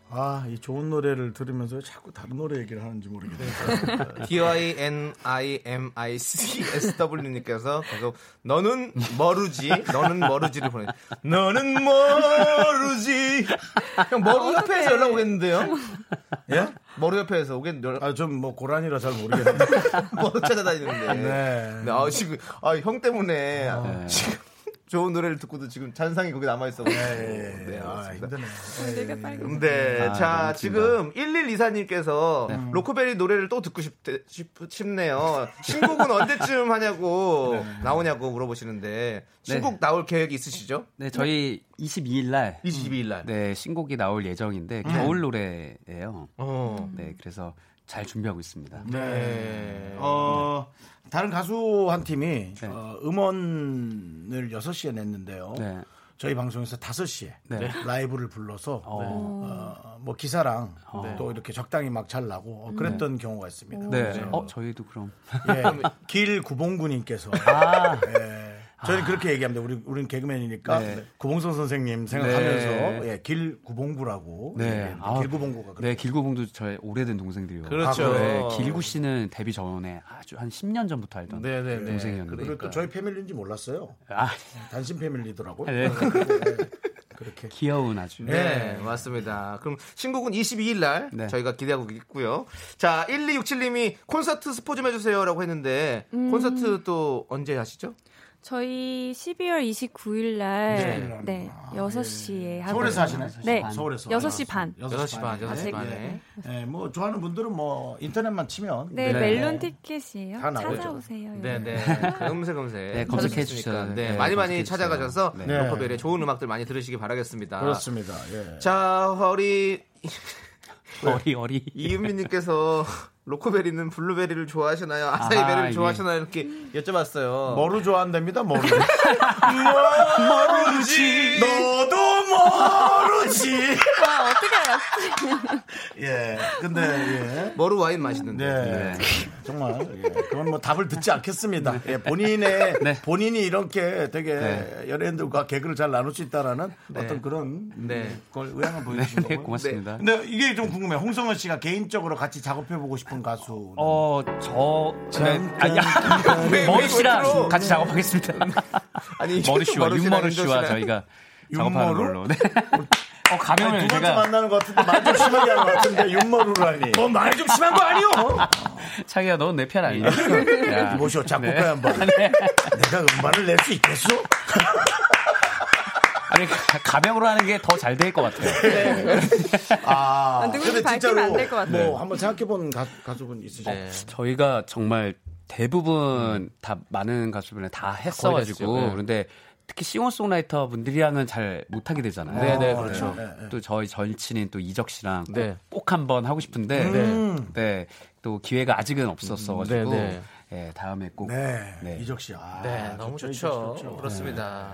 [SPEAKER 1] 아, 이 좋은 노래를 들으면서 자꾸 다른 노래 얘기를 하는지 모르겠어요.
[SPEAKER 2] D-I-N-I-M-I-C-S-W님께서 계속 너는 머루지, 너는 머루지를 보내. 너는 머루지. 형 머루 협회에서 연락 오겠는데요?
[SPEAKER 1] 예?
[SPEAKER 2] 머루 협회에서 오겠 연락
[SPEAKER 1] 아, 좀 뭐 고란이라 잘 모르겠는데.
[SPEAKER 2] 머루 찾아다니는데.
[SPEAKER 1] 네. 아.
[SPEAKER 2] 네, 아, 지금, 아, 형 때문에 지금 좋은 노래를 듣고도 지금 잔상이 거기 남아있어.
[SPEAKER 1] 예,
[SPEAKER 2] 네,
[SPEAKER 1] 아,
[SPEAKER 2] 알겠습니다.
[SPEAKER 1] 힘드네요. 예,
[SPEAKER 4] 내가 빨리.
[SPEAKER 2] 네,
[SPEAKER 7] 아,
[SPEAKER 2] 자,
[SPEAKER 7] 너무
[SPEAKER 2] 지금
[SPEAKER 1] 네.
[SPEAKER 2] 1124님께서
[SPEAKER 1] 음.
[SPEAKER 2] 로코베리 노래를 또 듣고 싶, 네요 신곡은 언제쯤 하냐고,
[SPEAKER 1] 네.
[SPEAKER 2] 나오냐고 물어보시는데, 신곡 나올 계획이 있으시죠?
[SPEAKER 1] 음.
[SPEAKER 7] 네, 저희 22일 날
[SPEAKER 2] 22일 날.
[SPEAKER 7] 네, 신곡이 나올 예정인데
[SPEAKER 4] 음. 네.
[SPEAKER 7] 겨울 노래예요.
[SPEAKER 2] 어.
[SPEAKER 7] 네, 그래서 잘 준비하고 있습니다.
[SPEAKER 1] 네. 어, 다른 가수 한 팀이 어, 음원을 6시에 냈는데요.
[SPEAKER 7] 네.
[SPEAKER 1] 저희 방송에서 5시에
[SPEAKER 7] 네.
[SPEAKER 1] 라이브를 불러서
[SPEAKER 7] 어.
[SPEAKER 1] 어, 뭐 기사랑 또 이렇게 적당히 막 잘 나고 어, 그랬던 경우가 있습니다.
[SPEAKER 7] 네.
[SPEAKER 1] 그래서
[SPEAKER 7] 어, 저희도 그럼.
[SPEAKER 1] 예, 길 구봉구님께서
[SPEAKER 7] 아.
[SPEAKER 1] 예, 저희는 그렇게 얘기합니다. 우리 우린 개그맨이니까
[SPEAKER 7] 네.
[SPEAKER 1] 구봉선 선생님 생각하면서 예, 길 구봉구라고
[SPEAKER 7] 네.
[SPEAKER 1] 얘기합니다.
[SPEAKER 7] 아,
[SPEAKER 1] 길 구봉구가
[SPEAKER 7] 네, 길구봉도 저의 오래된 동생들이요.
[SPEAKER 2] 그렇죠.
[SPEAKER 7] 아, 네, 길구 씨는 데뷔 전에 아주 한 10년 전부터 알던
[SPEAKER 2] 네, 네, 네.
[SPEAKER 7] 동생이었는데.
[SPEAKER 1] 그리고 또 그러니까. 저희 패밀리인지 몰랐어요.
[SPEAKER 7] 아,
[SPEAKER 1] 단신 패밀리더라고요.
[SPEAKER 7] 네.
[SPEAKER 1] 그렇게.
[SPEAKER 7] 귀여운 아주.
[SPEAKER 2] 네, 맞습니다. 그럼 신곡은 22일 날
[SPEAKER 7] 네.
[SPEAKER 2] 저희가 기대하고 있고요. 자, 1267님이 콘서트 스포 좀 해주세요라고 했는데 콘서트 또 언제 하시죠?
[SPEAKER 4] 저희 12월 29일 날, 네, 6시에 하고.
[SPEAKER 1] 아, 예. 서울에서 하시나요?
[SPEAKER 4] 네,
[SPEAKER 1] 서울에서. 아,
[SPEAKER 4] 6시 반. 네.
[SPEAKER 1] 여섯
[SPEAKER 2] 6시 반, 6시 반에.
[SPEAKER 1] 예, 뭐 좋아하는 분들은 뭐 인터넷만 치면
[SPEAKER 4] 네, 멜론 티켓이에요.
[SPEAKER 1] 다 나오죠.
[SPEAKER 4] 찾아오세요.
[SPEAKER 2] 네, 네. 음색 음색.
[SPEAKER 7] 네, 검색해
[SPEAKER 2] 찾으셨으니까.
[SPEAKER 7] 주셔야-
[SPEAKER 2] 네,
[SPEAKER 7] 네,
[SPEAKER 2] 많이 많이
[SPEAKER 7] 검색해 주세요.
[SPEAKER 2] 찾아가셔서
[SPEAKER 7] 네.
[SPEAKER 2] 로커벨의 좋은 음악들 많이 들으시기 바라겠습니다.
[SPEAKER 1] 그렇습니다. 예.
[SPEAKER 2] 자, 허리
[SPEAKER 7] 어리 어리.
[SPEAKER 2] 이은미님께서 로코베리는 블루베리를 좋아하시나요? 아사이베리를
[SPEAKER 7] 아, 예.
[SPEAKER 2] 좋아하시나요? 이렇게 여쭤봤어요.
[SPEAKER 1] 머루 좋아한답니다. 머루. 모르지. 너도 모르지.
[SPEAKER 4] 와, 어떻게 알았어?
[SPEAKER 1] 예. 근데 예.
[SPEAKER 2] 머루 와인 맛있는데.
[SPEAKER 1] 네. 정말 예. 그건 뭐 답을 듣지 않겠습니다. 예, 본인의
[SPEAKER 7] 네.
[SPEAKER 1] 본인이 이렇게 되게
[SPEAKER 7] 네.
[SPEAKER 1] 연예인들과 개그를 잘 나눌 수 있다라는 어떤 그런
[SPEAKER 2] 네.
[SPEAKER 1] 걸 의향을 보여주신
[SPEAKER 7] 네,
[SPEAKER 1] 거고요.
[SPEAKER 7] 고맙습니다.
[SPEAKER 1] 근데 이게 좀 궁금해. 요 홍성은 씨가 개인적으로 같이 작업해 보고 싶은 가수.
[SPEAKER 7] 어, 저
[SPEAKER 1] 잠깐
[SPEAKER 7] 아니, 아,
[SPEAKER 2] 네. 왜
[SPEAKER 7] 머리
[SPEAKER 2] 들어?
[SPEAKER 7] 씨랑 같이 작업하겠습니다.
[SPEAKER 2] 아니,
[SPEAKER 7] 머리 씨와
[SPEAKER 2] 머루 씨랑
[SPEAKER 7] 윤머루
[SPEAKER 2] 윤조
[SPEAKER 7] 씨와
[SPEAKER 2] 씨랑.
[SPEAKER 7] 저희가
[SPEAKER 1] 윤머루?
[SPEAKER 7] 작업하는 걸로. 네. 어, 가면을
[SPEAKER 1] 아니, 두 번째
[SPEAKER 7] 제가
[SPEAKER 1] 만나는 것 같은데 말 좀 심하게 하는 것 같은데 윤머루를 하니. 뭐 말 좀 심한 거 아니요?
[SPEAKER 7] 자기야 넌 내 편 아니야? 야.
[SPEAKER 1] 이보시오 작곡가의
[SPEAKER 7] 네.
[SPEAKER 1] 한 번. 내가 음반을 낼 수 있겠어?
[SPEAKER 7] 아니 가- 가명으로 하는 게 더 잘 될 것 같아요.
[SPEAKER 1] 아,
[SPEAKER 4] 아, 누군지 밝히면 안될것 같아요.
[SPEAKER 1] 뭐 한번 생각해본 가, 가수분 있으시죠?
[SPEAKER 7] 네. 저희가 정말 대부분 다 많은 가수분에 다 했어가지고
[SPEAKER 2] 거의 다 했죠. 네.
[SPEAKER 7] 그런데 특히 싱어송라이터 분들이랑은 잘 못하게 되잖아요.
[SPEAKER 2] 네, 네, 그렇죠.
[SPEAKER 1] 네, 네.
[SPEAKER 7] 또 저희 절친인 또 이적 씨랑
[SPEAKER 2] 네.
[SPEAKER 7] 꼭 한번 하고 싶은데
[SPEAKER 1] 음.
[SPEAKER 7] 네, 또 기회가 아직은 없었어가지고
[SPEAKER 2] 네,
[SPEAKER 7] 예, 다음에 꼭
[SPEAKER 1] 네.
[SPEAKER 7] 네.
[SPEAKER 1] 이적 씨. 아,
[SPEAKER 2] 네, 너무
[SPEAKER 1] 좋죠,
[SPEAKER 2] 좋죠.
[SPEAKER 1] 이적 씨 좋죠.
[SPEAKER 2] 그렇습니다.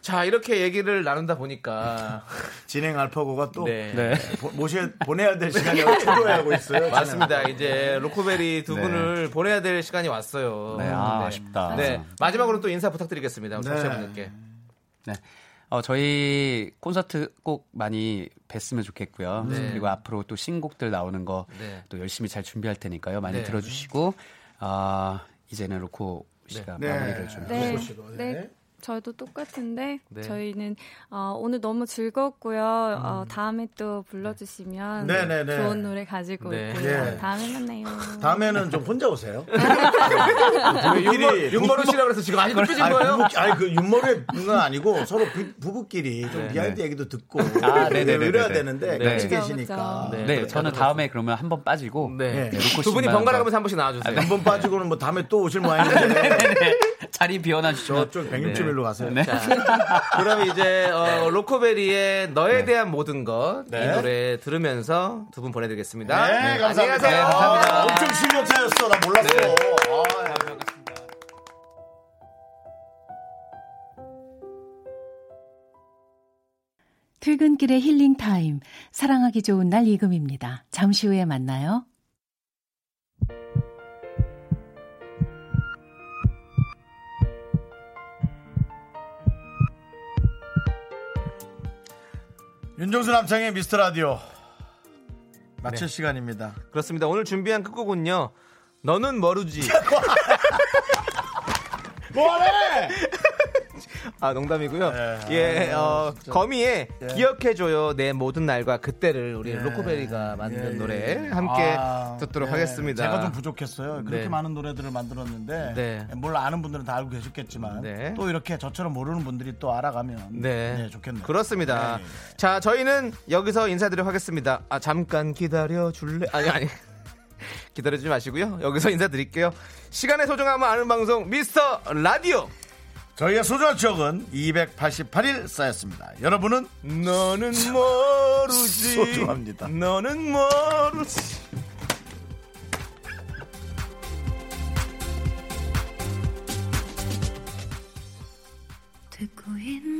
[SPEAKER 2] 자, 이렇게 얘기를 나눈다 보니까
[SPEAKER 1] 진행 알파고가 또
[SPEAKER 2] 네.
[SPEAKER 7] 네.
[SPEAKER 1] 보- 모셔 보내야 될 시간이 초조해하고 있어요.
[SPEAKER 2] 맞습니다. 이제 로코베리 두
[SPEAKER 7] 네.
[SPEAKER 2] 분을 보내야 될 시간이 왔어요.
[SPEAKER 7] 네, 아, 아쉽다.
[SPEAKER 2] 네. 마지막으로 또 인사 부탁드리겠습니다. 우리
[SPEAKER 1] 네.
[SPEAKER 2] 청취자분들께.
[SPEAKER 7] 네. 어, 저희 콘서트 꼭 많이 뵀으면 좋겠고요.
[SPEAKER 2] 네.
[SPEAKER 7] 그리고 앞으로 또 신곡들 나오는 거 또
[SPEAKER 2] 네.
[SPEAKER 7] 열심히 잘 준비할 테니까요. 많이
[SPEAKER 2] 네.
[SPEAKER 7] 들어주시고, 아, 이제는 로코 씨가
[SPEAKER 1] 네.
[SPEAKER 7] 마무리를 좀.
[SPEAKER 1] 네.
[SPEAKER 4] 네.
[SPEAKER 1] 소시로, 네.
[SPEAKER 4] 네. 저희도 똑같은데
[SPEAKER 2] 네.
[SPEAKER 4] 저희는 어, 오늘 너무 즐거웠고요. 어, 다음에 또 불러주시면
[SPEAKER 1] 네, 네, 네.
[SPEAKER 4] 좋은 노래 가지고
[SPEAKER 2] 네.
[SPEAKER 4] 있고요.
[SPEAKER 1] 예.
[SPEAKER 4] 다음에 만나요.
[SPEAKER 1] 다음에는 좀 혼자 오세요. 네.
[SPEAKER 2] 윤머루 씨라고 그래서 지금 아직 삐진 거예요?
[SPEAKER 1] 부부, 아니 그 윤머리는 아니고 서로 부- 부부끼리 좀 비하인드 얘기도 듣고
[SPEAKER 7] 아, 네네네네.
[SPEAKER 1] 이래야 되는데
[SPEAKER 2] 네.
[SPEAKER 1] 같이
[SPEAKER 4] 그죠,
[SPEAKER 1] 계시니까
[SPEAKER 2] 그죠.
[SPEAKER 7] 네,
[SPEAKER 2] 네,
[SPEAKER 7] 저는 다음에 그러면 한 번 빠지고.
[SPEAKER 2] 네.
[SPEAKER 1] 네,
[SPEAKER 7] 로코
[SPEAKER 2] 두 분이
[SPEAKER 7] 씨만
[SPEAKER 2] 번갈아 가면서 한 번씩 나와주세요.
[SPEAKER 1] 한 번 빠지고는 뭐 다음에 또 오실
[SPEAKER 2] 네,
[SPEAKER 1] 모양인데
[SPEAKER 7] 자리 비워놔주시면.
[SPEAKER 1] 저쪽 161로 가세요.
[SPEAKER 7] 네.
[SPEAKER 2] 그럼 이제 어, 로코베리의 너에 대한 모든 것 이
[SPEAKER 1] 네.
[SPEAKER 2] 노래 들으면서 두 분 보내드리겠습니다.
[SPEAKER 1] 네, 감사합니다.
[SPEAKER 2] 안녕히 가세요.
[SPEAKER 1] 아, 엄청 실력자였어. 나 몰랐어. 아,
[SPEAKER 2] 네,
[SPEAKER 10] 퇴근길의 힐링 타임. 사랑하기 좋은 날 이금입니다. 잠시 후에 만나요.
[SPEAKER 1] 윤정수 남창의 미스터 라디오 마칠 시간입니다.
[SPEAKER 2] 그렇습니다. 오늘 준비한 끝곡은요. 너는 머루지.
[SPEAKER 1] 뭐하래?
[SPEAKER 2] 아 농담이고요.
[SPEAKER 1] 네.
[SPEAKER 2] 예,
[SPEAKER 1] 아유,
[SPEAKER 2] 어,
[SPEAKER 1] 진짜.
[SPEAKER 2] 거미의
[SPEAKER 1] 예.
[SPEAKER 2] 기억해줘요 내 모든 날과 그때를 우리
[SPEAKER 1] 예.
[SPEAKER 2] 로코베리가 만든
[SPEAKER 1] 예, 예,
[SPEAKER 2] 노래
[SPEAKER 1] 예.
[SPEAKER 2] 함께
[SPEAKER 1] 아,
[SPEAKER 2] 듣도록
[SPEAKER 1] 네.
[SPEAKER 2] 하겠습니다.
[SPEAKER 1] 제가 좀 부족했어요. 그렇게
[SPEAKER 2] 네.
[SPEAKER 1] 많은 노래들을 만들었는데
[SPEAKER 2] 네.
[SPEAKER 1] 뭘 아는 분들은 다 알고 계셨겠지만
[SPEAKER 2] 네.
[SPEAKER 1] 또 이렇게 저처럼 모르는 분들이 또 알아가면
[SPEAKER 2] 네.
[SPEAKER 1] 네, 좋겠네요.
[SPEAKER 2] 그렇습니다.
[SPEAKER 1] 네.
[SPEAKER 2] 자, 저희는 여기서 인사드리도록 하겠습니다. 아, 잠깐 기다려 줄래? 아니, 아니. 기다려주지 마시고요. 여기서 인사드릴게요. 시간의 소중함을 아는 방송 미스터 라디오.
[SPEAKER 1] 저희의 소중한 추억은 288일 쌓였습니다. 여러분은
[SPEAKER 2] 너는 모르지.
[SPEAKER 1] 음, 소중합니다.
[SPEAKER 2] 너는 모르지.
[SPEAKER 9] 듣고 있는